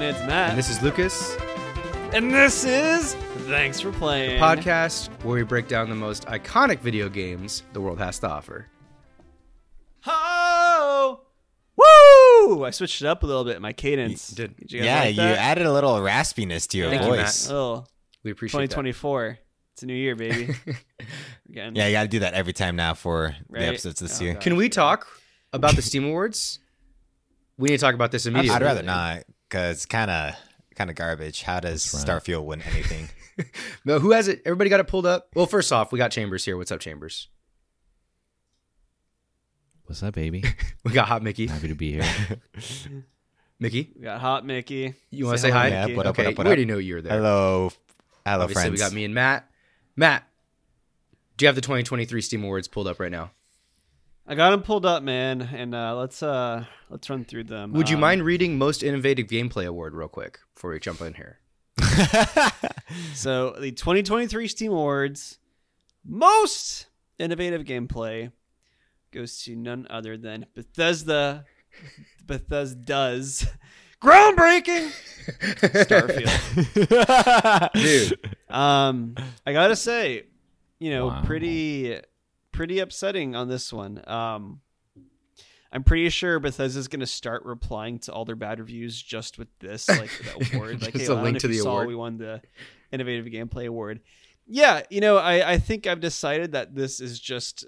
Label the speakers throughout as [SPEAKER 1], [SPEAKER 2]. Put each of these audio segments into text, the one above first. [SPEAKER 1] This is Lucas,
[SPEAKER 2] And this is Thanks for Playing.
[SPEAKER 1] podcast where we break down the most iconic video games the world has to offer.
[SPEAKER 2] Oh! Woo! I switched it up a little bit, my cadence.
[SPEAKER 1] You did.
[SPEAKER 2] you guys
[SPEAKER 3] yeah,
[SPEAKER 2] like
[SPEAKER 3] you
[SPEAKER 2] that?
[SPEAKER 3] added a little raspiness to your
[SPEAKER 2] Thank
[SPEAKER 1] you,
[SPEAKER 3] voice.
[SPEAKER 2] Oh,
[SPEAKER 1] We appreciate
[SPEAKER 2] 2024. It's a new year, baby.
[SPEAKER 1] that.
[SPEAKER 2] Again.
[SPEAKER 3] yeah, you got to do that every time now for
[SPEAKER 2] Right.
[SPEAKER 3] the episodes this
[SPEAKER 2] Oh,
[SPEAKER 3] year.
[SPEAKER 2] God.
[SPEAKER 1] Can we talk about the Steam Awards? We need to talk about this immediately.
[SPEAKER 3] I'd rather not because it's kind of kind of garbage. How does Starfield win anything?
[SPEAKER 1] No, who has it? Everybody got it pulled up. Well, first off, we got Chambers here. What's up, Chambers?
[SPEAKER 4] What's up, baby?
[SPEAKER 1] We got Hot Mickey.
[SPEAKER 4] Happy to be here.
[SPEAKER 1] Mickey,
[SPEAKER 2] We got Hot Mickey.
[SPEAKER 1] you want to
[SPEAKER 2] Say
[SPEAKER 1] say
[SPEAKER 2] hello,
[SPEAKER 1] hi?
[SPEAKER 2] Mickey. Yeah,
[SPEAKER 3] what up,
[SPEAKER 1] okay,
[SPEAKER 3] what up, what
[SPEAKER 1] we
[SPEAKER 3] up?
[SPEAKER 1] already know you're there.
[SPEAKER 3] hello, hello,
[SPEAKER 1] Obviously,
[SPEAKER 3] friends.
[SPEAKER 1] we got me and Matt. Matt, do you have the 2023 Steam Awards pulled up right now?
[SPEAKER 2] I got him pulled up, man, and uh, let's uh let's run through them.
[SPEAKER 1] Would you
[SPEAKER 2] Um,
[SPEAKER 1] mind reading Most Innovative Gameplay Award real quick before we jump in here?
[SPEAKER 2] So the 2023 Steam Awards most innovative gameplay goes to none other than Bethesda. Bethesda's groundbreaking Starfield.
[SPEAKER 1] Dude,
[SPEAKER 2] Um, I gotta say, you know,
[SPEAKER 4] Wow.
[SPEAKER 2] pretty, pretty upsetting on this one. Um, I'm pretty sure Bethesda's gonna start replying to all their bad reviews just with this, like the award, like
[SPEAKER 1] Just
[SPEAKER 2] hey,
[SPEAKER 1] a
[SPEAKER 2] Lon,
[SPEAKER 1] link
[SPEAKER 2] if
[SPEAKER 1] to the
[SPEAKER 2] you saw,
[SPEAKER 1] award.
[SPEAKER 2] we won the innovative gameplay award. Yeah, you know, I I think I've decided that this is just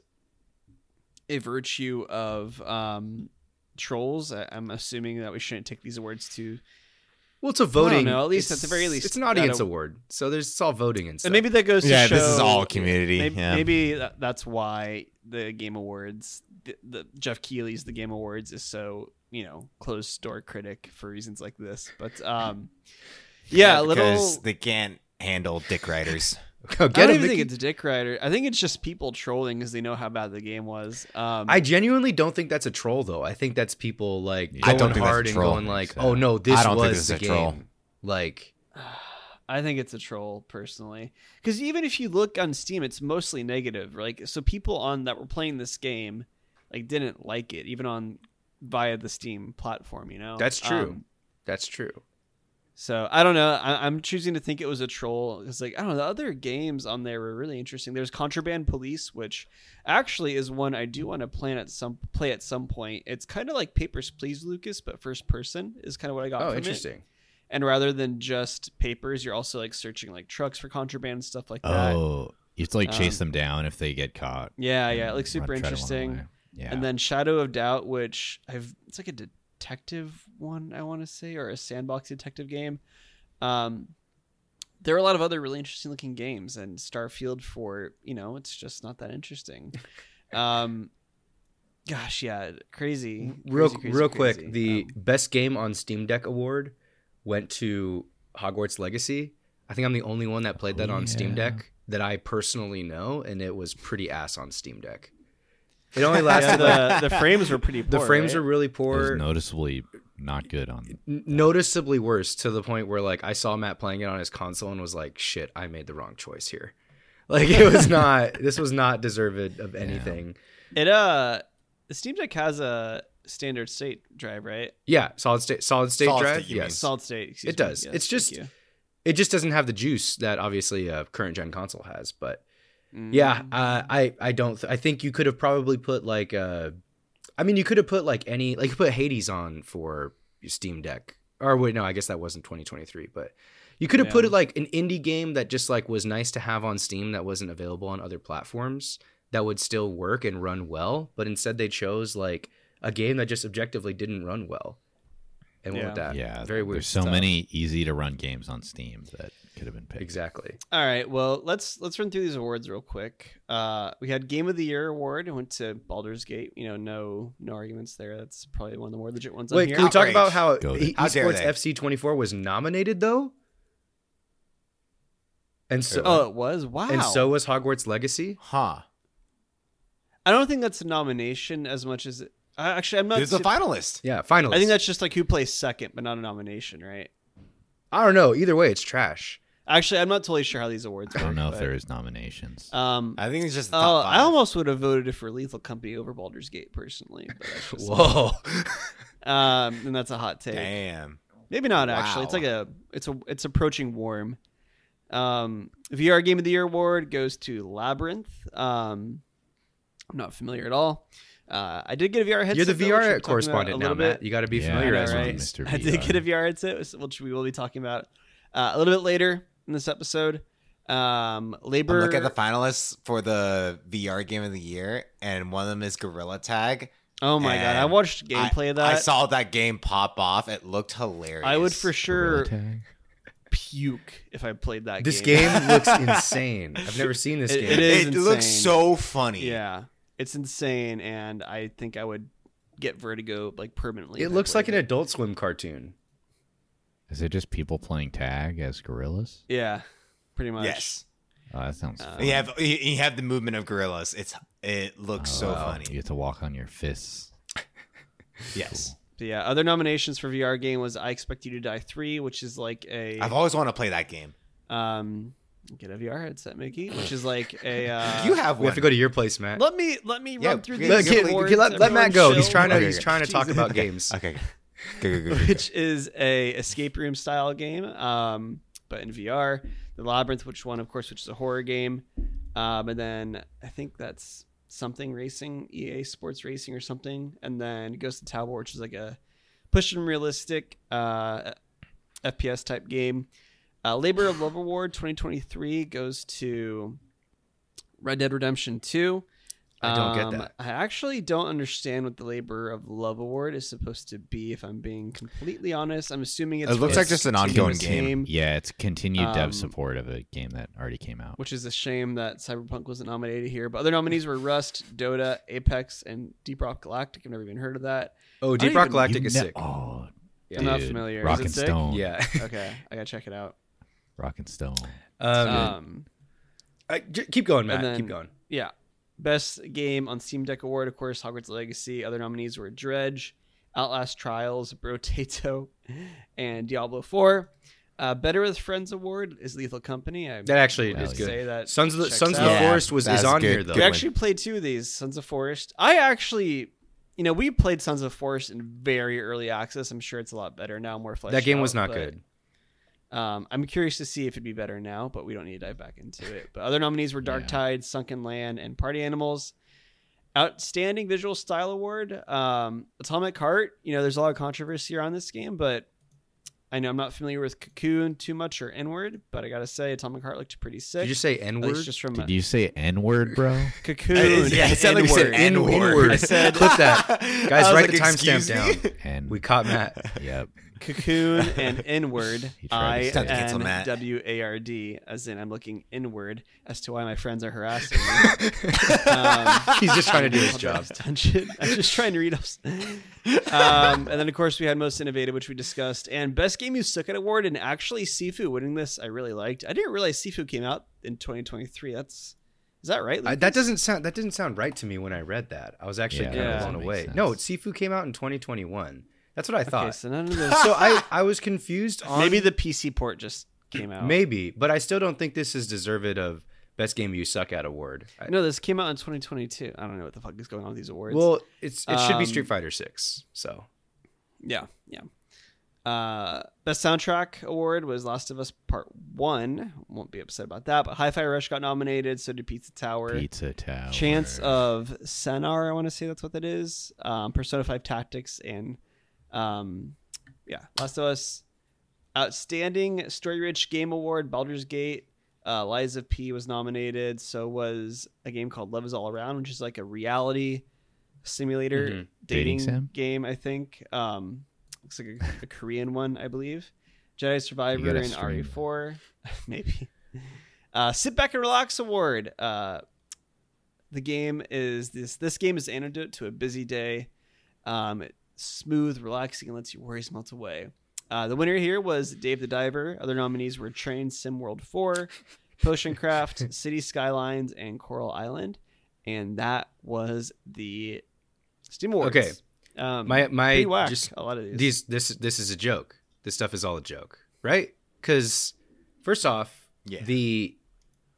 [SPEAKER 2] a virtue of um trolls. I, I'm assuming that we shouldn't take these awards too
[SPEAKER 1] well, it's a voting.
[SPEAKER 2] know, at least
[SPEAKER 1] it's-
[SPEAKER 2] at the very least,
[SPEAKER 1] it's an
[SPEAKER 2] not
[SPEAKER 1] audience
[SPEAKER 2] a-
[SPEAKER 1] award, so there's it's all voting and stuff.
[SPEAKER 2] And maybe that goes to
[SPEAKER 3] yeah,
[SPEAKER 2] show
[SPEAKER 3] this is all community.
[SPEAKER 2] Maybe,
[SPEAKER 3] yeah.
[SPEAKER 2] maybe that, that's why the Game Awards, the, the Jeff Keighley's The Game Awards is so you know closed door critic for reasons like this. But um, yeah, a little.
[SPEAKER 3] because they can't handle dick riders.
[SPEAKER 1] Go
[SPEAKER 2] I don't
[SPEAKER 1] get him,
[SPEAKER 2] even
[SPEAKER 1] Mickey.
[SPEAKER 2] think it's a dick rider. I think it's just people trolling because they know how bad the game was. Um,
[SPEAKER 1] I genuinely don't think that's a troll, though. I think that's people like
[SPEAKER 4] Yeah.
[SPEAKER 1] going
[SPEAKER 3] I don't think that's a
[SPEAKER 1] hard and
[SPEAKER 3] troll.
[SPEAKER 1] going like,
[SPEAKER 4] So-
[SPEAKER 1] "Oh no, this
[SPEAKER 3] I don't think
[SPEAKER 1] was
[SPEAKER 3] this is
[SPEAKER 1] the
[SPEAKER 3] a troll.
[SPEAKER 1] game." Like,
[SPEAKER 2] I think it's a troll personally, because even if you look on Steam, it's mostly negative. Like, so people on that were playing this game, like, didn't like it, even on via the Steam platform. You know,
[SPEAKER 1] That's true.
[SPEAKER 2] Um,
[SPEAKER 1] that's true.
[SPEAKER 2] so I don't know. I, I'm choosing to think it was a troll. It's like I don't know. The other games on there were really interesting. There's Contraband Police, which actually is one I do want to plan at some play at some point. It's kind of like Papers Please Lucas, but first person is kind of what I got.
[SPEAKER 1] Oh,
[SPEAKER 2] from it
[SPEAKER 1] interesting.
[SPEAKER 2] and rather than just papers you're also like searching like trucks for contraband and stuff like that
[SPEAKER 4] Oh, you have to like chase
[SPEAKER 2] Um,
[SPEAKER 4] them down if they get caught.
[SPEAKER 2] yeah yeah
[SPEAKER 4] and
[SPEAKER 2] it looks
[SPEAKER 4] run-
[SPEAKER 2] super
[SPEAKER 4] try to run
[SPEAKER 2] interesting
[SPEAKER 4] away. Yeah.
[SPEAKER 2] and then shadow of doubt which i've it's like a detective one i want to say or a sandbox detective game um there are a lot of other really interesting looking games and starfield for you know it's just not that interesting um gosh yeah crazy
[SPEAKER 1] Real,
[SPEAKER 2] crazy, crazy,
[SPEAKER 1] real
[SPEAKER 2] crazy.
[SPEAKER 1] quick, the
[SPEAKER 2] Um,
[SPEAKER 1] best game on Steam Deck award went to Hogwarts Legacy. I think I'm the only one that played that
[SPEAKER 4] Oh,
[SPEAKER 1] on Steam
[SPEAKER 4] yeah.
[SPEAKER 1] Deck that I personally know, and it was pretty ass on Steam Deck. It only lasted. like,
[SPEAKER 2] yeah, the, the frames were pretty
[SPEAKER 1] the
[SPEAKER 2] poor,
[SPEAKER 1] frames
[SPEAKER 2] right?
[SPEAKER 1] were really
[SPEAKER 4] it was
[SPEAKER 1] poor.
[SPEAKER 4] noticeably not good on.
[SPEAKER 1] n- noticeably worse to the point where like I saw Matt playing it on his console and was like, "Shit, I made the wrong choice here." Like it was not. this was not deserved of anything.
[SPEAKER 2] It uh, the Steam Deck has a standard state drive, right?
[SPEAKER 1] Yeah, solid state, solid state
[SPEAKER 3] Solid
[SPEAKER 1] drive.
[SPEAKER 3] state, you mean.
[SPEAKER 1] yes,
[SPEAKER 2] Solid state. Excuse
[SPEAKER 1] It does.
[SPEAKER 2] Me.
[SPEAKER 1] It's just-
[SPEAKER 2] thank
[SPEAKER 1] it just doesn't have the juice that obviously a current gen console has. But
[SPEAKER 2] you. Mm.
[SPEAKER 1] yeah, uh, I I don't. Th- I think you could have probably put like uh, I mean, you could have put like any like you put Hades on for your Steam Deck. Or wait, no, I guess that wasn't 2023, but you could have put
[SPEAKER 2] Yeah.
[SPEAKER 1] it like an indie game that just like was nice to have on Steam that wasn't available on other platforms that would still work and run well, but instead they chose like a game that just objectively didn't run well. And went with
[SPEAKER 2] Yeah.
[SPEAKER 1] that.
[SPEAKER 4] yeah.
[SPEAKER 1] very weird.
[SPEAKER 4] There's so
[SPEAKER 1] stuff.
[SPEAKER 4] many easy to run games on Steam that could have been picked.
[SPEAKER 1] Exactly.
[SPEAKER 2] All right. Well, let's let's run through these awards real quick. Uh, we had Game of the Year award. It went to Baldur's Gate. You know, no no arguments there. That's probably one of the more legit ones. on
[SPEAKER 1] Wait,
[SPEAKER 2] here.
[SPEAKER 1] can we talk
[SPEAKER 3] Outrage.
[SPEAKER 1] about how
[SPEAKER 4] Go
[SPEAKER 1] E-
[SPEAKER 3] How dare
[SPEAKER 1] esports
[SPEAKER 3] they.
[SPEAKER 1] FC 24 was nominated though? And so, uh,
[SPEAKER 2] Oh, it was wow.
[SPEAKER 1] and so was Hogwarts Legacy.
[SPEAKER 3] Huh?
[SPEAKER 2] I don't think that's a nomination as much as it, I- actually I'm not.
[SPEAKER 3] There's a finalist.
[SPEAKER 1] Yeah, finally.
[SPEAKER 2] I think that's just like who plays second, but not a nomination, right?
[SPEAKER 1] I don't know. Either way, it's trash.
[SPEAKER 2] Actually, I'm not totally sure how these awards.
[SPEAKER 4] I don't
[SPEAKER 2] work,
[SPEAKER 4] know if
[SPEAKER 2] but,
[SPEAKER 4] there is nominations.
[SPEAKER 2] Um,
[SPEAKER 3] I think it's just the
[SPEAKER 2] Oh,
[SPEAKER 3] top
[SPEAKER 2] I
[SPEAKER 3] five.
[SPEAKER 2] almost would have voted it for Lethal Company over Baldur's Gate personally. But that's just,
[SPEAKER 1] Whoa.
[SPEAKER 2] um, and that's a hot take.
[SPEAKER 3] Damn.
[SPEAKER 2] Maybe not actually. It's
[SPEAKER 3] Wow.
[SPEAKER 2] like a it's a it's approaching warm. Um, VR Game of the Year award goes to Labyrinth. Um, I'm not familiar at all. Uh, I did get a VR headset.
[SPEAKER 1] You're the
[SPEAKER 2] though, which we'll talk
[SPEAKER 1] VR
[SPEAKER 2] about a
[SPEAKER 1] correspondent now,
[SPEAKER 2] little
[SPEAKER 1] Matt.
[SPEAKER 2] bit.
[SPEAKER 1] You got to be
[SPEAKER 4] Yeah,
[SPEAKER 1] familiar
[SPEAKER 4] I
[SPEAKER 1] as
[SPEAKER 4] know,
[SPEAKER 1] well.
[SPEAKER 4] right? Mr.
[SPEAKER 2] I did
[SPEAKER 4] VR.
[SPEAKER 2] get a VR headset, which we will be talking about uh, a little bit later in this episode. Um, labor.
[SPEAKER 3] I'm looking at the finalists for the VR game of the year, and one of them is Gorilla Tag.
[SPEAKER 2] oh my god! I
[SPEAKER 3] and
[SPEAKER 2] watched
[SPEAKER 3] I-
[SPEAKER 2] gameplay of
[SPEAKER 3] I
[SPEAKER 2] that.
[SPEAKER 3] saw that game pop off. It looked hilarious.
[SPEAKER 2] I would for
[SPEAKER 4] Gorilla
[SPEAKER 2] sure
[SPEAKER 4] tag.
[SPEAKER 2] puke if I played that.
[SPEAKER 1] This
[SPEAKER 2] game.
[SPEAKER 1] game looks insane. I've never seen this
[SPEAKER 2] It-
[SPEAKER 1] game.
[SPEAKER 2] it is.
[SPEAKER 3] It looks
[SPEAKER 2] insane.
[SPEAKER 3] so funny.
[SPEAKER 2] Yeah, it's insane, and I think I would get vertigo like permanently.
[SPEAKER 1] It
[SPEAKER 2] if I
[SPEAKER 1] looks like an
[SPEAKER 2] played
[SPEAKER 1] Adult Swim cartoon.
[SPEAKER 4] Is it just people playing tag as gorillas?
[SPEAKER 2] it. yeah, pretty much.
[SPEAKER 3] Yes.
[SPEAKER 4] Oh, that sounds.
[SPEAKER 2] Uh,
[SPEAKER 4] fun.
[SPEAKER 3] You have you- you have the movement of gorillas. It's it looks so
[SPEAKER 4] Oh,
[SPEAKER 3] funny.
[SPEAKER 4] You get to walk on your fists.
[SPEAKER 3] Yes.
[SPEAKER 2] But yeah. Other nominations for VR game was I Expect You to Die Three, which is like a
[SPEAKER 3] I've always wanted to play that game.
[SPEAKER 2] um get a VR headset, Mickey, which is like a uh,
[SPEAKER 3] you have
[SPEAKER 1] We
[SPEAKER 3] one.
[SPEAKER 1] have to go to your place, Matt.
[SPEAKER 2] Let me let me
[SPEAKER 3] Yeah,
[SPEAKER 2] run through
[SPEAKER 3] yeah,
[SPEAKER 2] these.
[SPEAKER 1] Let,
[SPEAKER 3] get-
[SPEAKER 1] let-
[SPEAKER 2] awards,
[SPEAKER 1] let- let
[SPEAKER 2] everyone
[SPEAKER 1] Matt go.
[SPEAKER 2] chill.
[SPEAKER 1] He's trying to
[SPEAKER 3] Okay,
[SPEAKER 1] he's
[SPEAKER 3] okay.
[SPEAKER 1] trying to talk
[SPEAKER 3] Jesus.
[SPEAKER 1] about games.
[SPEAKER 3] Okay. Good, good, good, good, good.
[SPEAKER 2] which is a escape room style game, um, but in VR. The Labyrinth, which one, of course, which is a horror game, um, and then I think that's something racing, EA Sports Racing or something, and then Ghost of the Tower, which is like a push and realistic uh, FPS type game. Uh, Labor of Love Award 2023 goes to Red Dead Redemption 2.
[SPEAKER 1] I don't get that.
[SPEAKER 2] I actually don't understand what the Labor of Love Award is supposed to be. If I'm being completely honest, I'm assuming it's
[SPEAKER 3] It looks
[SPEAKER 2] for
[SPEAKER 3] like just an ongoing
[SPEAKER 2] Steam,
[SPEAKER 3] game.
[SPEAKER 4] Yeah, it's continued
[SPEAKER 2] Um,
[SPEAKER 4] dev support of a game that already came out.
[SPEAKER 2] which is a shame that Cyberpunk wasn't nominated here. But other nominees were Rust, Dota, Apex, and Deep Rock Galactic. I've never even heard of that.
[SPEAKER 1] Oh,
[SPEAKER 2] don't
[SPEAKER 1] Deep Rock
[SPEAKER 2] even-
[SPEAKER 1] Galactic is
[SPEAKER 4] You kn-
[SPEAKER 1] sick.
[SPEAKER 4] Oh,
[SPEAKER 1] Yeah.
[SPEAKER 2] I'm not
[SPEAKER 4] dude.
[SPEAKER 2] familiar. Is
[SPEAKER 4] Rock
[SPEAKER 2] it
[SPEAKER 4] and
[SPEAKER 2] sick?
[SPEAKER 4] Stone.
[SPEAKER 1] Yeah.
[SPEAKER 2] Okay, I gotta check it out.
[SPEAKER 4] Rock and Stone.
[SPEAKER 1] Um,
[SPEAKER 2] Um,
[SPEAKER 1] uh, j- keep going, Matt.
[SPEAKER 2] and then-
[SPEAKER 1] keep going.
[SPEAKER 2] yeah, best game on Steam Deck Award, of course, Hogwarts Legacy. Other nominees were Dredge, Outlast Trials, Brotato, and Diablo Four. Uh, Better with Friends Award is Lethal Company. I
[SPEAKER 1] That actually
[SPEAKER 4] Well,
[SPEAKER 1] is
[SPEAKER 2] would
[SPEAKER 4] yeah.
[SPEAKER 1] good.
[SPEAKER 2] say that
[SPEAKER 1] Sons of the
[SPEAKER 2] checks
[SPEAKER 1] Sons of
[SPEAKER 2] out.
[SPEAKER 1] the
[SPEAKER 3] Yeah,
[SPEAKER 1] Forest was is
[SPEAKER 3] that's
[SPEAKER 1] on
[SPEAKER 3] good,
[SPEAKER 1] here though.
[SPEAKER 2] We
[SPEAKER 3] one.
[SPEAKER 2] actually played two of these, Sons of Forest. I actually, you know, we played Sons of Forest in very early access. I'm sure it's a lot better now, more fleshed.
[SPEAKER 1] That game was
[SPEAKER 2] out,
[SPEAKER 1] not
[SPEAKER 2] but,
[SPEAKER 1] good.
[SPEAKER 2] Um, I'm curious to see if it'd be better now, but we don't need to dive back into it. But other nominees were Dark
[SPEAKER 4] Yeah.
[SPEAKER 2] Tide, Sunken Land, and Party Animals. Outstanding Visual Style Award, um, Atomic Heart. You know, there's a lot of controversy around this game, but I know I'm not familiar with Cocoon too much or N-word, but I gotta say, Atomic Heart looked pretty sick.
[SPEAKER 1] Did you say N
[SPEAKER 2] At
[SPEAKER 1] word?
[SPEAKER 2] least just from a-
[SPEAKER 4] Did you say N word, bro?
[SPEAKER 2] Cocoon.
[SPEAKER 3] yeah, it sounded like you said
[SPEAKER 2] N-word.
[SPEAKER 3] N word.
[SPEAKER 1] I said- Clip that. Guys, write the timestamp down.
[SPEAKER 4] And
[SPEAKER 1] We caught Matt.
[SPEAKER 4] Yep.
[SPEAKER 2] cocoon and inward
[SPEAKER 4] He tried
[SPEAKER 2] i
[SPEAKER 4] to
[SPEAKER 3] Time to cancel,
[SPEAKER 2] n
[SPEAKER 3] Matt.
[SPEAKER 2] w a r d as in i'm looking inward as to why my friends are harassing me um,
[SPEAKER 1] He's just trying to do his
[SPEAKER 2] hold on,
[SPEAKER 1] job.
[SPEAKER 2] attention. i'm just trying to read off um, and then of course we had most innovative which we discussed and best game you suck at award and actually sifu winning this i really liked i didn't realize sifu came out in 2023 that's is that right
[SPEAKER 1] I,
[SPEAKER 2] Lucas?
[SPEAKER 1] that doesn't sound that didn't sound right to me when I read that. I was actually
[SPEAKER 4] Yeah,
[SPEAKER 1] kind
[SPEAKER 2] that
[SPEAKER 1] of blown
[SPEAKER 4] doesn't make
[SPEAKER 1] away.
[SPEAKER 4] sense.
[SPEAKER 1] No, Sifu came out in 2021. That's what I thought.
[SPEAKER 2] okay, so
[SPEAKER 1] so
[SPEAKER 2] none of those
[SPEAKER 1] I I was confused on
[SPEAKER 2] maybe the pc port just came out
[SPEAKER 1] maybe, but I still don't think this is deserved of best game you suck at award. I-
[SPEAKER 2] no this came out in 2022 i don't know what the fuck is going on with these awards
[SPEAKER 1] well, it's it should
[SPEAKER 2] Um,
[SPEAKER 1] be Street Fighter 6. So
[SPEAKER 2] Yeah, yeah. Uh, best soundtrack award was Last of Us Part One. Won't be upset about that. But Hi-Fi Rush got nominated. So did Pizza Tower.
[SPEAKER 4] Pizza Tower.
[SPEAKER 2] Chance uh, of Senar. I want to say that's what that is. Um, Persona Five Tactics and um, yeah, Last of Us. Outstanding Story Rich Game Award. Baldur's Gate. Uh, Liza P was nominated. So was a game called Love Is All Around, which is like a reality simulator
[SPEAKER 1] Mhm.
[SPEAKER 2] dating,
[SPEAKER 4] Dating sim?
[SPEAKER 2] game. I think um, looks like a, a Korean one, I believe. Jedi
[SPEAKER 4] You
[SPEAKER 2] Survivor
[SPEAKER 4] gotta
[SPEAKER 2] and
[SPEAKER 4] stream that.
[SPEAKER 2] RE4, maybe. Uh, Sit back and relax award. Uh, the game is this. This game is antidote to a busy day. Um, smooth, relaxing, and lets your worries melt away. Uh, the winner here was Dave the Diver. Other nominees were Train Sim World 4, Potion Craft, City Skylines, and Coral Island. And that was the Steam Awards.
[SPEAKER 1] Okay.
[SPEAKER 2] Um,
[SPEAKER 1] my my
[SPEAKER 2] pretty whack,
[SPEAKER 1] just
[SPEAKER 2] a lot of these.
[SPEAKER 1] these this this is a joke. This stuff is all a joke, right? Because first off,
[SPEAKER 3] Yeah.
[SPEAKER 1] the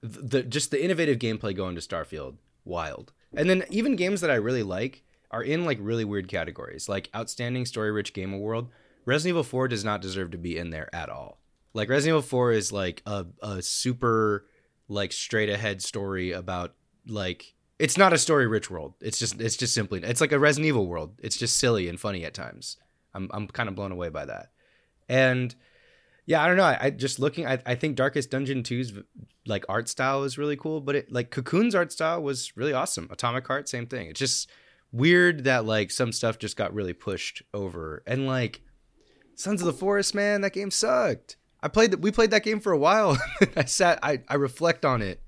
[SPEAKER 1] the just the innovative gameplay going to Starfield, wild. And then even games that I really like are in like really weird categories, like outstanding story rich game of world Resident Evil 4 does not deserve to be in there at all. Like Resident Evil 4 is like a a super like straight ahead story about like it's not a story rich world. It's just it's just simply it's like a Resident Evil world. It's just silly and funny at times. I'm I'm kind of blown away by that. And yeah, I don't know. I, I just looking I I think Darkest Dungeon 2's like art style is really cool, but it like Cocoon's art style was really awesome. Atomic Heart, same thing. It's just weird that like some stuff just got really pushed over. And like Sons of the Forest, man, that game sucked. I played that we played that game for a while. I sat I, I reflect on it.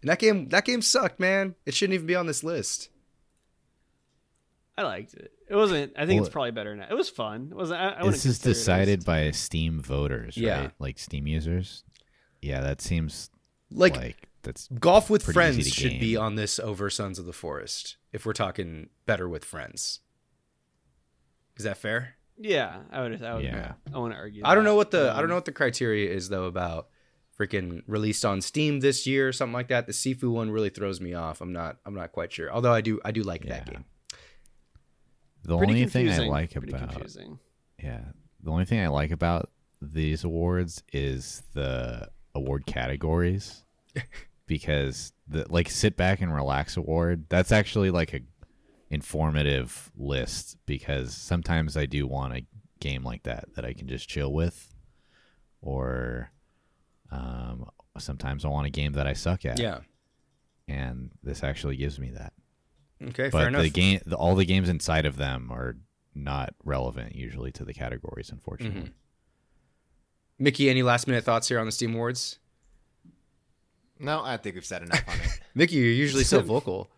[SPEAKER 1] And that game that game sucked, man. It shouldn't even be on this list.
[SPEAKER 2] I liked it. It wasn't. I think
[SPEAKER 4] Well-
[SPEAKER 2] it's probably better now. It was fun. It wasn't. I, I wouldn't
[SPEAKER 4] This is
[SPEAKER 2] consider it a
[SPEAKER 4] decided
[SPEAKER 2] waste.
[SPEAKER 4] by Steam voters,
[SPEAKER 1] Yeah.
[SPEAKER 4] right? Like Steam users. Yeah, that seems
[SPEAKER 1] Like,
[SPEAKER 4] like that's
[SPEAKER 1] Golf with
[SPEAKER 4] pretty easy
[SPEAKER 1] Friends
[SPEAKER 4] to
[SPEAKER 1] should be
[SPEAKER 4] game.
[SPEAKER 1] on this over Sons of the Forest if we're talking better with friends. Is that fair?
[SPEAKER 2] Yeah, I would. I would.
[SPEAKER 4] Yeah.
[SPEAKER 2] I want to argue.
[SPEAKER 1] I don't
[SPEAKER 2] that.
[SPEAKER 1] know what the I don't
[SPEAKER 2] Um,
[SPEAKER 1] know what the criteria is though about freaking released on Steam this year or something like that. The Sifu one really throws me off. I'm not I'm not quite sure. Although I do I do like that
[SPEAKER 4] Yeah.
[SPEAKER 1] game.
[SPEAKER 4] the
[SPEAKER 2] pretty
[SPEAKER 4] only thing I
[SPEAKER 2] confusing,
[SPEAKER 4] like
[SPEAKER 2] pretty
[SPEAKER 4] about
[SPEAKER 2] confusing.
[SPEAKER 4] yeah, the only thing I like about these awards is the award categories because the like sit back and relax award that's actually like a informative list because sometimes I do want a game like that that I can just chill with or um sometimes I want a game that I suck at
[SPEAKER 1] Yeah.
[SPEAKER 4] and this actually gives me that
[SPEAKER 1] Okay, fair
[SPEAKER 4] but
[SPEAKER 1] enough.
[SPEAKER 4] the game, the, all the games inside of them are not relevant usually to the categories, unfortunately.
[SPEAKER 1] Mhm. Mickey, any last minute thoughts here on the Steam Awards?
[SPEAKER 3] No, I think we've said enough on it.
[SPEAKER 1] Mickey, you're usually so vocal.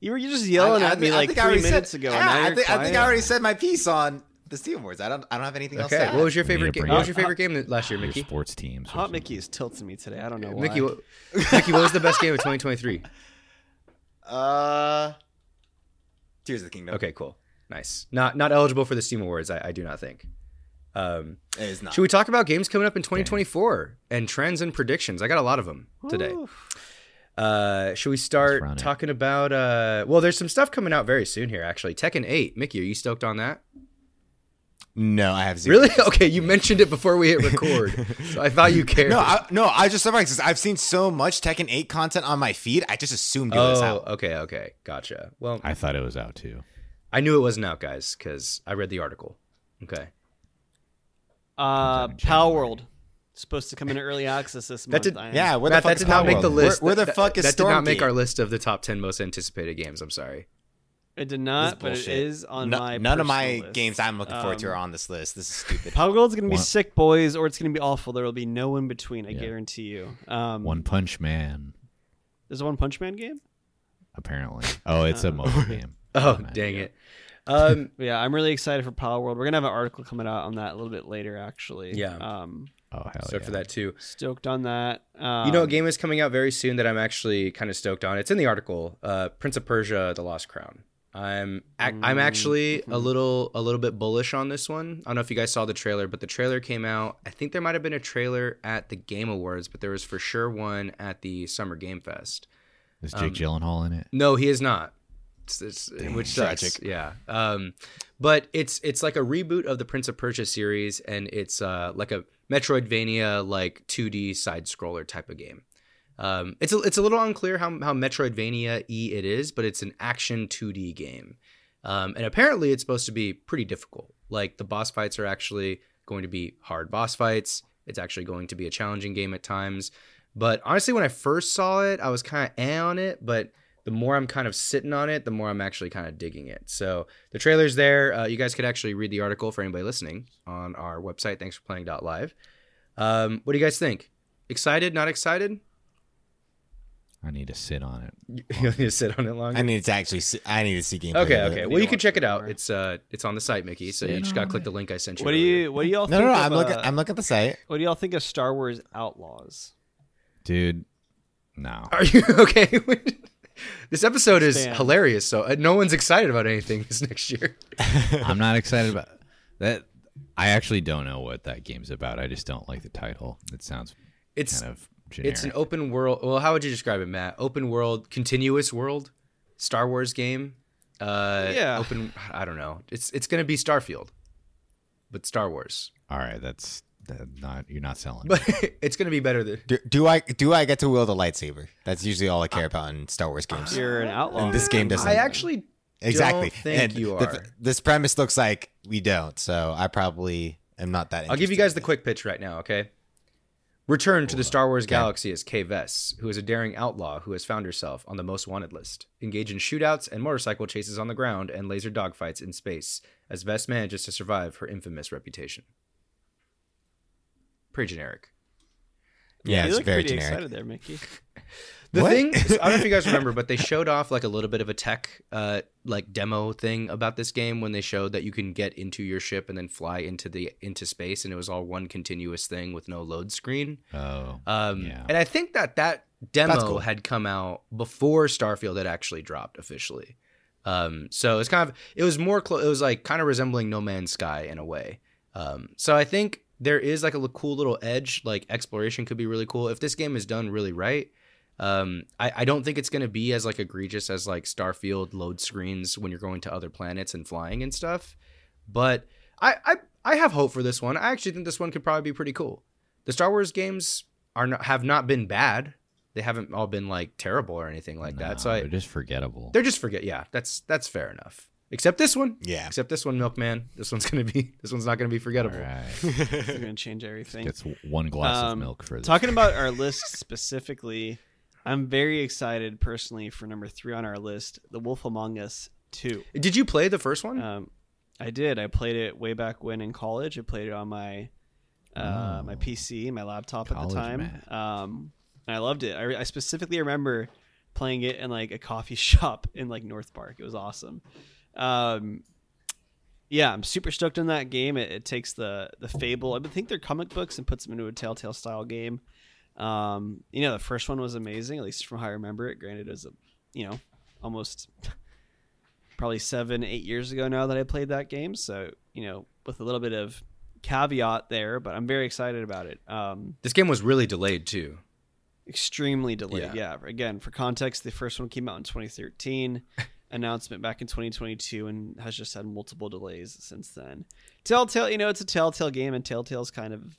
[SPEAKER 2] You were just yelling
[SPEAKER 3] I- I
[SPEAKER 2] at me
[SPEAKER 3] think- I
[SPEAKER 2] like
[SPEAKER 3] think I
[SPEAKER 2] three
[SPEAKER 3] already
[SPEAKER 2] minutes
[SPEAKER 3] said-
[SPEAKER 2] ago.
[SPEAKER 3] Yeah,
[SPEAKER 2] and now
[SPEAKER 3] I,
[SPEAKER 2] you're
[SPEAKER 3] think, I think I
[SPEAKER 2] quiet.
[SPEAKER 3] already said my piece on the Steam Awards. I don't. I don't have anything else. To
[SPEAKER 1] Okay.
[SPEAKER 3] add.
[SPEAKER 1] What was your
[SPEAKER 4] We need
[SPEAKER 1] favorite
[SPEAKER 4] to
[SPEAKER 1] game?
[SPEAKER 4] bring
[SPEAKER 1] What
[SPEAKER 4] it
[SPEAKER 1] was your
[SPEAKER 4] up.
[SPEAKER 1] favorite game that- last year,
[SPEAKER 4] Your
[SPEAKER 1] Mickey?
[SPEAKER 4] sports teams. or
[SPEAKER 2] Hot
[SPEAKER 4] something.
[SPEAKER 2] Mickey is tilting me today. I don't know why.
[SPEAKER 1] Mickey, what, Mickey, what was the best game of 2023?
[SPEAKER 3] Uh, Tears of the Kingdom.
[SPEAKER 1] Okay, cool, nice. Not not eligible for the Steam Awards, I, I do not think. Um,
[SPEAKER 3] It is not.
[SPEAKER 1] should we talk about games coming up in 2024 and trends and predictions? I got a lot of them today.
[SPEAKER 2] Woo.
[SPEAKER 1] Uh, should we
[SPEAKER 4] Let's run
[SPEAKER 1] start
[SPEAKER 4] it.
[SPEAKER 1] talking about? Uh, well, there's some stuff coming out very soon here, actually. Tekken 8. Mickey, are you stoked on that?
[SPEAKER 3] No, I have zero.
[SPEAKER 1] Really? Okay, you mentioned it before we hit record, so I thought you cared.
[SPEAKER 3] No, I, no. I was just surprised because I've seen so much Tekken Eight content on my feed. I just assumed it was
[SPEAKER 1] oh,
[SPEAKER 3] out.
[SPEAKER 1] okay, okay, gotcha. Well,
[SPEAKER 4] I thought it was out too.
[SPEAKER 1] I knew it wasn't out, guys, because I read the article. Okay,
[SPEAKER 2] Uh,
[SPEAKER 4] out in
[SPEAKER 2] Pal
[SPEAKER 4] January.
[SPEAKER 1] World.
[SPEAKER 2] World supposed to come into early access this
[SPEAKER 1] That
[SPEAKER 2] month.
[SPEAKER 1] did-
[SPEAKER 2] I am-
[SPEAKER 3] Yeah, where
[SPEAKER 1] uh, Matt,
[SPEAKER 3] the fuck
[SPEAKER 1] that
[SPEAKER 3] is
[SPEAKER 1] did not
[SPEAKER 3] Palworld?
[SPEAKER 1] make the list.
[SPEAKER 3] Where, where the
[SPEAKER 1] That-
[SPEAKER 3] fuck is
[SPEAKER 1] that
[SPEAKER 3] Storm
[SPEAKER 1] did not make our list of the top ten most anticipated games. I'm sorry.
[SPEAKER 2] it did not,
[SPEAKER 3] This
[SPEAKER 2] but it
[SPEAKER 3] bullshit.
[SPEAKER 2] is on
[SPEAKER 3] No-
[SPEAKER 2] my.
[SPEAKER 3] none
[SPEAKER 2] personal
[SPEAKER 3] of my
[SPEAKER 2] list.
[SPEAKER 3] games I'm looking forward to
[SPEAKER 2] Um,
[SPEAKER 3] are on this list. This is stupid.
[SPEAKER 2] Pal World's gonna be
[SPEAKER 4] One-
[SPEAKER 2] sick, boys, or it's gonna be awful. There will be no in between. I
[SPEAKER 4] Yeah.
[SPEAKER 2] guarantee you. Um,
[SPEAKER 4] One Punch Man,
[SPEAKER 2] There's a One Punch Man game.
[SPEAKER 4] apparently. Oh, it's
[SPEAKER 2] Uh,
[SPEAKER 4] a mobile game.
[SPEAKER 1] Oh,
[SPEAKER 4] Matt.
[SPEAKER 1] dang it. Um,
[SPEAKER 2] Yeah, I'm really excited for Power World. We're gonna have an article coming out on that a little bit later, actually.
[SPEAKER 1] Yeah.
[SPEAKER 2] Um,
[SPEAKER 4] Oh, hell
[SPEAKER 1] stoked
[SPEAKER 4] yeah.
[SPEAKER 1] for that too.
[SPEAKER 2] stoked on that. Um,
[SPEAKER 1] You know, a game is coming out very soon that I'm actually kind of stoked on. It's in the article, uh, Prince of Persia: The Lost Crown. I'm ac I'm
[SPEAKER 2] Mm,
[SPEAKER 1] actually a
[SPEAKER 2] mhm.
[SPEAKER 1] little a little bit bullish on this one. I don't know if you guys saw the trailer, but the trailer came out. I think there might have been a trailer at the Game Awards, but there was for sure one at the Summer Game Fest.
[SPEAKER 4] Is
[SPEAKER 1] Um,
[SPEAKER 4] Jake Gyllenhaal in it?
[SPEAKER 1] No, he is not. It's, it's, which sucks.
[SPEAKER 3] Tragic.
[SPEAKER 1] Yeah. Um, but it's it's like a reboot of the Prince of Persia series, and it's uh, like a Metroidvania like 2D side scroller type of game. Um, it's a, it's a little unclear how how Metroidvania e it is, but it's an action 2D game, um, and apparently it's supposed to be pretty difficult. Like the boss fights are actually going to be hard boss fights. It's actually going to be a challenging game at times. But honestly, when I first saw it, I was kind of eh on it. But the more I'm kind of sitting on it, the more I'm actually kind of digging it. So the trailer's there. Uh, you guys could actually read the article for anybody listening on our website. Thanks for playing. Live. Um, what do you guys think? Excited? Not excited?
[SPEAKER 4] I need to sit on it.
[SPEAKER 1] You you want me to sit on it longer?
[SPEAKER 3] I need to actually. See, I need to see gameplay.
[SPEAKER 1] okay,
[SPEAKER 3] of it.
[SPEAKER 1] okay.
[SPEAKER 2] need
[SPEAKER 1] Well,
[SPEAKER 2] to
[SPEAKER 1] you can
[SPEAKER 2] watch
[SPEAKER 1] check
[SPEAKER 2] it
[SPEAKER 1] it out.
[SPEAKER 2] more.
[SPEAKER 1] It's uh, it's on the site, Mickey. So you
[SPEAKER 4] Sit
[SPEAKER 1] just gotta
[SPEAKER 4] on
[SPEAKER 1] click
[SPEAKER 4] it.
[SPEAKER 1] the link I sent you.
[SPEAKER 2] What do
[SPEAKER 1] earlier.
[SPEAKER 2] you What do y'all?
[SPEAKER 3] No, no,
[SPEAKER 2] think
[SPEAKER 3] no.
[SPEAKER 2] Of,
[SPEAKER 3] I'm looking.
[SPEAKER 2] uh,
[SPEAKER 3] I'm looking at the site.
[SPEAKER 2] What do y'all think of Star Wars Outlaws?
[SPEAKER 4] Dude, no.
[SPEAKER 1] Are you okay? this episode is
[SPEAKER 2] Spam.
[SPEAKER 1] hilarious. So uh, no one's excited about anything this next year.
[SPEAKER 4] I'm not excited about that. I actually don't know what that game's about. I just don't like the title. It sounds
[SPEAKER 1] It's
[SPEAKER 4] kind of generic.
[SPEAKER 1] it's an open world. Well, how would you describe it, Matt? Open world, continuous world, Star Wars game. Uh,
[SPEAKER 2] Yeah.
[SPEAKER 1] Open. I don't know. It's it's gonna be Starfield. but Star Wars.
[SPEAKER 4] All right, that's that not you're not selling.
[SPEAKER 1] But it's gonna be better than
[SPEAKER 3] Do, do I do I get to wield a lightsaber? That's usually all I care about in Star Wars games.
[SPEAKER 2] You're an outlaw.
[SPEAKER 3] And this game doesn't.
[SPEAKER 1] I actually
[SPEAKER 3] exactly
[SPEAKER 1] don't think
[SPEAKER 3] and
[SPEAKER 1] you
[SPEAKER 3] the-
[SPEAKER 1] are.
[SPEAKER 3] this premise looks like we don't, so I probably am not that.
[SPEAKER 1] I'll give you
[SPEAKER 3] interested
[SPEAKER 1] guys
[SPEAKER 3] in
[SPEAKER 1] the
[SPEAKER 3] it.
[SPEAKER 1] quick pitch right now, okay? Return to the Star Wars
[SPEAKER 3] Okay.
[SPEAKER 1] galaxy as Kay Vess, who is a daring outlaw who has found herself on the most wanted list. Engage in shootouts and motorcycle chases on the ground and laser dogfights in space as Vess manages to survive her infamous reputation. Pretty generic.
[SPEAKER 3] Yeah,
[SPEAKER 2] you
[SPEAKER 3] it's
[SPEAKER 2] look
[SPEAKER 3] very
[SPEAKER 2] pretty
[SPEAKER 3] generic.
[SPEAKER 2] excited there, Mickey.
[SPEAKER 1] The
[SPEAKER 3] What?
[SPEAKER 1] thing, is, I don't know if you guys remember, but they showed off like a little bit of a tech, uh, like demo thing about this game when they showed that you can get into your ship and then fly into the into space, and it was all one continuous thing with no load screen.
[SPEAKER 4] Oh,
[SPEAKER 1] Um,
[SPEAKER 4] Yeah.
[SPEAKER 1] And I think that that demo
[SPEAKER 3] cool.
[SPEAKER 1] had come out before Starfield had actually dropped officially. Um, so it's kind of it was more close. It was like kind of resembling No Man's Sky in a way. Um, so I think there is like a li- cool little edge. Like exploration could be really cool if this game is done really right. Um, I, I don't think it's going to be as like egregious as like Starfield load screens when you're going to other planets and flying and stuff. But I, I I have hope for this one. I actually think this one could probably be pretty cool. The Star Wars games are not, have not been bad. They haven't all been like terrible or anything like that. So
[SPEAKER 4] no,
[SPEAKER 1] I,
[SPEAKER 4] they're just forgettable.
[SPEAKER 1] they're just forget. Yeah, that's that's fair enough. Except this one.
[SPEAKER 3] Yeah.
[SPEAKER 1] Except this one, Milkman. This one's gonna be. This one's not gonna be forgettable.
[SPEAKER 4] All right.
[SPEAKER 2] You're gonna change everything.
[SPEAKER 4] Gets one glass of
[SPEAKER 2] Um,
[SPEAKER 4] milk for this.
[SPEAKER 2] Talking about our list specifically, I'm very excited personally for number three on our list, The Wolf Among Us Two.
[SPEAKER 1] Did you play the first one?
[SPEAKER 2] Um, I did. I played it way back when in college. I played it on my uh,
[SPEAKER 4] Oh.
[SPEAKER 2] my PC, my laptop at
[SPEAKER 4] College
[SPEAKER 2] the time.
[SPEAKER 4] Matt.
[SPEAKER 2] Um, and I loved it. I, re- I specifically remember playing it in like a coffee shop in like North Park. It was awesome. Um, yeah, I'm super stoked on that game. It, it takes the the fable. I would think they're comic books and puts them into a Telltale style game. Um, you know, the first one was amazing, at least from how I remember it. Granted, it was a you know almost probably seven, eight years ago now that I played that game. So, you know, with a little bit of caveat there, but I'm very excited about it. Um,
[SPEAKER 1] this game was really delayed too.
[SPEAKER 2] extremely delayed.
[SPEAKER 1] Yeah.
[SPEAKER 2] Yeah. Again, for context, the first one came out in 2013, announcement back in 2022, and has just had multiple delays since then. Telltale, you know, it's a Telltale game, and Telltale's kind of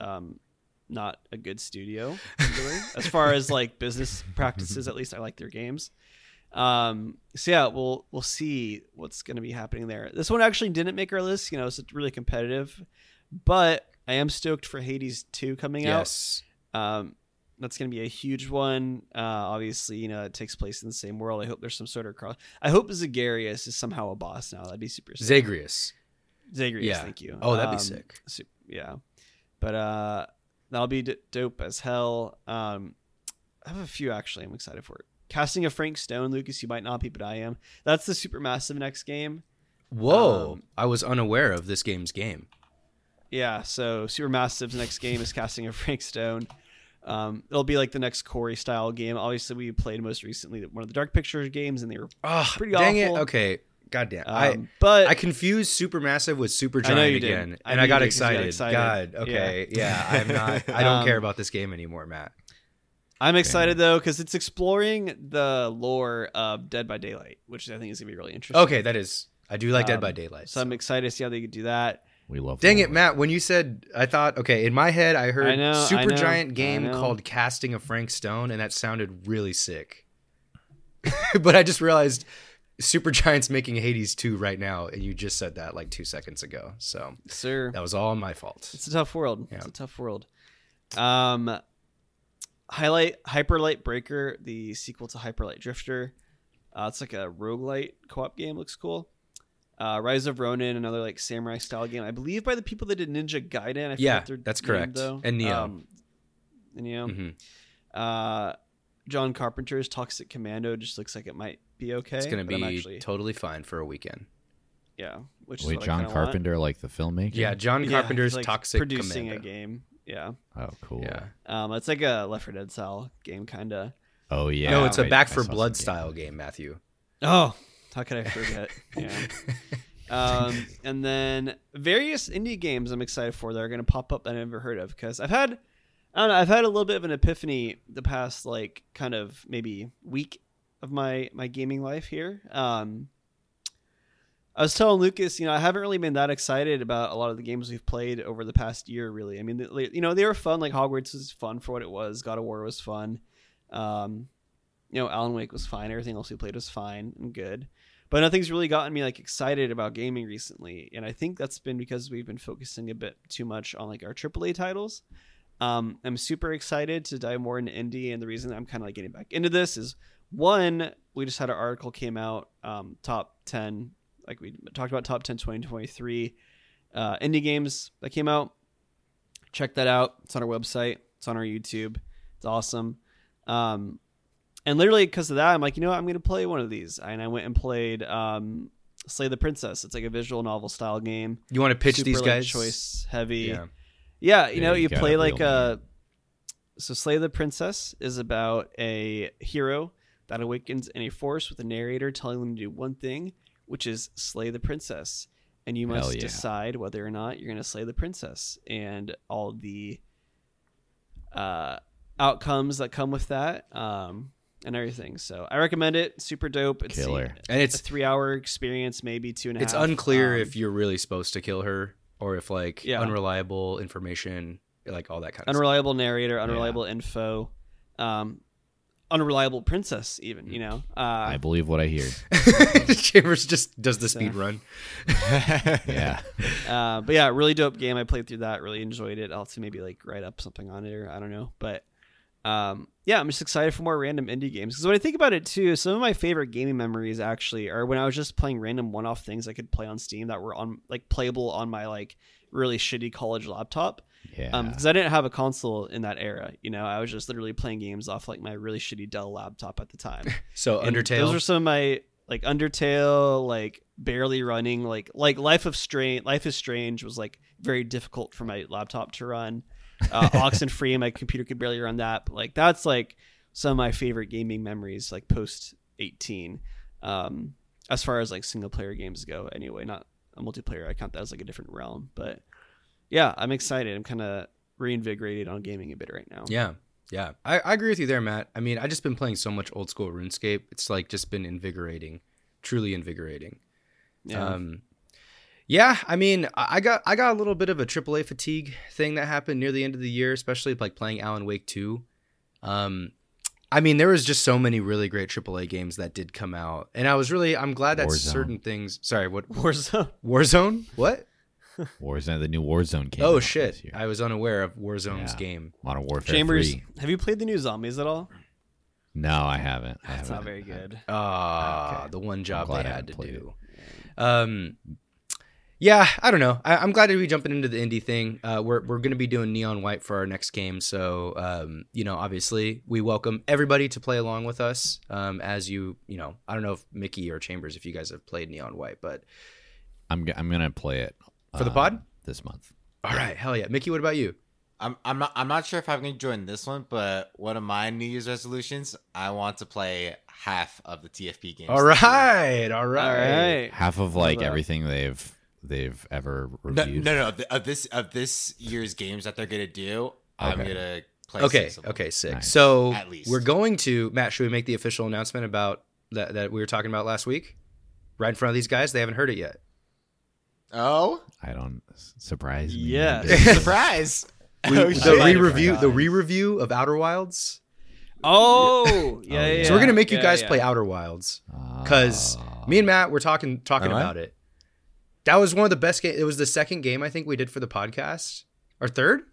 [SPEAKER 2] um, not a good studio really, as far as like business practices. At least I like their games. Um, so yeah, we'll we'll see what's going to be happening there. This one actually didn't make our list. You know, it's really competitive, but I am stoked for Hades two coming out.
[SPEAKER 1] Yes.
[SPEAKER 2] Um, that's going to be a huge one. Uh, obviously, you know, it takes place in the same world. I hope there's some sort of cross. I hope Zagarius is somehow a boss now. That'd be super sick.
[SPEAKER 1] Zagreus.
[SPEAKER 2] Zagreus,
[SPEAKER 1] yeah.
[SPEAKER 2] thank you.
[SPEAKER 1] Oh, that'd be
[SPEAKER 2] Um,
[SPEAKER 1] sick.
[SPEAKER 2] su- yeah. But uh, that'll be d- dope as hell. Um, I have a few actually. I'm excited for it. Casting a Frank Stone, Lucas, you might not be, but I am. That's the supermassive next game.
[SPEAKER 1] Whoa!
[SPEAKER 2] Um,
[SPEAKER 1] I was unaware of this game's game.
[SPEAKER 2] Yeah, so Supermassive's next game is Casting of Frank Stone. Um, it'll be like the next Corey style game. Obviously, we played most recently one of the Dark Pictures games, and they were.
[SPEAKER 1] Oh,
[SPEAKER 2] pretty
[SPEAKER 1] dang
[SPEAKER 2] awful.
[SPEAKER 1] it! Okay, goddamn.
[SPEAKER 2] Um,
[SPEAKER 1] I
[SPEAKER 2] but
[SPEAKER 1] I confused Supermassive with Supergiant
[SPEAKER 2] I know you did.
[SPEAKER 1] again,
[SPEAKER 2] I
[SPEAKER 1] and
[SPEAKER 2] knew
[SPEAKER 1] I
[SPEAKER 2] you
[SPEAKER 1] got
[SPEAKER 2] did 'cause you got
[SPEAKER 1] excited.
[SPEAKER 2] excited.
[SPEAKER 1] God, okay, yeah, I'm not. I don't
[SPEAKER 2] Um,
[SPEAKER 1] care about this game anymore, Matt.
[SPEAKER 2] I'm excited though because it's exploring the lore of Dead by Daylight, which I think is gonna be really interesting.
[SPEAKER 1] Okay, that is. I do like Dead
[SPEAKER 2] Um,
[SPEAKER 1] by Daylight.
[SPEAKER 2] so I'm excited to see how they could do that.
[SPEAKER 4] we love.
[SPEAKER 1] Dang
[SPEAKER 4] Lord.
[SPEAKER 1] it, Matt! When you said, I thought, okay, in my head, I heard
[SPEAKER 2] I know, I
[SPEAKER 1] super
[SPEAKER 2] know,
[SPEAKER 1] giant
[SPEAKER 2] I
[SPEAKER 1] game
[SPEAKER 2] know.
[SPEAKER 1] called Casting of Frank Stone, and that sounded really sick. but I just realized Super Giant's making Hades 2 right now, and you just said that like two seconds ago. So
[SPEAKER 2] Sir,
[SPEAKER 1] that was all my fault.
[SPEAKER 2] It's a tough world.
[SPEAKER 1] Yeah.
[SPEAKER 2] It's a tough world. Um, highlight Hyperlight Breaker, the sequel to Hyperlight Drifter. Uh, it's like a roguelite co-op game. Looks cool. Uh, Rise of Ronin, another like samurai style game, I believe by the people that did Ninja Gaiden. I forget
[SPEAKER 1] Yeah,
[SPEAKER 2] their
[SPEAKER 1] that's
[SPEAKER 2] name,
[SPEAKER 1] correct.
[SPEAKER 2] though.
[SPEAKER 1] And Neo.
[SPEAKER 2] Um, and Neo.
[SPEAKER 1] hmm
[SPEAKER 2] Uh, John Carpenter's Toxic Commando just looks like it might be okay.
[SPEAKER 1] It's going
[SPEAKER 2] but
[SPEAKER 1] to
[SPEAKER 2] I'm
[SPEAKER 1] be
[SPEAKER 2] actually,
[SPEAKER 1] totally fine for a weekend.
[SPEAKER 2] yeah. Which is
[SPEAKER 4] Wait,
[SPEAKER 2] what I
[SPEAKER 4] John
[SPEAKER 2] kinda want.
[SPEAKER 4] Carpenter, like the filmmaker.
[SPEAKER 1] Yeah, John
[SPEAKER 2] Yeah,
[SPEAKER 1] Carpenter's
[SPEAKER 2] he's, like,
[SPEAKER 1] Toxic
[SPEAKER 2] producing
[SPEAKER 1] Commando.
[SPEAKER 2] a game. Yeah.
[SPEAKER 4] Oh, cool.
[SPEAKER 1] Yeah.
[SPEAKER 2] Um, it's like a Left 4 Dead style game, kind of.
[SPEAKER 4] Oh yeah.
[SPEAKER 1] no, it's a
[SPEAKER 4] right,
[SPEAKER 1] Back
[SPEAKER 4] I
[SPEAKER 1] for
[SPEAKER 4] saw some
[SPEAKER 1] Blood
[SPEAKER 4] game.
[SPEAKER 1] style game, Matthew.
[SPEAKER 2] Oh, how could I forget? yeah. Um, and then various indie games I'm excited for that are going to pop up that I never heard of because I've had, I don't know, I've had a little bit of an epiphany the past like kind of maybe week of my my gaming life here. Um, I was telling Lucas, you know, I haven't really been that excited about a lot of the games we've played over the past year. Really, I mean, they- you know, they were fun. Like Hogwarts was fun for what it was. God of War was fun. Um, you know, Alan Wake was fine. Everything else we played was fine and good. But nothing's really gotten me like excited about gaming recently, and I think that's been because we've been focusing a bit too much on like our AAA titles. Um, I'm super excited to dive more into indie, and the reason I'm kind of like getting back into this is one, we just had an article came out, um, top ten, like we talked about top 10 2023 uh, indie games that came out. Check that out. It's on our website. It's on our YouTube. It's awesome. Um, and literally because of that, I'm like, you know what? I'm going to play one of these. And I went and played um, Slay the Princess. It's like a visual novel style game.
[SPEAKER 1] You want to pitch
[SPEAKER 2] Super,
[SPEAKER 1] these
[SPEAKER 2] like,
[SPEAKER 1] guys?
[SPEAKER 2] choice heavy.
[SPEAKER 1] Yeah.
[SPEAKER 2] Yeah, you
[SPEAKER 4] Yeah,
[SPEAKER 2] know,
[SPEAKER 4] you
[SPEAKER 2] you,
[SPEAKER 4] gotta
[SPEAKER 2] play like
[SPEAKER 4] reel 'em
[SPEAKER 2] a. So, Slay the Princess is about a hero that awakens in a forest with a narrator telling them to do one thing, which is slay the princess. And you must
[SPEAKER 4] Hell yeah.
[SPEAKER 2] decide whether or not you're going to slay the princess and all the uh, outcomes that come with that um, and everything. So, I recommend it. Super dope. It's
[SPEAKER 4] Killer.
[SPEAKER 1] And
[SPEAKER 2] It's a
[SPEAKER 1] it's
[SPEAKER 2] three hour experience, maybe two and a half.
[SPEAKER 1] it's unclear
[SPEAKER 2] Um,
[SPEAKER 1] if you're really supposed to kill her or if like
[SPEAKER 2] Yeah.
[SPEAKER 1] unreliable information, like all that kind of stuff.
[SPEAKER 2] unreliable narrator, unreliable info, um, unreliable princess, even you know.
[SPEAKER 4] I
[SPEAKER 2] Uh,
[SPEAKER 4] believe what I hear.
[SPEAKER 1] Chambers just does the
[SPEAKER 2] So-
[SPEAKER 1] speed run.
[SPEAKER 4] Yeah.
[SPEAKER 2] uh, but yeah, really dope game. I played through that, really enjoyed it. I'll have to maybe like write up something on it, or I don't know. But um, yeah, I'm just excited for more random indie games because when I think about it too, some of my favorite gaming memories actually are when I was just playing random one-off things I could play on Steam that were on like playable on my like really shitty college laptop.
[SPEAKER 4] Yeah.
[SPEAKER 2] Um, because I didn't have a console in that era. You know, I was just literally playing games off like my really shitty Dell laptop at the time.
[SPEAKER 1] So
[SPEAKER 2] And
[SPEAKER 1] Undertale.
[SPEAKER 2] Those are some of my like Undertale, like barely running, like like Life of Strange. Life is Strange was like very difficult for my laptop to run. Uh, Oxen Free, my computer could barely run that. But, like that's like some of my favorite gaming memories, like post eighteen, um, as far as like single player games go. Anyway, not a multiplayer. I count that as like a different realm. But yeah, I'm excited. I'm kind of reinvigorated on gaming a bit right now.
[SPEAKER 1] Yeah. Yeah. I, I agree with you there, Matt. I mean, I just been playing so much old school RuneScape. It's like just been invigorating, truly invigorating.
[SPEAKER 2] Yeah.
[SPEAKER 1] Um, yeah, I mean, I I got I got a little bit of a AAA fatigue thing that happened near the end of the year, especially like playing Alan Wake two. Um, I mean, there was just so many really great AAA games that did come out, and I was really I'm glad that
[SPEAKER 4] Warzone.
[SPEAKER 1] certain things. Sorry, what
[SPEAKER 2] Warzone.
[SPEAKER 1] Warzone? What?
[SPEAKER 4] Warzone, the new Warzone came. out
[SPEAKER 1] Oh
[SPEAKER 4] this
[SPEAKER 1] shit!
[SPEAKER 4] year.
[SPEAKER 1] I was unaware of Warzone's
[SPEAKER 4] Yeah.
[SPEAKER 1] game.
[SPEAKER 4] Modern Warfare
[SPEAKER 2] Chambers,
[SPEAKER 4] 3.
[SPEAKER 2] have you played the new zombies at all?
[SPEAKER 4] No, I haven't. I
[SPEAKER 2] That's not
[SPEAKER 4] haven't.
[SPEAKER 2] very good.
[SPEAKER 1] Ah,
[SPEAKER 4] Okay.
[SPEAKER 1] the one job they
[SPEAKER 4] glad I
[SPEAKER 1] had
[SPEAKER 4] haven't
[SPEAKER 1] to
[SPEAKER 4] played
[SPEAKER 1] do. Um, yeah, I don't know. I, I'm glad to be jumping into the indie thing. Uh, we're we're going to be doing Neon White for our next game, so um, you know, obviously, we welcome everybody to play along with us. Um, as you, you know, I don't know if Mickey or Chambers, if you guys have played Neon White, but
[SPEAKER 4] I'm, g- I'm going to play it.
[SPEAKER 1] For the
[SPEAKER 4] uh,
[SPEAKER 1] pod?
[SPEAKER 4] This month.
[SPEAKER 1] all right, hell yeah, Mickey. What about you?
[SPEAKER 3] I'm I'm not I'm not sure if I'm gonna join this one, but one of my New Year's resolutions, I want to play half of the TFP games.
[SPEAKER 1] All
[SPEAKER 3] this year.
[SPEAKER 1] right, all right,
[SPEAKER 2] All right.
[SPEAKER 4] Half of like
[SPEAKER 2] that.
[SPEAKER 4] everything they've they've ever
[SPEAKER 3] No,
[SPEAKER 4] reviewed.
[SPEAKER 3] no, no. Of, of this of this year's games that they're gonna do, I'm
[SPEAKER 4] Okay.
[SPEAKER 3] gonna play.
[SPEAKER 1] Okay,
[SPEAKER 3] six of them.
[SPEAKER 1] okay, sick.
[SPEAKER 4] Nice.
[SPEAKER 1] So
[SPEAKER 3] At least.
[SPEAKER 1] we're going to Matt. Should we make the official announcement about that that we were talking about last week? Right in front of these guys, they haven't heard it yet.
[SPEAKER 3] Oh,
[SPEAKER 4] I don't surprise me.
[SPEAKER 2] Yes.
[SPEAKER 3] surprise!
[SPEAKER 1] We-
[SPEAKER 3] Oh,
[SPEAKER 1] the
[SPEAKER 3] shit.
[SPEAKER 1] re-review,
[SPEAKER 2] forgot.
[SPEAKER 1] the re-review of Outer Wilds.
[SPEAKER 2] Oh, yeah, yeah.
[SPEAKER 1] so we're gonna make you
[SPEAKER 2] yeah,
[SPEAKER 1] guys
[SPEAKER 2] yeah.
[SPEAKER 1] play Outer Wilds.
[SPEAKER 4] Uh,
[SPEAKER 1] 'Cause Me and Matt were talking talking
[SPEAKER 3] Am I?
[SPEAKER 1] about it. That was one of the best game. It was the second game I think we did for the podcast. Or third?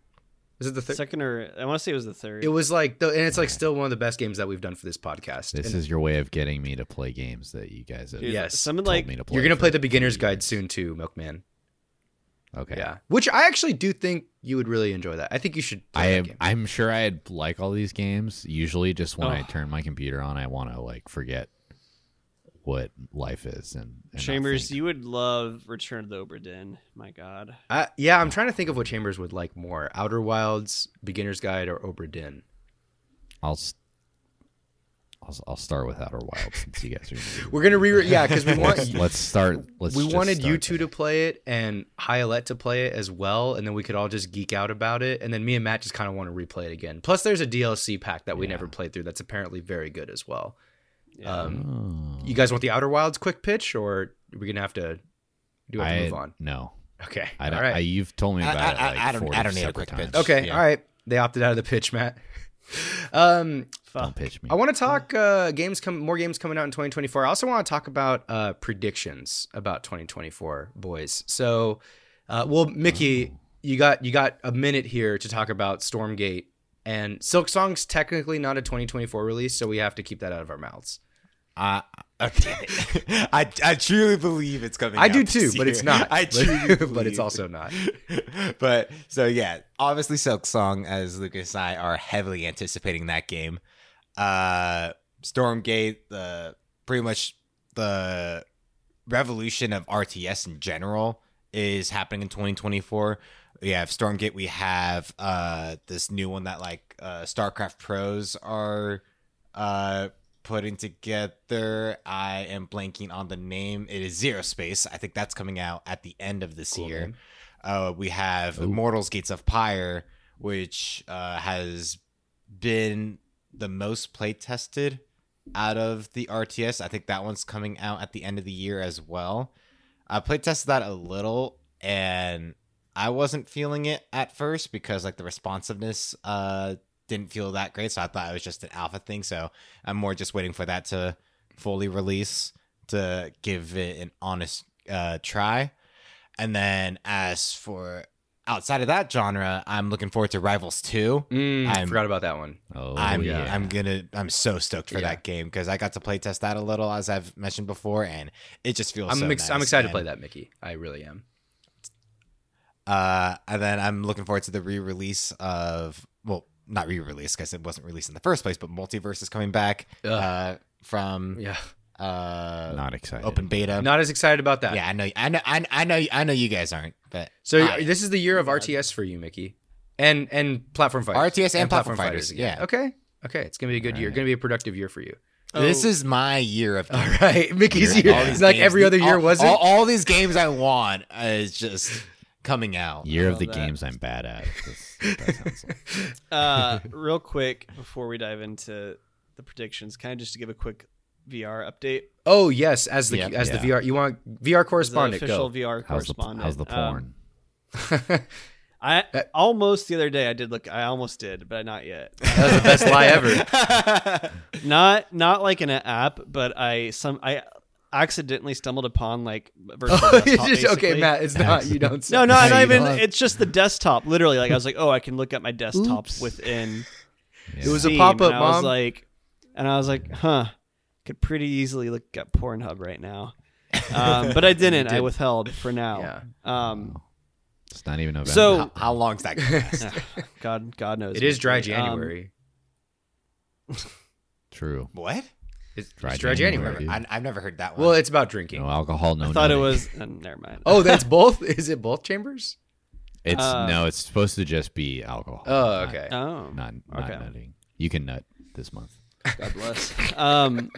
[SPEAKER 1] Is it the third?
[SPEAKER 2] second or I want to say it was the third.
[SPEAKER 1] It was like the, and it's like
[SPEAKER 4] Alright.
[SPEAKER 1] still one of the best games that we've done for this podcast.
[SPEAKER 4] this
[SPEAKER 1] And
[SPEAKER 4] is your way of getting me to play games that you guys have
[SPEAKER 2] Dude,
[SPEAKER 1] yes.
[SPEAKER 2] Some of
[SPEAKER 4] told
[SPEAKER 2] like
[SPEAKER 4] me to play.
[SPEAKER 1] you're gonna
[SPEAKER 4] for
[SPEAKER 1] play the beginner's
[SPEAKER 4] years.
[SPEAKER 1] guide soon too, Milkman.
[SPEAKER 4] Okay.
[SPEAKER 1] Yeah, which I actually do think you would really enjoy that. I think you should. Play
[SPEAKER 4] I
[SPEAKER 1] that
[SPEAKER 4] am,
[SPEAKER 1] game.
[SPEAKER 4] I'm sure I'd like all these games. Usually, just when I
[SPEAKER 2] Oh.
[SPEAKER 4] turn my computer on, I want to like forget what life is and, and not
[SPEAKER 2] Chambers,
[SPEAKER 4] think.
[SPEAKER 2] you would love Return of the Obra Dinn. My God,
[SPEAKER 1] I, Uh, yeah, I'm trying to think of what Chambers would like more: Outer Wilds, Beginner's Guide, or Obra Dinn.
[SPEAKER 4] I'll, s- I'll s- I'll start with Outer Wilds since you guys are. Gonna
[SPEAKER 1] We're gonna re yeah, because we want
[SPEAKER 4] let's, let's start. Let's.
[SPEAKER 1] we
[SPEAKER 4] just
[SPEAKER 1] wanted you
[SPEAKER 4] start
[SPEAKER 1] two
[SPEAKER 4] there.
[SPEAKER 1] to play it and Hyalette to play it as well, and then we could all just geek out about it. And then me and Matt just kind of want to replay it again. Plus, there's a DLC pack that we
[SPEAKER 4] Yeah.
[SPEAKER 1] never played through that's apparently very good as well.
[SPEAKER 2] yeah.
[SPEAKER 1] Um,
[SPEAKER 4] Oh.
[SPEAKER 1] You guys want the Outer Wilds quick pitch, or are we gonna have to Do I have to move on?
[SPEAKER 4] No,
[SPEAKER 1] Okay.
[SPEAKER 4] I don't.
[SPEAKER 1] All right.
[SPEAKER 4] I, you've told me
[SPEAKER 3] I-
[SPEAKER 4] about it.
[SPEAKER 3] I- I-
[SPEAKER 4] Like
[SPEAKER 3] I don't-
[SPEAKER 4] 40
[SPEAKER 3] I don't need a
[SPEAKER 4] separate
[SPEAKER 3] quick pitch.
[SPEAKER 4] times.
[SPEAKER 1] okay.
[SPEAKER 3] yeah.
[SPEAKER 1] All right. They opted out of the pitch, Matt. um,
[SPEAKER 4] Don't
[SPEAKER 2] Fuck.
[SPEAKER 4] pitch me.
[SPEAKER 1] I want to talk uh, games. Com- more games coming out in 2024. I also want to talk about uh, predictions about 2024, boys. So, uh, well,
[SPEAKER 3] Oh, Mm.
[SPEAKER 1] Mickey, you got you got a minute here to talk about Stormgate and Silk Song's technically not a 2024 release, so we have to keep that out of our mouths.
[SPEAKER 3] Uh, okay. I I truly believe it's coming.
[SPEAKER 1] I
[SPEAKER 3] out
[SPEAKER 1] do
[SPEAKER 3] this
[SPEAKER 1] too, but
[SPEAKER 3] year.
[SPEAKER 1] it's not.
[SPEAKER 3] I
[SPEAKER 1] But-
[SPEAKER 3] truly,
[SPEAKER 1] but,
[SPEAKER 3] believe.
[SPEAKER 1] it's also not.
[SPEAKER 3] but so yeah, obviously Silk Song, as Lucas and I are heavily anticipating that game. Uh Stormgate, the pretty much the revolution of RTS in general is happening in 2024. We have Stormgate, we have uh this new one that like uh StarCraft pros are uh putting together. I am blanking on the name. It is Zero Space. I think that's coming out at the end of this
[SPEAKER 1] Cool
[SPEAKER 3] year.
[SPEAKER 1] name.
[SPEAKER 3] Uh, we have
[SPEAKER 4] Ooh.
[SPEAKER 3] Immortals Gates of Pyre, which uh, has been the most play tested out of the RTS. I think that one's coming out at the end of the year as well. I play tested that a little and I wasn't feeling it at first because like the responsiveness uh didn't feel that great. So I thought it was just an alpha thing. So I'm more just waiting for that to fully release to give it an honest uh, try. And then as for outside of that genre, I'm looking forward to Rivals 2.
[SPEAKER 1] Mm, I
[SPEAKER 3] I'm-
[SPEAKER 1] forgot about that one.
[SPEAKER 4] Oh
[SPEAKER 3] I'm
[SPEAKER 4] yeah.
[SPEAKER 3] I'm gonna I'm so stoked for
[SPEAKER 1] Yeah.
[SPEAKER 3] that game because I got to play test that a little as I've mentioned before, and it just feels.
[SPEAKER 1] I'm
[SPEAKER 3] so
[SPEAKER 1] ex- I'm
[SPEAKER 3] nice,
[SPEAKER 1] excited to
[SPEAKER 3] and-
[SPEAKER 1] play that, Mickey. I really am.
[SPEAKER 3] Uh, and then I'm looking forward to the re-release of well, not re-release because it wasn't released in the first place, but Multiverse is coming back
[SPEAKER 1] Ugh.
[SPEAKER 3] uh, from
[SPEAKER 1] yeah,
[SPEAKER 3] uh,
[SPEAKER 4] not excited.
[SPEAKER 3] open beta.
[SPEAKER 1] not as excited about that.
[SPEAKER 3] yeah, I know, I know, I I know, I know you guys aren't, but
[SPEAKER 1] So
[SPEAKER 3] I-
[SPEAKER 1] this is the year of RTS for you, Mickey, and and platform fighters.
[SPEAKER 3] RTS and platform fighters, yeah.
[SPEAKER 1] Okay. Okay. It's gonna be a good year.
[SPEAKER 4] Alright.
[SPEAKER 1] Gonna be a productive year for you.
[SPEAKER 3] this
[SPEAKER 2] Oh.
[SPEAKER 3] is my year of
[SPEAKER 1] All right. Mickey's
[SPEAKER 4] Year.
[SPEAKER 1] year.
[SPEAKER 3] all
[SPEAKER 4] Yeah.
[SPEAKER 3] these
[SPEAKER 1] Like
[SPEAKER 3] games.
[SPEAKER 1] every other year,
[SPEAKER 3] all,
[SPEAKER 1] was it?
[SPEAKER 3] All, all these games I want uh, is just coming out.
[SPEAKER 4] Year of
[SPEAKER 2] I
[SPEAKER 4] the
[SPEAKER 2] love that.
[SPEAKER 4] games I'm bad at. That's, that sounds like.
[SPEAKER 2] uh, real quick before we dive into the predictions, kind of just to give a quick VR update.
[SPEAKER 1] oh yes, as the
[SPEAKER 3] Yeah.
[SPEAKER 1] as the
[SPEAKER 4] Yeah.
[SPEAKER 1] VR you want VR correspondent
[SPEAKER 2] the official
[SPEAKER 1] go.
[SPEAKER 2] VR
[SPEAKER 4] How's the
[SPEAKER 2] correspondent.
[SPEAKER 4] how's the
[SPEAKER 2] Um,
[SPEAKER 4] porn?
[SPEAKER 1] that
[SPEAKER 2] I
[SPEAKER 1] That-
[SPEAKER 2] almost the other day I did look. I almost did, but not yet.
[SPEAKER 1] was the best lie ever.
[SPEAKER 2] not not like in an app, but I some I accidentally stumbled upon like virtual
[SPEAKER 1] Oh,
[SPEAKER 2] desktop.
[SPEAKER 1] it's just- okay,
[SPEAKER 2] basically.
[SPEAKER 1] Matt. It's not. You don't. Say.
[SPEAKER 2] No, no, I
[SPEAKER 4] Hey,
[SPEAKER 2] don't
[SPEAKER 4] you
[SPEAKER 2] even.
[SPEAKER 4] don't-
[SPEAKER 2] It's just the desktop. Literally, like I was like, oh, I can look at my desktop
[SPEAKER 4] Oops.
[SPEAKER 2] within.
[SPEAKER 1] It was a
[SPEAKER 2] Steam,
[SPEAKER 1] pop-up,
[SPEAKER 2] and I was
[SPEAKER 1] Mom.
[SPEAKER 2] like, and I was like, huh, could pretty easily look at Pornhub right now, um, but I didn't. I withheld for now. Um,
[SPEAKER 4] It's not even November.
[SPEAKER 2] So-
[SPEAKER 3] how, how long's that? Gonna last?
[SPEAKER 2] God, God knows.
[SPEAKER 1] It is dry
[SPEAKER 2] Um,
[SPEAKER 1] January.
[SPEAKER 4] true.
[SPEAKER 3] what?
[SPEAKER 1] it's
[SPEAKER 4] dry
[SPEAKER 1] it's dry
[SPEAKER 4] January,
[SPEAKER 1] January.
[SPEAKER 4] dude.
[SPEAKER 3] I, I've never heard that one.
[SPEAKER 1] Well, it's about drinking.
[SPEAKER 4] No alcohol. No.
[SPEAKER 2] I thought it
[SPEAKER 4] nutting.
[SPEAKER 2] was. uh, never mind.
[SPEAKER 1] oh, that's both. Is it both chambers?
[SPEAKER 4] It's
[SPEAKER 2] uh,
[SPEAKER 4] no. It's supposed to just be alcohol.
[SPEAKER 1] Oh, okay.
[SPEAKER 2] Oh,
[SPEAKER 4] Not not,
[SPEAKER 2] Okay.
[SPEAKER 4] not nutting. You can nut this month.
[SPEAKER 2] God bless. Um,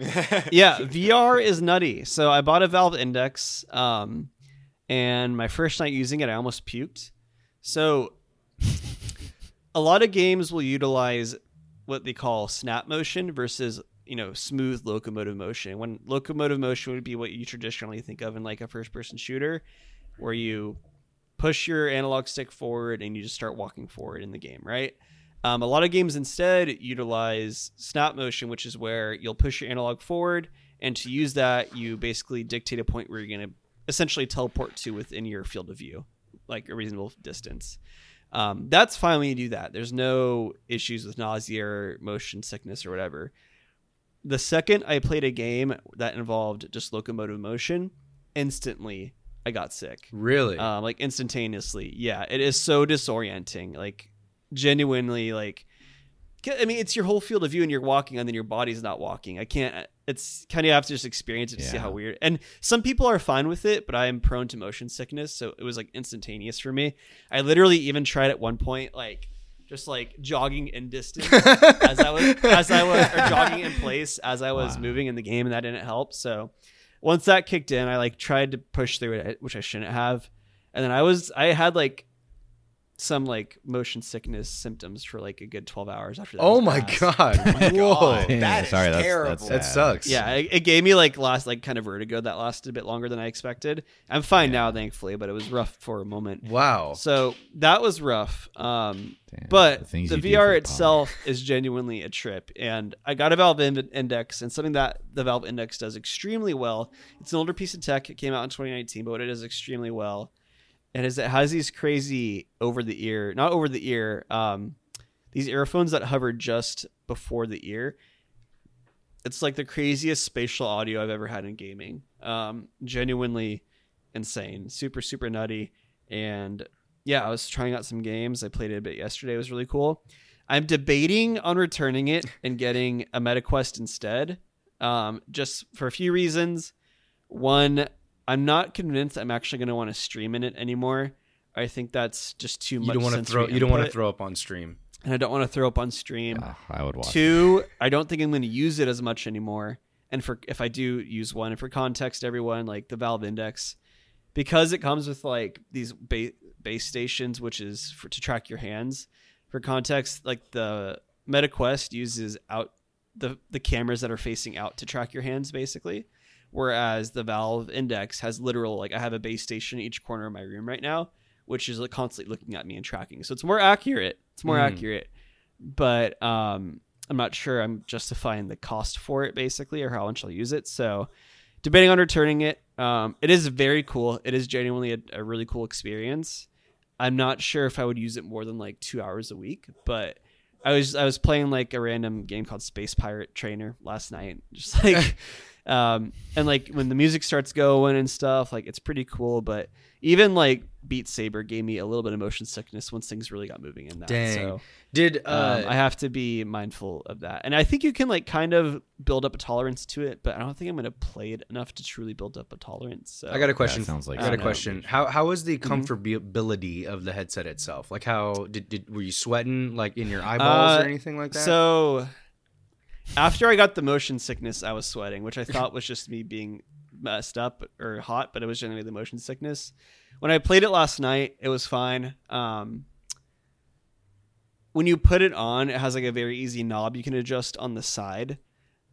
[SPEAKER 2] yeah, VR is nutty. So I bought a Valve Index, um, and my first night using it, I almost puked. So a lot of games will utilize what they call snap motion versus you know smooth locomotive motion. When locomotive motion would be what you traditionally think of in like a first person shooter, where you push your analog stick forward and you just start walking forward in the game, right? Um, a lot of games instead utilize snap motion, which is where you'll push your analog forward, and to use that, you basically dictate a point where you're going to essentially teleport to within your field of view, like a reasonable distance. Um, that's fine when you do that. There's no issues with nausea or motion sickness or whatever. The second I played a game that involved just locomotive motion, instantly I got sick
[SPEAKER 1] Really?
[SPEAKER 2] um, like instantaneously. Yeah, it is so disorienting. Like genuinely, like ca- I mean, it's your whole field of view, and you're walking, and then your body's not walking. I can't. It's kind of you have to just experience it to see
[SPEAKER 4] Yeah.
[SPEAKER 2] how weird. And some people are fine with it, but I am prone to motion sickness, so it was like instantaneous for me. I literally even tried at one point, like just like jogging in distance as I was as I was or jogging in place as I was
[SPEAKER 4] Wow.
[SPEAKER 2] moving in the game, and that didn't help. So once that kicked in, I like tried to push through it, which I shouldn't have. And then I was I had like some like motion sickness symptoms for like a good 12 hours after that.
[SPEAKER 1] Oh
[SPEAKER 2] was
[SPEAKER 1] my
[SPEAKER 2] passed.
[SPEAKER 1] god! Whoa,
[SPEAKER 4] Damn,
[SPEAKER 3] that is
[SPEAKER 4] sorry, that's-
[SPEAKER 3] terrible.
[SPEAKER 4] that's
[SPEAKER 1] that
[SPEAKER 4] Sad.
[SPEAKER 1] sucks.
[SPEAKER 2] Yeah, it, it gave me like last like kind of vertigo that lasted a bit longer than I expected. I'm fine now thankfully, but it was rough for a moment.
[SPEAKER 1] Wow.
[SPEAKER 2] So that was rough. Um
[SPEAKER 4] Damn,
[SPEAKER 2] but the,
[SPEAKER 4] things you do for
[SPEAKER 2] VR
[SPEAKER 4] the
[SPEAKER 2] itself is genuinely a trip. And I got a Valve In- Index, and something that the Valve Index does extremely well. It's an older piece of tech. It came out in 2019, but what it does extremely well it is it has these crazy over the ear, not over the ear, um, these earphones that hover just before the ear. It's like the craziest spatial audio I've ever had in gaming. Um, genuinely insane, super super nutty, and yeah, I was trying out some games. I played it a bit yesterday. It was really cool. I'm debating on returning it and getting a MetaQuest instead, um, just for a few reasons. One, I'm not convinced I'm actually going to want to stream in it anymore. I think that's just too
[SPEAKER 1] You
[SPEAKER 2] much.
[SPEAKER 1] don't want to
[SPEAKER 2] sensory
[SPEAKER 1] throw. You don't want to
[SPEAKER 2] input,
[SPEAKER 1] throw up on stream.
[SPEAKER 2] and I don't want to throw up on stream.
[SPEAKER 4] Ugh, Ah, I would watch. it.
[SPEAKER 2] Two, I don't think I'm going to use it as much anymore. And for if I do use one, and for context, everyone like the Valve Index, because it comes with like these ba- base stations, which is for, to track your hands. For context, like the MetaQuest uses out the the cameras that are facing out to track your hands, basically. Whereas the Valve Index has literal like I have a base station in each corner of my room right now, which is like constantly looking at me and tracking. So it's more accurate. It's more
[SPEAKER 1] Mm.
[SPEAKER 2] accurate, but um, I'm not sure I'm justifying the cost for it basically or how much I'll use it. So debating on returning it. Um, it is very cool. It is genuinely a, a really cool experience. I'm not sure if I would use it more than like two hours a week, but I was I was playing like a random game called Space Pirate Trainer last night, just like, um, and like when the music starts going and stuff, like it's pretty cool. But even like Beat Saber gave me a little bit of motion sickness once things really got moving in that.
[SPEAKER 1] Dang.
[SPEAKER 2] So
[SPEAKER 1] Did uh,
[SPEAKER 2] um, I have to be mindful of that. And I think you can like kind of build up a tolerance to it, but I don't think I'm going to play it enough to truly build up a tolerance. So.
[SPEAKER 1] I got a question.
[SPEAKER 4] sounds like
[SPEAKER 1] I got a
[SPEAKER 2] something.
[SPEAKER 1] question. How how was the
[SPEAKER 2] Mm-hmm.
[SPEAKER 1] comfortability of the headset itself? Like how did, did were you sweating like in your eyeballs
[SPEAKER 2] Uh,
[SPEAKER 1] or anything like that?
[SPEAKER 2] So after I got the motion sickness, I was sweating, which I thought was just me being messed up or hot, but it was generally the motion sickness. When I played it last night, it was fine. Um, when you put it on, it has like a very easy knob you can adjust on the side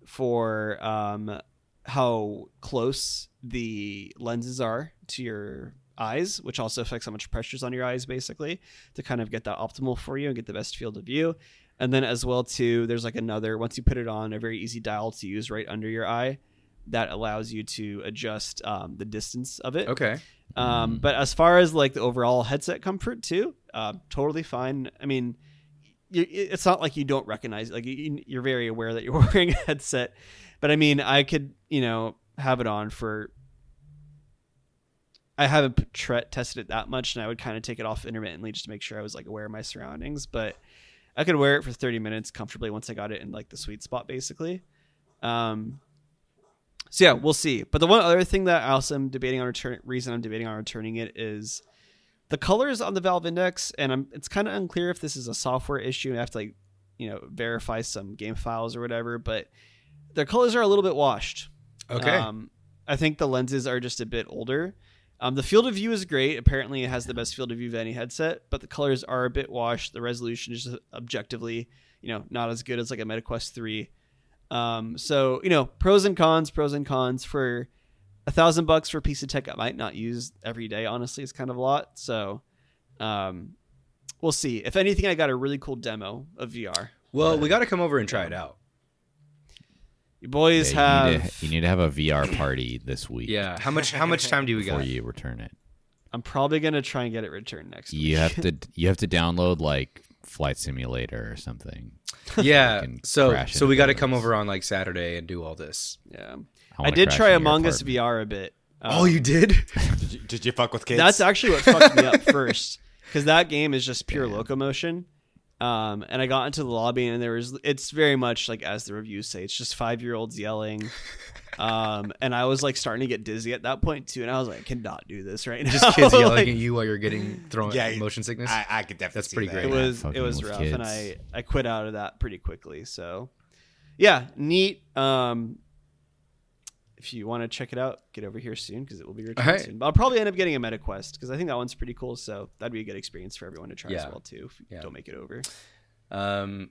[SPEAKER 2] for um, how close the lenses are to your eyes, which also affects how much pressure's on your eyes, basically, to kind of get that optimal for you and get the best field of view. And then as well too, there's like another once you put it on, a very easy dial to use right under your eye that allows you to adjust um, the distance of it.
[SPEAKER 1] okay.
[SPEAKER 2] Um, but as far as like the overall headset comfort too, uh, totally fine. I mean, you, it- it's not like you don't recognize it. Like you, you're very aware that you're wearing a headset, but I mean, I could you know have it on for. I haven't p- tre- tested it that much, and I would kind of take it off intermittently just to make sure I was like aware of my surroundings. But I could wear it for 30 minutes comfortably once I got it in like the sweet spot, basically. Um, so yeah, we'll see. But the one other thing that I also am debating on return reason I'm debating on returning it is the colors on the Valve Index, and I'm it's kind of unclear if this is a software issue. and I have to like you know verify some game files or whatever, but their colors are a little bit washed.
[SPEAKER 1] Okay.
[SPEAKER 2] Um, I think the lenses are just a bit older. Um, the field of view is great. Apparently, it has the best field of view of any headset, but the colors are a bit washed. The resolution is objectively, you know, not as good as like a MetaQuest 3. Um, so, you know, pros and cons, pros and cons for a thousand bucks for a piece of tech I might not use every day, honestly, is kind of a lot. So, um, we'll see. If anything, I got a really cool demo of VR.
[SPEAKER 1] well, we got to come over and try it out.
[SPEAKER 2] You
[SPEAKER 4] Yeah,
[SPEAKER 2] boys
[SPEAKER 4] you,
[SPEAKER 2] have.
[SPEAKER 4] need to, you need to have a VR party this week.
[SPEAKER 1] Yeah. How much how much time do we
[SPEAKER 4] before
[SPEAKER 1] got?
[SPEAKER 4] you return it.
[SPEAKER 2] I'm probably going to try and get it returned next week.
[SPEAKER 4] You have to you have to download like Flight Simulator or something.
[SPEAKER 1] Yeah.
[SPEAKER 4] Fucking
[SPEAKER 1] So
[SPEAKER 4] crash
[SPEAKER 1] so we got to
[SPEAKER 4] into
[SPEAKER 1] come
[SPEAKER 4] those.
[SPEAKER 1] over on like Saturday and do all this.
[SPEAKER 2] yeah. I,
[SPEAKER 4] wanna
[SPEAKER 2] did
[SPEAKER 4] crash
[SPEAKER 2] try
[SPEAKER 4] into your
[SPEAKER 2] Among Us
[SPEAKER 4] apartment.
[SPEAKER 2] VR a bit. Um,
[SPEAKER 1] oh, you did?
[SPEAKER 3] Did you, did you fuck with kids?
[SPEAKER 2] That's actually what fucked me up first, because that game is just pure locomotion. Um, and I got into the lobby, and there was it's very much like as the reviews say, it's just five year olds yelling. Um, and I was like starting to get dizzy at that point too, and I was like, I cannot do this right now.
[SPEAKER 1] Just kids yelling
[SPEAKER 2] Like,
[SPEAKER 1] at you while you're getting thrown
[SPEAKER 3] Yeah,
[SPEAKER 1] motion sickness.
[SPEAKER 3] I, I could definitely.
[SPEAKER 1] That's
[SPEAKER 3] see
[SPEAKER 1] pretty
[SPEAKER 3] that.
[SPEAKER 2] It
[SPEAKER 1] great.
[SPEAKER 2] was
[SPEAKER 4] fucking
[SPEAKER 2] it was
[SPEAKER 4] with
[SPEAKER 2] rough,
[SPEAKER 4] kids.
[SPEAKER 2] and I I quit out of that pretty quickly. So, yeah, neat. Um, if you want to check it out, get over here soon because it will be returned
[SPEAKER 1] Alright.
[SPEAKER 2] soon. But I'll probably end up getting a meta quest because I think that one's pretty cool. So that'd be a good experience for everyone to try as
[SPEAKER 1] Yeah.
[SPEAKER 2] well too. If you
[SPEAKER 1] Yeah.
[SPEAKER 2] don't make it over,
[SPEAKER 1] Um,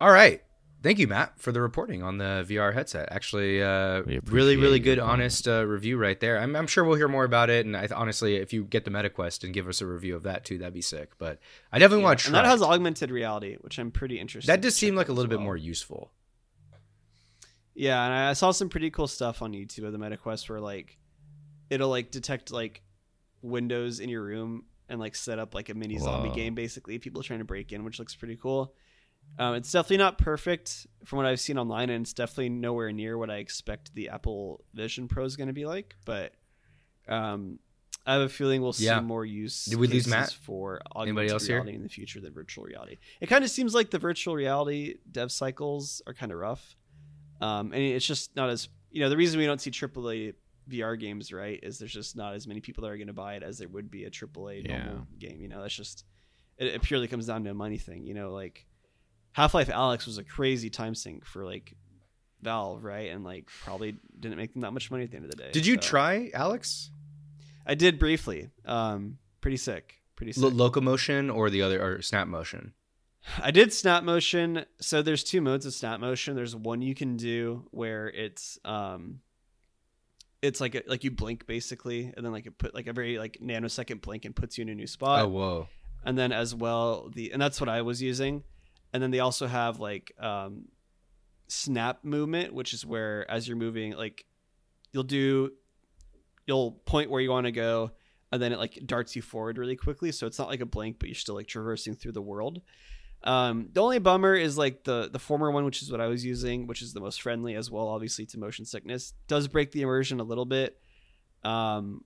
[SPEAKER 1] all right. Thank you, Matt, for the reporting on the VR headset. Actually, uh,
[SPEAKER 4] We
[SPEAKER 1] really,
[SPEAKER 4] appreciate
[SPEAKER 1] really
[SPEAKER 4] you
[SPEAKER 1] good,
[SPEAKER 4] doing it.
[SPEAKER 1] honest uh, review right there. I'm, I'm sure we'll hear more about it. And I, th- honestly, if you get the MetaQuest and give us a review of that too, that'd be sick. But I definitely
[SPEAKER 2] Yeah.
[SPEAKER 1] want to try.
[SPEAKER 2] and that
[SPEAKER 1] it.
[SPEAKER 2] has augmented reality, which I'm pretty interested.
[SPEAKER 1] that
[SPEAKER 2] to
[SPEAKER 1] does seem
[SPEAKER 2] check
[SPEAKER 1] like a
[SPEAKER 2] out as
[SPEAKER 1] little bit
[SPEAKER 2] well.
[SPEAKER 1] more useful.
[SPEAKER 2] Yeah, and I saw some pretty cool stuff on YouTube of the MetaQuest where like it'll like detect like windows in your room and like set up like a mini zombie
[SPEAKER 4] Whoa.
[SPEAKER 2] game basically. People trying to break in, which looks pretty cool. Um, it's definitely not perfect from what I've seen online, and it's definitely nowhere near what I expect the Apple Vision Pro is going to be like. But um, I have a feeling we'll see
[SPEAKER 1] Yeah.
[SPEAKER 2] more use
[SPEAKER 1] Did we lose
[SPEAKER 2] cases
[SPEAKER 1] Matt?
[SPEAKER 2] for
[SPEAKER 1] Anybody
[SPEAKER 2] augmented
[SPEAKER 1] else here?
[SPEAKER 2] reality in the future than virtual reality. It kind of seems like the virtual reality dev cycles are kind of rough, um, and it's just not as you know the reason we don't see AAA VR games right is there's just not as many people that are going to buy it as there would be a AAA normal game. You know, that's just it, it purely comes down to a money thing. You know, like Half Life Alex was a crazy time sink for like Valve, right? And like probably didn't make them that much money at the end of the day.
[SPEAKER 1] Did you
[SPEAKER 2] so-
[SPEAKER 1] try, Alex?
[SPEAKER 2] I did briefly. Um, pretty sick. Pretty sick.
[SPEAKER 1] Lo- locomotion or the other, or snap motion?
[SPEAKER 2] I did snap motion. So there's two modes of snap motion. There's one you can do where it's um it's like a, like you blink basically and then like it put like a very like nanosecond blink and puts you in a new spot.
[SPEAKER 1] oh, whoa.
[SPEAKER 2] and then as well the and that's what I was using. And then they also have like um snap movement, which is where as you're moving, like you'll do you'll point where you want to go and then it like darts you forward really quickly. So it's not like a blink, but you're still like traversing through the world. Um, the only bummer is like the the former one, which is what I was using, which is the most friendly as well, obviously to motion sickness, does break the immersion a little bit. Um,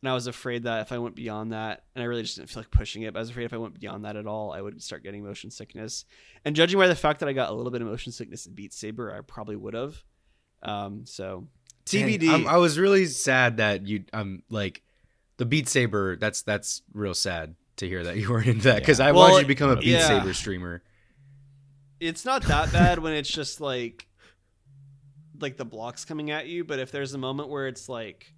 [SPEAKER 2] and I was afraid that if I went beyond that, and I really just didn't feel like pushing it, but I was afraid if I went beyond that at all, I would start getting motion sickness. And judging by the fact that I got a little bit of motion sickness in Beat Saber, I probably would have. Um, so TBD.
[SPEAKER 1] Dang, I'm- I was really sad that you. I'm like, the Beat Saber. That's that's real sad to hear that you weren't into that because I
[SPEAKER 2] Well,
[SPEAKER 1] wanted you to become a Beat
[SPEAKER 2] yeah.
[SPEAKER 1] Saber streamer.
[SPEAKER 2] it's not that bad when it's just like like the blocks coming at you but if there's a moment where it's like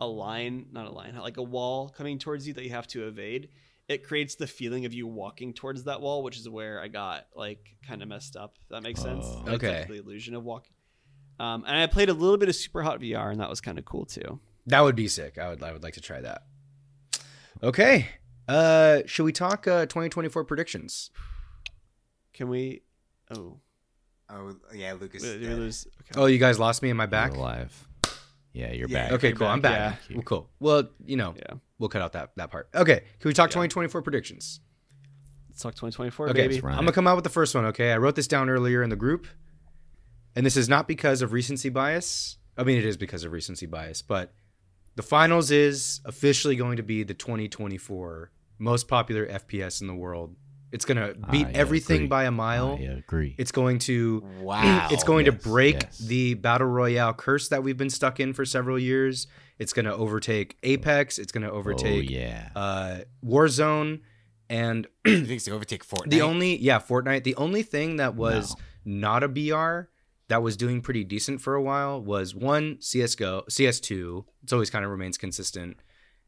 [SPEAKER 2] a line not a line like a wall coming towards you that you have to evade it creates the feeling of you walking towards that wall which is where i got like kind of messed up if that makes sense
[SPEAKER 4] Oh.
[SPEAKER 2] Like,
[SPEAKER 1] Okay.
[SPEAKER 2] the illusion of walking um, and i played a little bit of super hot vr and that was kind of cool too
[SPEAKER 1] That would be sick. I would. I would like to try that. Okay. Uh, should we talk uh 2024 predictions?
[SPEAKER 2] can we oh
[SPEAKER 3] Oh yeah, Lucas.
[SPEAKER 2] did we lose okay.
[SPEAKER 1] Oh, you guys lost me in my back.
[SPEAKER 4] You're alive. Yeah, you're
[SPEAKER 3] Yeah.
[SPEAKER 4] back.
[SPEAKER 1] Okay,
[SPEAKER 2] You're
[SPEAKER 1] cool. I'm
[SPEAKER 2] back,
[SPEAKER 1] back.
[SPEAKER 4] yeah.
[SPEAKER 1] Well, cool. Well, you know,
[SPEAKER 2] Yeah.
[SPEAKER 1] we'll cut out that that part. Okay. Can we talk
[SPEAKER 2] Yeah.
[SPEAKER 1] 2024 predictions?
[SPEAKER 2] let's talk 2024
[SPEAKER 1] Okay,
[SPEAKER 2] baby
[SPEAKER 4] Right.
[SPEAKER 1] I'm gonna come out with the first one. Okay, I wrote this down earlier in the group, and this is not because of recency bias. I mean, it is because of recency bias, but the finals is officially going to be the 2024 most popular FPS in the world. It's gonna beat
[SPEAKER 4] I
[SPEAKER 1] everything
[SPEAKER 4] agree.
[SPEAKER 1] by a
[SPEAKER 4] I
[SPEAKER 1] mile.
[SPEAKER 4] agree.
[SPEAKER 1] It's going to
[SPEAKER 3] Wow.
[SPEAKER 1] it's going
[SPEAKER 4] yes,
[SPEAKER 1] to break
[SPEAKER 4] yes.
[SPEAKER 1] the battle royale curse that we've been stuck in for several years. It's going to overtake Apex. It's going to
[SPEAKER 4] oh
[SPEAKER 1] overtake
[SPEAKER 4] yeah.
[SPEAKER 1] uh, Warzone, and
[SPEAKER 3] You think it's gonna overtake Fortnite?
[SPEAKER 1] the only yeah Fortnite. The only thing that was not a BR that was doing pretty decent for a while was one CS:GO, CS2. It's always kind of remains consistent,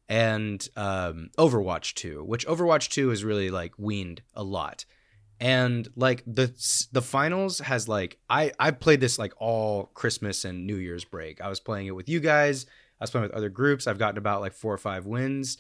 [SPEAKER 1] and um, Overwatch 2, which Overwatch 2 is really like weaned a lot. And like the the finals has like I I played this like all Christmas and New Year's break. I was playing it with you guys. I was playing with other groups. I've gotten about like four or five wins.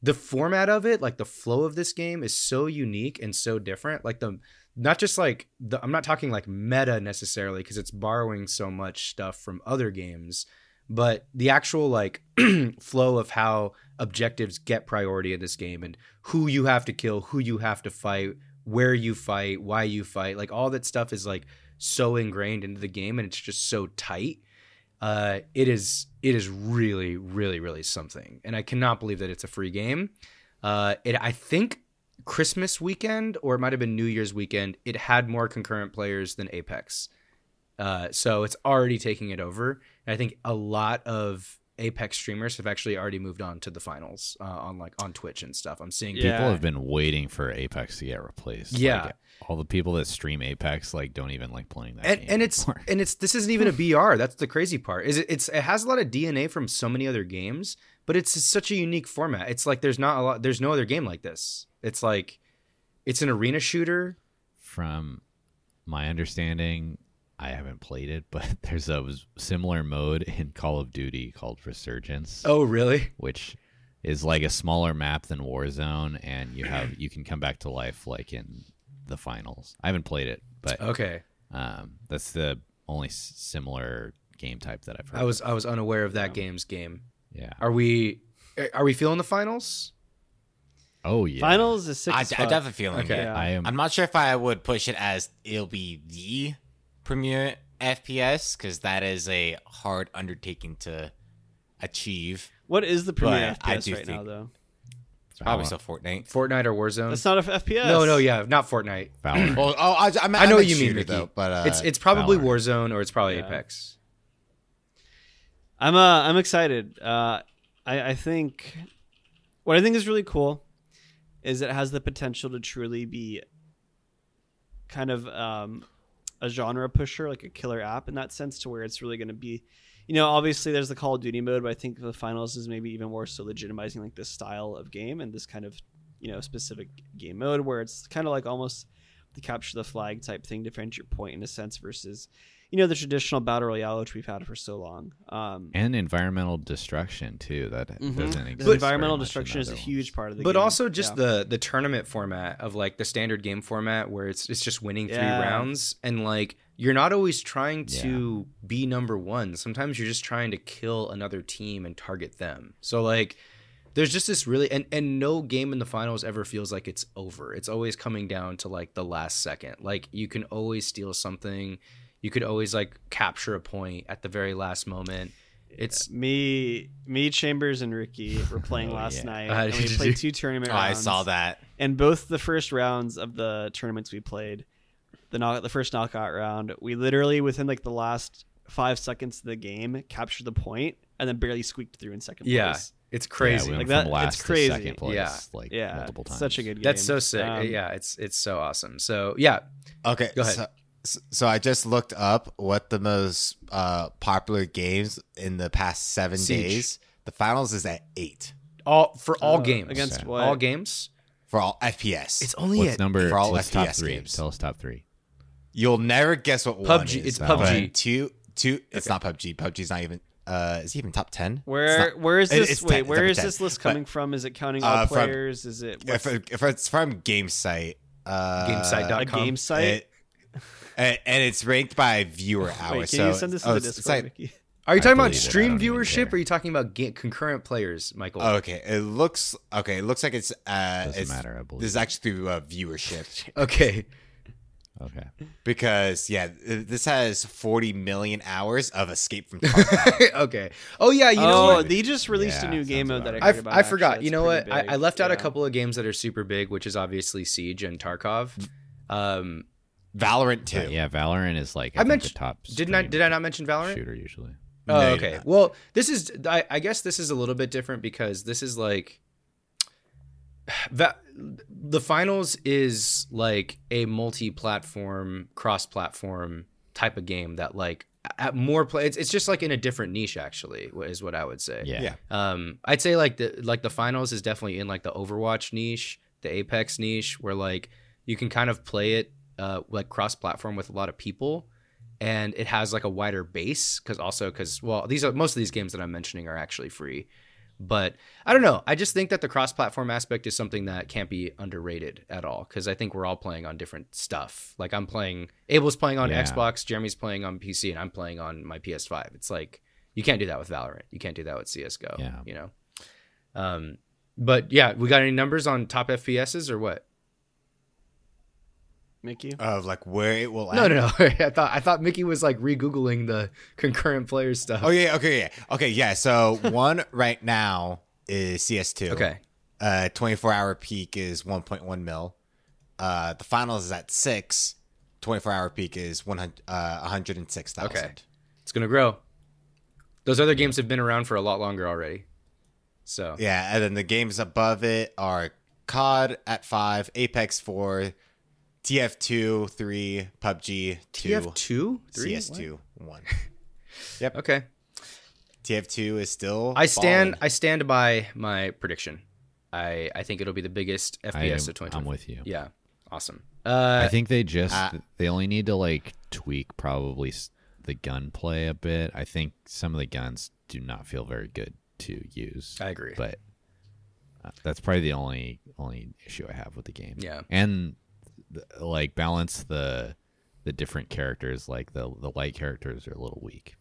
[SPEAKER 1] The format of it, like the flow of this game, is so unique and so different. Like the not just like the, I'm not talking like meta necessarily because it's borrowing so much stuff from other games, but the actual like flow of how objectives get priority in this game and who you have to kill, who you have to fight, where you fight, why you fight, like all that stuff is like so ingrained into the game and it's just so tight. Uh, it is it is really really really something, and I cannot believe that it's a free game. Uh, it I think Christmas weekend or it might have been New Year's weekend, it had more concurrent players than Apex. Uh, so it's already taking it over. And I think a lot of Apex streamers have actually already moved on to the finals uh, on like on Twitch and stuff. I'm seeing
[SPEAKER 2] Yeah.
[SPEAKER 4] People have been waiting for Apex to get replaced. Like,
[SPEAKER 1] Yeah.
[SPEAKER 4] all the people that stream Apex like don't even like playing that
[SPEAKER 1] and,
[SPEAKER 4] game
[SPEAKER 1] and it's
[SPEAKER 4] anymore.
[SPEAKER 1] and it's this isn't even a BR. That's the crazy part. Is it, it's it has a lot of DNA from so many other games, but it's such a unique format. It's like there's not a lot. There's no other game like this. It's like it's an arena shooter.
[SPEAKER 4] from my understanding, I haven't played it, but there's a s- similar mode in Call of Duty called Resurgence,
[SPEAKER 1] Oh really?
[SPEAKER 4] which is like a smaller map than Warzone, and you have you can come back to life like in the finals. I haven't played it, but
[SPEAKER 1] Okay,
[SPEAKER 4] um, that's the only s- similar game type that I've heard.
[SPEAKER 1] I was I was unaware of that game's game.
[SPEAKER 4] yeah.
[SPEAKER 1] Are we are we feeling the finals?
[SPEAKER 4] Oh yeah.
[SPEAKER 2] Finals is sick.
[SPEAKER 3] I, I
[SPEAKER 2] as fuck.
[SPEAKER 3] definitely feel
[SPEAKER 1] Okay.
[SPEAKER 3] it.
[SPEAKER 2] Yeah.
[SPEAKER 4] I am.
[SPEAKER 3] I'm not sure if I would push it as it'll be the premier FPS because that is a hard undertaking to achieve.
[SPEAKER 2] What is the premier
[SPEAKER 3] But I
[SPEAKER 2] FPS
[SPEAKER 3] do
[SPEAKER 2] right now,
[SPEAKER 3] think-
[SPEAKER 2] though?
[SPEAKER 3] It's probably still Fortnite.
[SPEAKER 1] Fortnite or Warzone?
[SPEAKER 2] That's not a f- FPS.
[SPEAKER 1] Um, no, no, yeah, not Fortnite.
[SPEAKER 4] Valorant.
[SPEAKER 3] Well, oh, I, I, meant-
[SPEAKER 1] I know
[SPEAKER 3] meant
[SPEAKER 1] what you mean,
[SPEAKER 3] shooter,
[SPEAKER 1] Ricky.
[SPEAKER 3] though, but uh,
[SPEAKER 1] it's it's probably
[SPEAKER 4] Valorant.
[SPEAKER 1] Warzone or it's probably
[SPEAKER 2] Yeah.
[SPEAKER 1] Apex.
[SPEAKER 2] I'm uh, I'm excited. Uh, I, I think what I think is really cool is it has the potential to truly be kind of um, a genre pusher, like a killer app in that sense, to where it's really going to be. You know, obviously there's the Call of Duty mode, but I think the finals is maybe even more so legitimizing like this style of game and this kind of you know specific game mode where it's kind of like almost the capture the flag type thing, defend your point in a sense versus you know the traditional battle royale which we've had for so long. Um,
[SPEAKER 4] and environmental destruction too. That
[SPEAKER 2] Mhm.
[SPEAKER 4] doesn't
[SPEAKER 2] Because
[SPEAKER 4] exist. very
[SPEAKER 2] environmental
[SPEAKER 4] much in
[SPEAKER 2] destruction is a
[SPEAKER 4] other ones.
[SPEAKER 2] huge part of the
[SPEAKER 1] but
[SPEAKER 2] game.
[SPEAKER 1] also just
[SPEAKER 2] Yeah.
[SPEAKER 1] the the tournament format of like the standard game format where it's it's just winning three
[SPEAKER 2] Yeah.
[SPEAKER 1] rounds and like you're not always trying to be number one sometimes you're just trying to kill another team and target them so like there's just this really and and no game in the finals ever feels like it's over it's always coming down to like the last second like you can always steal something you could always like capture a point at the very last moment it's
[SPEAKER 2] me, me, Chambers, and Ricky were playing
[SPEAKER 4] Oh,
[SPEAKER 2] last
[SPEAKER 4] yeah.
[SPEAKER 2] night.
[SPEAKER 1] How
[SPEAKER 2] and we
[SPEAKER 1] did you
[SPEAKER 2] played
[SPEAKER 1] do?
[SPEAKER 2] two tournament
[SPEAKER 3] oh, I
[SPEAKER 2] rounds.
[SPEAKER 3] saw that.
[SPEAKER 2] And both the first rounds of the tournaments we played, the knock, the first knockout round, we literally within like the last five seconds of the game captured the point and then barely squeaked through in second
[SPEAKER 1] Yeah.
[SPEAKER 2] place.
[SPEAKER 1] it's
[SPEAKER 4] Yeah,
[SPEAKER 1] crazy
[SPEAKER 4] we went
[SPEAKER 2] Like
[SPEAKER 4] from
[SPEAKER 2] that-
[SPEAKER 4] last
[SPEAKER 2] it's crazy.
[SPEAKER 4] to second place.
[SPEAKER 1] Yeah.
[SPEAKER 4] like
[SPEAKER 2] yeah,
[SPEAKER 4] multiple times.
[SPEAKER 2] such a good. Game.
[SPEAKER 1] that's so sick
[SPEAKER 2] Um,
[SPEAKER 1] yeah it's it's so awesome so yeah
[SPEAKER 3] Okay,
[SPEAKER 1] Go ahead.
[SPEAKER 3] So, so- so I just looked up what the most uh, popular games in the past seven
[SPEAKER 1] Siege.
[SPEAKER 3] days. The finals is at eight
[SPEAKER 1] all for all
[SPEAKER 2] Uh,
[SPEAKER 1] games
[SPEAKER 2] against
[SPEAKER 4] Yeah.
[SPEAKER 2] what?
[SPEAKER 1] all games
[SPEAKER 3] for all FPS.
[SPEAKER 1] it's only
[SPEAKER 4] What's
[SPEAKER 1] at
[SPEAKER 4] number?
[SPEAKER 3] for all
[SPEAKER 4] what's top
[SPEAKER 3] FPS
[SPEAKER 4] three?
[SPEAKER 3] games.
[SPEAKER 4] Tell us top three.
[SPEAKER 3] You'll never guess what one
[SPEAKER 1] PUBG,
[SPEAKER 3] is,
[SPEAKER 1] it's
[SPEAKER 3] but
[SPEAKER 1] PUBG.
[SPEAKER 3] Two, two. It's not PUBG. PUBG's not even. Uh, is it even top ten?
[SPEAKER 2] Where where is
[SPEAKER 3] it-
[SPEAKER 2] this?
[SPEAKER 3] it's
[SPEAKER 2] wait,
[SPEAKER 3] ten, it's
[SPEAKER 2] where
[SPEAKER 3] number
[SPEAKER 2] is
[SPEAKER 3] ten.
[SPEAKER 2] this list
[SPEAKER 3] But,
[SPEAKER 2] coming from? Is it counting all
[SPEAKER 3] uh, from-
[SPEAKER 2] players? is it
[SPEAKER 3] If, if it's from GameSite, uh,
[SPEAKER 1] Gamesite dot
[SPEAKER 2] a
[SPEAKER 1] com.
[SPEAKER 2] game site?
[SPEAKER 3] it- and, and it's ranked by viewer hours.
[SPEAKER 2] Wait, can
[SPEAKER 3] so
[SPEAKER 2] you send this to
[SPEAKER 3] oh,
[SPEAKER 2] the
[SPEAKER 3] it's- it's
[SPEAKER 2] Discord,
[SPEAKER 3] like-
[SPEAKER 2] Mickey?
[SPEAKER 1] Are you
[SPEAKER 4] I
[SPEAKER 1] talking about
[SPEAKER 4] believe it. I
[SPEAKER 1] stream
[SPEAKER 4] don't even
[SPEAKER 1] viewership?
[SPEAKER 4] care. Oh.
[SPEAKER 1] Or are you talking about ga- concurrent players, Michael?
[SPEAKER 3] okay, it looks okay. It looks like it's uh,
[SPEAKER 4] Doesn't
[SPEAKER 3] it's,
[SPEAKER 4] matter. I believe.
[SPEAKER 3] This is actually through uh, viewership
[SPEAKER 1] okay.
[SPEAKER 4] okay.
[SPEAKER 3] because yeah, th- this has 40 million hours of Escape from Tarkov.
[SPEAKER 1] okay. Oh yeah, you know
[SPEAKER 2] oh,
[SPEAKER 1] what?
[SPEAKER 2] they just released
[SPEAKER 4] Yeah,
[SPEAKER 2] a new game
[SPEAKER 4] sounds
[SPEAKER 2] mode that I
[SPEAKER 4] about
[SPEAKER 2] heard
[SPEAKER 1] I,
[SPEAKER 2] about.
[SPEAKER 1] I forgot.
[SPEAKER 2] actually.
[SPEAKER 1] You
[SPEAKER 2] That's
[SPEAKER 1] know
[SPEAKER 2] pretty
[SPEAKER 1] what? I,
[SPEAKER 2] big.
[SPEAKER 1] I left out a
[SPEAKER 2] Yeah.
[SPEAKER 1] couple of games that are super big, which is obviously Siege and Tarkov. Um,
[SPEAKER 3] Valorant
[SPEAKER 4] Uh,
[SPEAKER 3] 2.
[SPEAKER 4] yeah, Valorant is like
[SPEAKER 1] I
[SPEAKER 4] I, think
[SPEAKER 1] mentioned-
[SPEAKER 4] the top.
[SPEAKER 1] didn't I
[SPEAKER 4] stream
[SPEAKER 1] did I not mention Valorant?
[SPEAKER 4] shooter usually?
[SPEAKER 1] Oh,
[SPEAKER 3] No, you did
[SPEAKER 1] okay.
[SPEAKER 3] not.
[SPEAKER 1] Well, this is I, I guess this is a little bit different because this is like that the finals is like a multi-platform, cross-platform type of game that like at more play it's, it's just like in a different niche actually is what I would say.
[SPEAKER 4] Yeah.
[SPEAKER 3] Yeah.
[SPEAKER 1] Um, I'd say like the like the finals is definitely in like the Overwatch niche, the Apex niche, where like you can kind of play it uh, like cross platform with a lot of people, and it has like a wider base because also because well these are most of these games that I'm mentioning are actually free, but I don't know. I just think that the cross platform aspect is something that can't be underrated at all because I think we're all playing on different stuff. Like I'm playing Abel's playing on
[SPEAKER 4] Yeah.
[SPEAKER 1] Xbox, Jeremy's playing on PC, and I'm playing on my PS5. It's like you can't do that with Valorant. You can't do that with CS:GO.
[SPEAKER 4] Yeah.
[SPEAKER 1] You know. Um, but yeah, we got any numbers on top FPSs or what?
[SPEAKER 2] Mickey.
[SPEAKER 3] Of like where it will
[SPEAKER 1] No,
[SPEAKER 3] end.
[SPEAKER 1] no, no. I thought I thought Mickey was like re-googling the concurrent player stuff.
[SPEAKER 3] Oh, yeah. Okay. Yeah. Okay. Yeah. So one right now is CS2.
[SPEAKER 1] Okay.
[SPEAKER 3] Uh, 24 hour peak is 1.1 mil. Uh, the finals is at six. 24 hour peak is 100, uh, 106,000.
[SPEAKER 1] Okay. It's gonna grow. Those other games have been around for a lot longer already. So
[SPEAKER 3] Yeah, and then the games above it are COD at five, Apex four, TF two, three, PUBG two,
[SPEAKER 1] TF two, three,
[SPEAKER 3] CS two, one.
[SPEAKER 1] What? Okay,
[SPEAKER 3] TF two is still.
[SPEAKER 1] I stand.
[SPEAKER 3] balling.
[SPEAKER 1] I stand by my prediction. I I think it'll be the biggest FPS
[SPEAKER 4] I am,
[SPEAKER 1] of 2020.
[SPEAKER 4] I'm with you.
[SPEAKER 1] Yeah, awesome. Uh,
[SPEAKER 4] I think they just
[SPEAKER 3] uh,
[SPEAKER 4] they only need to like tweak probably s- the gunplay a bit. I think some of the guns do not feel very good to use.
[SPEAKER 1] I agree.
[SPEAKER 4] but uh, that's probably the only only issue I have with the game.
[SPEAKER 1] Yeah.
[SPEAKER 4] and th- like balance the the different characters. Like the the light characters are a little weak.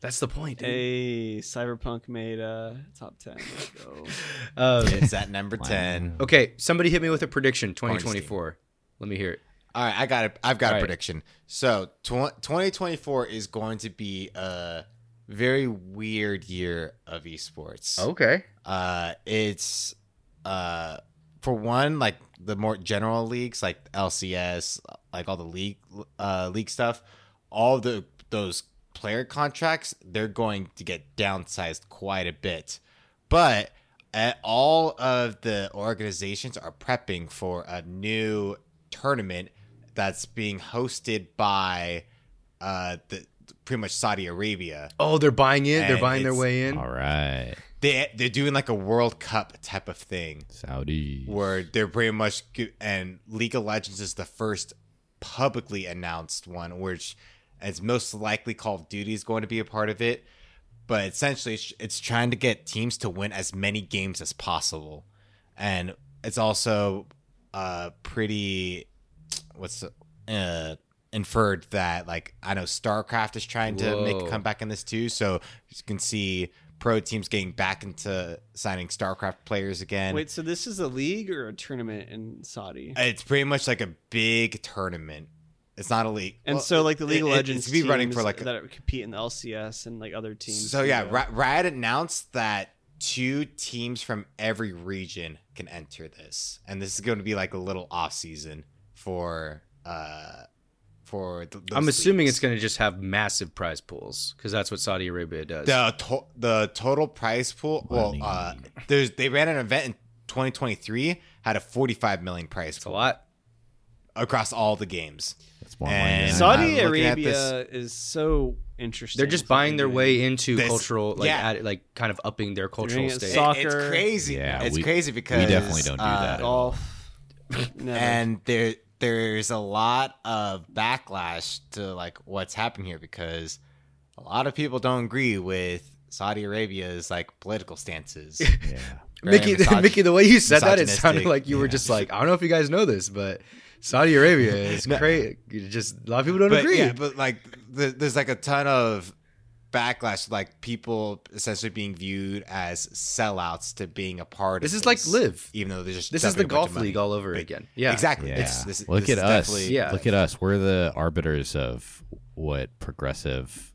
[SPEAKER 1] That's the point. dude.
[SPEAKER 2] Hey, Cyberpunk made uh, top 10. Let's go.
[SPEAKER 1] Um,
[SPEAKER 3] It's at number ten.
[SPEAKER 1] okay, somebody hit me with a prediction. 2024. Let me hear it.
[SPEAKER 3] All right, I got it. I've got
[SPEAKER 1] All
[SPEAKER 3] a
[SPEAKER 1] right.
[SPEAKER 3] prediction. So, tw- 2024 is going to be a very weird year of esports.
[SPEAKER 1] Okay.
[SPEAKER 3] Uh, it's uh, for one, like the more general leagues, like LCS, like all the league uh, league stuff. All the those player contracts, they're going to get downsized quite a bit. But uh, all of the organizations are prepping for a new tournament that's being hosted by uh, the pretty much Saudi Arabia
[SPEAKER 1] Oh, they're buying in. They're
[SPEAKER 3] And
[SPEAKER 1] buying their
[SPEAKER 3] it's-
[SPEAKER 1] way in.
[SPEAKER 4] All right,
[SPEAKER 3] they they're doing like a World Cup type of thing
[SPEAKER 4] Saudi.
[SPEAKER 3] where they're pretty much g- and League of Legends is the first publicly announced one, which it's most likely Call of Duty is going to be a part of it. But essentially, it's, it's trying to get teams to win as many games as possible, and it's also uh pretty what's the- uh inferred that like I know StarCraft is trying to make a
[SPEAKER 1] Whoa.
[SPEAKER 3] comeback in this too, so you can see pro teams getting back into signing StarCraft players again.
[SPEAKER 2] Wait, so this is a league or a tournament in Saudi?
[SPEAKER 3] It's pretty much like a big tournament. It's not a league,
[SPEAKER 2] and
[SPEAKER 3] Well,
[SPEAKER 2] so, like the
[SPEAKER 3] it-
[SPEAKER 2] League of
[SPEAKER 3] it-
[SPEAKER 2] Legends
[SPEAKER 3] It's be running for
[SPEAKER 2] teams
[SPEAKER 3] like.
[SPEAKER 2] that are- compete in the LCS and like other teams.
[SPEAKER 3] so
[SPEAKER 2] do
[SPEAKER 3] yeah,
[SPEAKER 2] that.
[SPEAKER 3] Ri- Riot announced that two teams from every region can enter this, and this is going to be like a little off season for uh for. Th- those
[SPEAKER 1] I'm assuming
[SPEAKER 3] leagues.
[SPEAKER 1] it's going to just have massive prize pools because that's what Saudi Arabia does.
[SPEAKER 3] the to- the total prize pool. Well,
[SPEAKER 4] Money.
[SPEAKER 3] uh, there's they ran an event in 2023 had a 45 million prize
[SPEAKER 1] It's a
[SPEAKER 3] pool
[SPEAKER 1] lot.
[SPEAKER 3] across all the games.
[SPEAKER 4] That's more
[SPEAKER 3] And
[SPEAKER 4] money. than I
[SPEAKER 3] Saudi-
[SPEAKER 4] have.
[SPEAKER 2] Saudi
[SPEAKER 3] I'm looking at
[SPEAKER 2] Arabia is so interesting.
[SPEAKER 1] They're just
[SPEAKER 2] with what
[SPEAKER 1] buying their
[SPEAKER 2] doing.
[SPEAKER 1] way into
[SPEAKER 3] This-
[SPEAKER 1] cultural, like,
[SPEAKER 3] yeah.
[SPEAKER 1] add- like kind of upping their cultural
[SPEAKER 2] doing it
[SPEAKER 1] stage.
[SPEAKER 2] so-
[SPEAKER 3] It-
[SPEAKER 2] Soccer.
[SPEAKER 3] it's crazy.
[SPEAKER 4] Yeah,
[SPEAKER 3] it's
[SPEAKER 4] we-
[SPEAKER 3] crazy because
[SPEAKER 4] definitely don't do
[SPEAKER 3] uh,
[SPEAKER 4] that.
[SPEAKER 2] golf. Never.
[SPEAKER 3] and there there's a lot of backlash to like what's happened here because a lot of people don't agree with Saudi Arabia's like political stances.
[SPEAKER 4] Yeah.
[SPEAKER 3] Very
[SPEAKER 1] Mickey,
[SPEAKER 3] misog-
[SPEAKER 1] Mickey, the way you said that, it sounded
[SPEAKER 3] misogynistic.
[SPEAKER 1] like you were
[SPEAKER 4] Yeah.
[SPEAKER 1] just like, I don't know if you guys know this, but Saudi Arabia is
[SPEAKER 3] No.
[SPEAKER 1] crazy. Just a lot of people don't
[SPEAKER 3] but
[SPEAKER 1] agree.
[SPEAKER 3] yeah, but like th- there's like a ton of backlash, like people essentially being viewed as sellouts to being a part
[SPEAKER 1] this
[SPEAKER 3] of
[SPEAKER 1] is like live.
[SPEAKER 3] even though there's just
[SPEAKER 1] This is the
[SPEAKER 3] dumping a bunch of
[SPEAKER 1] golf
[SPEAKER 3] money.
[SPEAKER 1] league all over
[SPEAKER 3] Like,
[SPEAKER 1] again. Yeah,
[SPEAKER 3] Exactly.
[SPEAKER 4] Yeah.
[SPEAKER 3] It's- this-
[SPEAKER 4] Look
[SPEAKER 3] this
[SPEAKER 4] at
[SPEAKER 3] is
[SPEAKER 4] us.
[SPEAKER 3] definitely-
[SPEAKER 1] Yeah.
[SPEAKER 4] Look at us. We're the arbiters of what progressive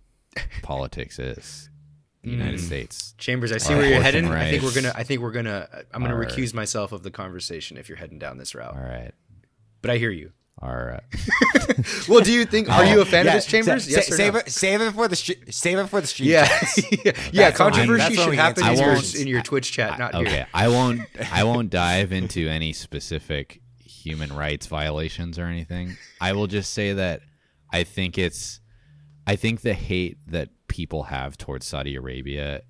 [SPEAKER 4] politics is. The United
[SPEAKER 1] Mm.
[SPEAKER 4] States.
[SPEAKER 1] Chambers, I see
[SPEAKER 4] Our
[SPEAKER 1] where you're
[SPEAKER 4] abortion
[SPEAKER 1] heading. I think we're
[SPEAKER 4] rights.
[SPEAKER 1] gonna. I think we're gonna. I'm gonna
[SPEAKER 4] Our-
[SPEAKER 1] recuse myself of the conversation if you're heading down this route.
[SPEAKER 4] All right. uh,
[SPEAKER 1] But I hear you.
[SPEAKER 4] All right.
[SPEAKER 1] Well, do you think? Are you a fan
[SPEAKER 3] Yeah,
[SPEAKER 1] of this,
[SPEAKER 3] sa-
[SPEAKER 1] Chambers?
[SPEAKER 3] sa-
[SPEAKER 1] yes or
[SPEAKER 3] save
[SPEAKER 1] no?
[SPEAKER 3] it. Save it for the street. Save it for the street.
[SPEAKER 1] Yeah,
[SPEAKER 3] chats.
[SPEAKER 1] yeah.
[SPEAKER 3] That's only-
[SPEAKER 1] Controversy
[SPEAKER 3] that's
[SPEAKER 1] should
[SPEAKER 3] only
[SPEAKER 1] happen in
[SPEAKER 4] answer.
[SPEAKER 1] your,
[SPEAKER 4] I
[SPEAKER 1] in your Twitch chat, not
[SPEAKER 4] okay.
[SPEAKER 1] here.
[SPEAKER 4] I won't. I won't dive into any specific human rights violations or anything. I will just say that I think it's. I think the hate that people have towards Saudi Arabia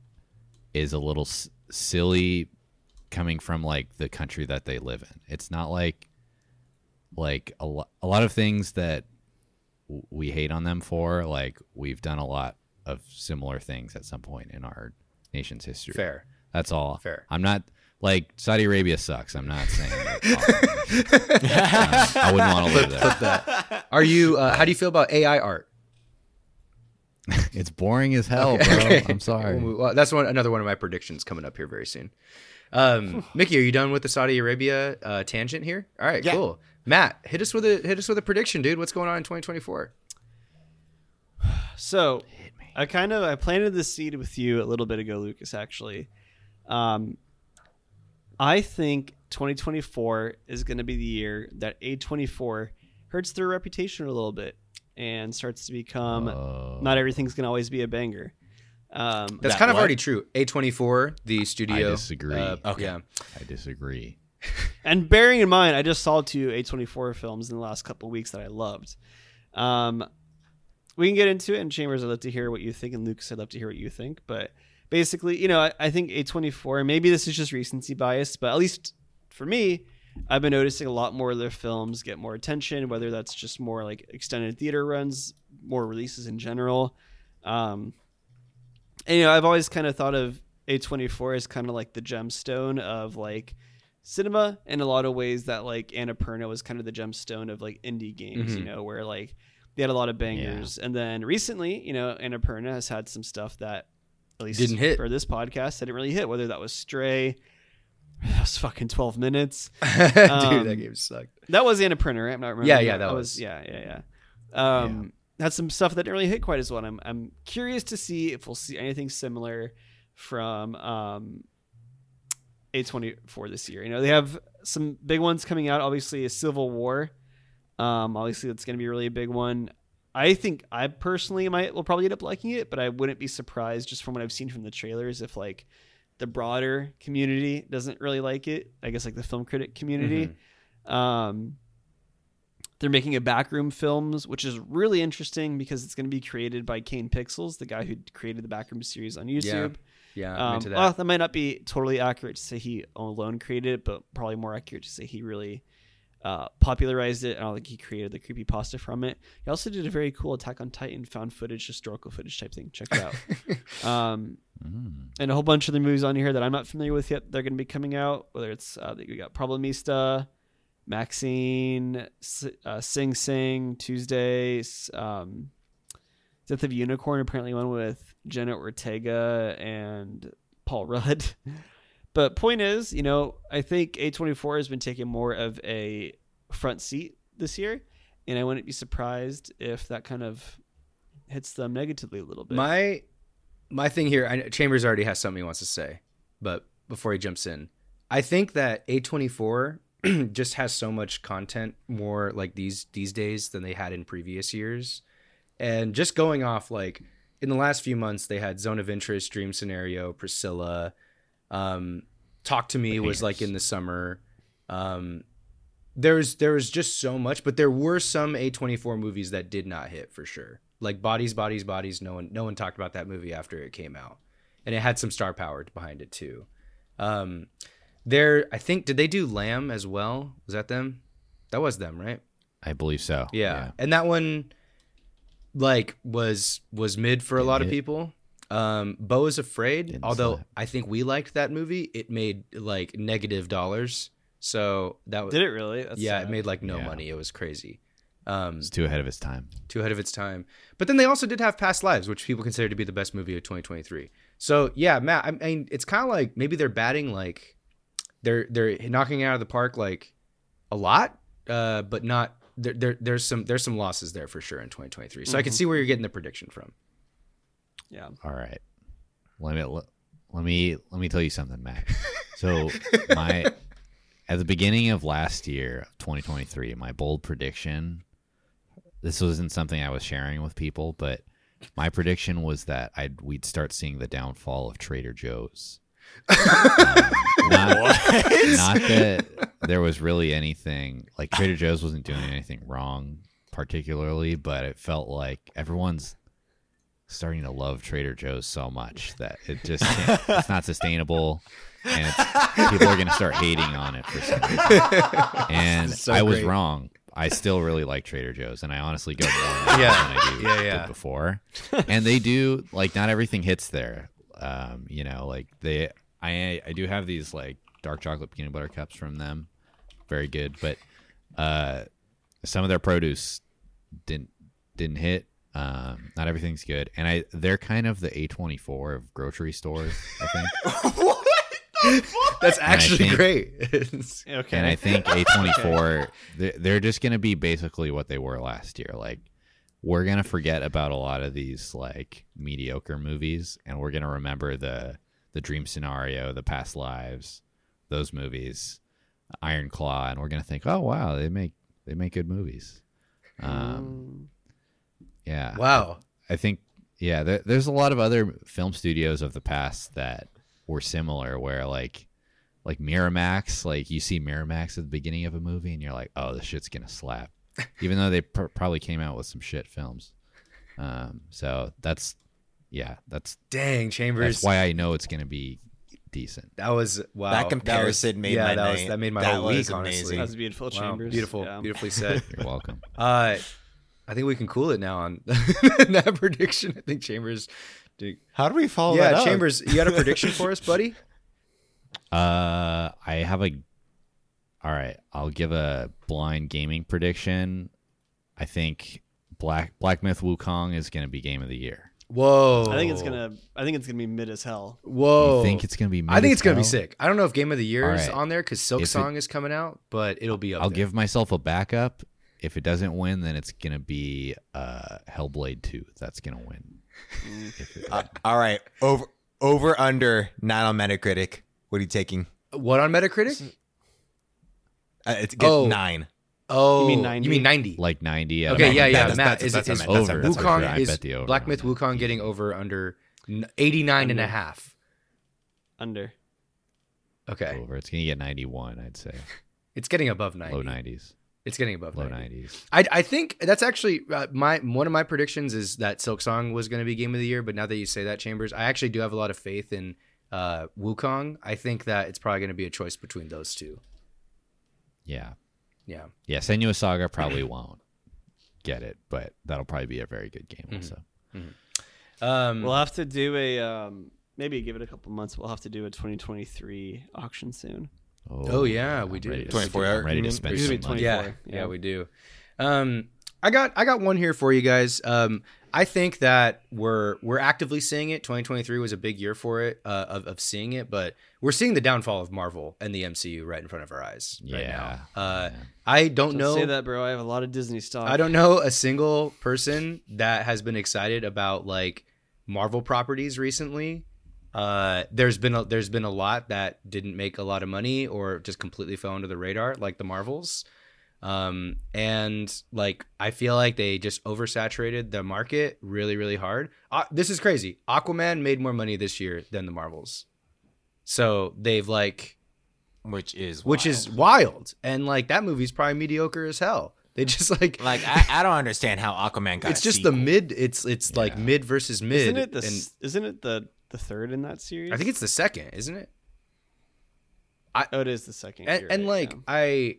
[SPEAKER 4] is a little s- silly, coming from like the country that they live in. It's not like, like a, lo- a lot of things that w- we hate on them for. Like we've done a lot of similar things at some point in our nation's history.
[SPEAKER 1] Fair.
[SPEAKER 4] That's all.
[SPEAKER 1] Fair.
[SPEAKER 4] I'm not like Saudi Arabia sucks. I'm not saying that. it's awesome. Um, I wouldn't want to live there.
[SPEAKER 1] Are you? Uh, how do you feel about AI art?
[SPEAKER 4] It's boring as
[SPEAKER 3] Oh,
[SPEAKER 4] hell, bro.
[SPEAKER 1] Okay.
[SPEAKER 4] I'm sorry.
[SPEAKER 1] We'll move- well, that's one another one of my predictions coming up here very soon. Um, Mickey, are you done with the Saudi Arabia uh, tangent here? All right,
[SPEAKER 3] Yeah.
[SPEAKER 1] cool. Matt, hit us with a hit us with a prediction, dude. What's going on in 2024?
[SPEAKER 2] So I kind of I planted the seed with you a little bit ago, Lucas. Actually, um, I think 2024 is going to be the year that A24 hurts their reputation a little bit and starts to become
[SPEAKER 4] Oh.
[SPEAKER 2] not everything's going to always be a banger. Um,
[SPEAKER 1] That's
[SPEAKER 3] That
[SPEAKER 1] kind of
[SPEAKER 3] what?
[SPEAKER 1] already true. A24, the studio.
[SPEAKER 4] disagree.
[SPEAKER 1] uh,
[SPEAKER 3] Okay.
[SPEAKER 1] Yeah.
[SPEAKER 4] I disagree.
[SPEAKER 2] and bearing in mind, I just saw two A24 films in the last couple of weeks that I loved. Um, we can get into it. And Chambers, I'd love to hear what you think. And Lucas, I'd love to hear what you think. But basically, you know, I, I think A24, and maybe this is just recency bias, but at least for me, I've been noticing a lot more of their films get more attention, whether that's just more like extended theater runs, more releases in general. Um, and, you know, I've always kind of thought of A24 as kind of like the gemstone of like cinema in a lot of ways that like Annapurna was kind of the gemstone of like indie games, you
[SPEAKER 1] Mhm.
[SPEAKER 2] know, where like they had a lot of bangers. And then recently, you know, Annapurna has had some stuff that at least
[SPEAKER 1] Didn't hit.
[SPEAKER 2] for this podcast that didn't really hit, whether that was Stray, that was fucking 12 minutes.
[SPEAKER 1] Dude, that
[SPEAKER 2] Um,
[SPEAKER 1] game sucked.
[SPEAKER 2] That was Anna Printer, right? I'm not remembering.
[SPEAKER 1] Yeah, yeah,
[SPEAKER 2] I
[SPEAKER 1] that was.
[SPEAKER 2] Yeah, yeah, yeah. Um, Had some stuff that didn't really hit quite as well. and I'm, I'm curious to see if we'll see anything similar from um, A24 this year. You know, they have some big ones coming out. Obviously, a Civil War. Um, obviously, that's going to be a really big one. I think I personally might will probably end up liking it, but I wouldn't be surprised just from what I've seen from the trailers if like the broader community doesn't really like it. I guess like the film critic community. Um, they're making a backroom films, which is really interesting because it's going to be created by Kane Pixels, the guy who created the backroom series on YouTube.
[SPEAKER 1] Yeah, I'm
[SPEAKER 2] um,
[SPEAKER 1] into that.
[SPEAKER 2] well, that might not be totally accurate to say he alone created it, but probably more accurate to say he really uh, popularized it. I don't think he created the creepy pasta from it. He also did a very cool Attack on Titan found footage, historical footage type thing. Check it out. um,
[SPEAKER 4] Mm.
[SPEAKER 2] and a whole bunch of the movies on here that I'm not familiar with yet. They're going to be coming out. Whether it's uh, we got Problemista, Maxine, S- uh, Sing Sing, Tuesday, S- um, Death of a Unicorn. Apparently, one with Jenna Ortega and Paul Rudd. but point is, you know, I think A24 has been taking more of a front seat this year, and I wouldn't be surprised if that kind of hits them negatively a little bit.
[SPEAKER 1] My my thing here, I, Chambers already has something he wants to say, but before he jumps in, I think that A24 just has so much content more like these these days than they had in previous years. And just going off like in the last few months they had Zone of Interest, Dream Scenario, Priscilla, um Talk to Me
[SPEAKER 4] The
[SPEAKER 1] was like
[SPEAKER 4] Hangers.
[SPEAKER 1] in the summer. Um there's there was just so much, but there were some A24 movies that did not hit for sure. Like Bodies, Bodies, Bodies. No one no one talked about that movie after it came out, and it had some star power behind it too. Um, there, I think did they do Lamb as well? Was that them? That was them, right?
[SPEAKER 4] I believe so.
[SPEAKER 1] Yeah. And that one like was was mid for a
[SPEAKER 4] Didn't
[SPEAKER 1] lot of
[SPEAKER 4] hit.
[SPEAKER 1] people. Um Bo is Afraid,
[SPEAKER 4] Didn't
[SPEAKER 1] although
[SPEAKER 4] slap.
[SPEAKER 1] I think we liked that movie, it made like negative dollars. So that was
[SPEAKER 2] Did it really? That's
[SPEAKER 1] yeah,
[SPEAKER 2] sad.
[SPEAKER 1] it made like no
[SPEAKER 4] Yeah.
[SPEAKER 1] money. It was crazy. Um
[SPEAKER 4] It's too ahead of its time.
[SPEAKER 1] too ahead of its time. But then they also did have Past Lives, which people consider to be the best movie of 2023. So yeah, Matt, I mean, it's kind of like maybe they're batting like they're they're knocking it out of the park like a lot, uh, but not there, there. There's some there's some losses there for sure in 2023. So I can
[SPEAKER 3] Mm-hmm.
[SPEAKER 2] Mhm.
[SPEAKER 1] see where you're getting the prediction from.
[SPEAKER 2] Yeah.
[SPEAKER 4] All right. Let me let, let me let me tell you something, Matt. So my at the beginning of last year, 2023, my bold prediction this wasn't something I was sharing with people, but my prediction was that I'd we'd start seeing the downfall of Trader Joe's. Um, not- not that there was really anything like Trader Joe's wasn't doing anything wrong particularly, but it felt like everyone's starting to love Trader Joe's so much that it just can't, it's not sustainable, and it's, people are going to start hating on it for some reason. And
[SPEAKER 1] This is so
[SPEAKER 4] I was
[SPEAKER 1] great.
[SPEAKER 4] wrong. I still really like Trader Joe's, and I honestly go more now
[SPEAKER 1] Yeah.
[SPEAKER 4] than I do
[SPEAKER 1] Yeah,
[SPEAKER 4] did
[SPEAKER 1] yeah.
[SPEAKER 4] before. And they do like not everything hits there. Um, you know, like they I I do have these like dark chocolate peanut butter cups from them, very good. But uh, some of their produce didn't didn't hit. Um, not everything's good, and I they're kind of the A twenty four of grocery stores. I think.
[SPEAKER 3] what the fuck?
[SPEAKER 1] That's
[SPEAKER 4] I
[SPEAKER 1] actually
[SPEAKER 4] think-
[SPEAKER 1] great.
[SPEAKER 2] Okay.
[SPEAKER 4] And I think A24, they're, they're just going to be basically what they were last year. Like, we're going to forget about a lot of these, like, mediocre movies, and we're going to remember the, the dream scenario, the past lives, those movies, Iron Claw, and we're going to think, oh, wow, they make,
[SPEAKER 2] Um,
[SPEAKER 4] they make good movies. Um, yeah.
[SPEAKER 1] wow.
[SPEAKER 4] I think, Yeah, there, there's a lot of other film studios of the past that were similar, where like, like Miramax, like you see Miramax at the beginning of a movie, and you're like, oh, this shit's gonna slap, even though they pr- probably came out with some shit films. Um, so that's, yeah, that's
[SPEAKER 1] Dang, Chambers.
[SPEAKER 4] that's why I know it's gonna be decent.
[SPEAKER 1] That was wow.
[SPEAKER 3] that
[SPEAKER 1] was,
[SPEAKER 3] comparison made
[SPEAKER 1] yeah,
[SPEAKER 3] my
[SPEAKER 1] that
[SPEAKER 3] night.
[SPEAKER 1] was that made my
[SPEAKER 3] That
[SPEAKER 1] whole
[SPEAKER 3] was
[SPEAKER 1] week.
[SPEAKER 3] amazing.
[SPEAKER 1] Honestly,
[SPEAKER 2] That was beautiful,
[SPEAKER 1] Wow,
[SPEAKER 2] Chambers.
[SPEAKER 1] beautiful,
[SPEAKER 2] Yeah.
[SPEAKER 1] beautifully said.
[SPEAKER 4] You're welcome.
[SPEAKER 1] Uh, I think we can cool it now on that prediction. I think Chambers. Did,
[SPEAKER 3] How do we follow that
[SPEAKER 1] yeah,
[SPEAKER 3] up?
[SPEAKER 1] Chambers, you got a prediction for us, buddy?
[SPEAKER 4] Uh, I have a. All right, I'll give a blind gaming prediction. I think Black Black Myth Wukong is going to be game of the year.
[SPEAKER 1] Whoa.
[SPEAKER 2] I think it's gonna. I think it's gonna be mid as hell.
[SPEAKER 1] Whoa.
[SPEAKER 4] You think it's going to be?
[SPEAKER 1] Oh. I
[SPEAKER 4] mid
[SPEAKER 1] think it's
[SPEAKER 4] as
[SPEAKER 1] gonna be
[SPEAKER 4] hell?
[SPEAKER 1] sick. I don't know if Game of the Year
[SPEAKER 4] All
[SPEAKER 1] is
[SPEAKER 4] right.
[SPEAKER 1] on there because Silk
[SPEAKER 4] If it-
[SPEAKER 1] Song is coming out, but it'll be up.
[SPEAKER 4] I'll
[SPEAKER 1] there.
[SPEAKER 4] give myself a backup. If it doesn't win, then it's going to be uh Hellblade Two. That's going to win.
[SPEAKER 2] Mm.
[SPEAKER 4] If it-
[SPEAKER 3] Uh, all right, over over under not on Metacritic. What are you taking?
[SPEAKER 1] what on Metacritic?
[SPEAKER 3] Uh, it's get
[SPEAKER 1] Oh.
[SPEAKER 3] nine.
[SPEAKER 1] Oh,
[SPEAKER 2] mean
[SPEAKER 1] 90?
[SPEAKER 2] 90?
[SPEAKER 1] You mean ninety?
[SPEAKER 4] like ninety. out of
[SPEAKER 1] okay, yeah,
[SPEAKER 4] 100.
[SPEAKER 1] yeah.
[SPEAKER 3] That's-
[SPEAKER 1] Matt,
[SPEAKER 3] that's-
[SPEAKER 1] is,
[SPEAKER 3] that's
[SPEAKER 1] it
[SPEAKER 3] what
[SPEAKER 1] is
[SPEAKER 3] I meant. That's what I
[SPEAKER 1] Wukong
[SPEAKER 3] meant.
[SPEAKER 4] That's what I meant. I bet the
[SPEAKER 1] is
[SPEAKER 4] over
[SPEAKER 1] Black
[SPEAKER 4] on
[SPEAKER 1] Myth
[SPEAKER 4] that.
[SPEAKER 1] Wukong getting over under n- 89 and a half?
[SPEAKER 2] Under.
[SPEAKER 1] Okay,
[SPEAKER 4] Over. It's going to get ninety-one. I'd say
[SPEAKER 1] it's getting above ninety.
[SPEAKER 4] low nineties.
[SPEAKER 1] It's getting above
[SPEAKER 4] Low
[SPEAKER 1] 90.
[SPEAKER 4] nineties.
[SPEAKER 1] I, I think that's actually uh, my one of my predictions is that Silk Song was going to be game of the year, but now that you say that, Chambers, I actually do have a lot of faith in uh, Wukong. I think that it's probably going to be a choice between those two.
[SPEAKER 4] Yeah.
[SPEAKER 1] Yeah.
[SPEAKER 4] Yeah, Senua Saga probably won't get it, but that'll probably be a very good game
[SPEAKER 1] Mhm.
[SPEAKER 4] also.
[SPEAKER 1] Um,
[SPEAKER 2] We'll have to do a. Um, maybe give it a couple months. We'll have to do a 2023 auction soon.
[SPEAKER 1] Oh, yeah, we do.
[SPEAKER 4] ready to-
[SPEAKER 3] 24 hour,
[SPEAKER 4] I'm ready
[SPEAKER 3] you
[SPEAKER 4] to
[SPEAKER 3] mean?
[SPEAKER 4] spend
[SPEAKER 2] Excuse
[SPEAKER 4] some
[SPEAKER 2] me,
[SPEAKER 4] money.
[SPEAKER 2] 24.
[SPEAKER 1] yeah, yeah,
[SPEAKER 2] Yeah.
[SPEAKER 1] we do. Um, I got I got one here for you guys. Um, I think that we're we're actively seeing it. 2023 was a big year for it uh, of of seeing it, but we're seeing the downfall of Marvel and the MCU right in front of our eyes right
[SPEAKER 4] Yeah.
[SPEAKER 1] now. Uh,
[SPEAKER 4] Yeah.
[SPEAKER 1] I don't
[SPEAKER 2] Don't
[SPEAKER 1] know
[SPEAKER 2] say that, bro. I have a lot of Disney stock.
[SPEAKER 1] I don't know a single person that has been excited about like Marvel properties recently. Uh, there's been a, there's been a lot that didn't make a lot of money or just completely fell under the radar, like the Marvels. Um, and like I feel like they just oversaturated the market really, really hard. Uh, this is crazy. Aquaman made more money this year than the Marvels, so they've like
[SPEAKER 3] which is
[SPEAKER 1] which is wild. And like that movie's probably mediocre as hell. They just like
[SPEAKER 3] like I, I don't understand how Aquaman got.
[SPEAKER 1] it's
[SPEAKER 3] a
[SPEAKER 1] just
[SPEAKER 3] sequel.
[SPEAKER 1] the mid. It's it's like mid versus mid.
[SPEAKER 2] Isn't it the?
[SPEAKER 1] and
[SPEAKER 2] s isn't it the the third in that series?
[SPEAKER 1] I think it's the second, isn't it?
[SPEAKER 2] Oh, it is the second.
[SPEAKER 1] And,
[SPEAKER 2] You're
[SPEAKER 1] and
[SPEAKER 2] right,
[SPEAKER 1] like
[SPEAKER 2] yeah.
[SPEAKER 1] I,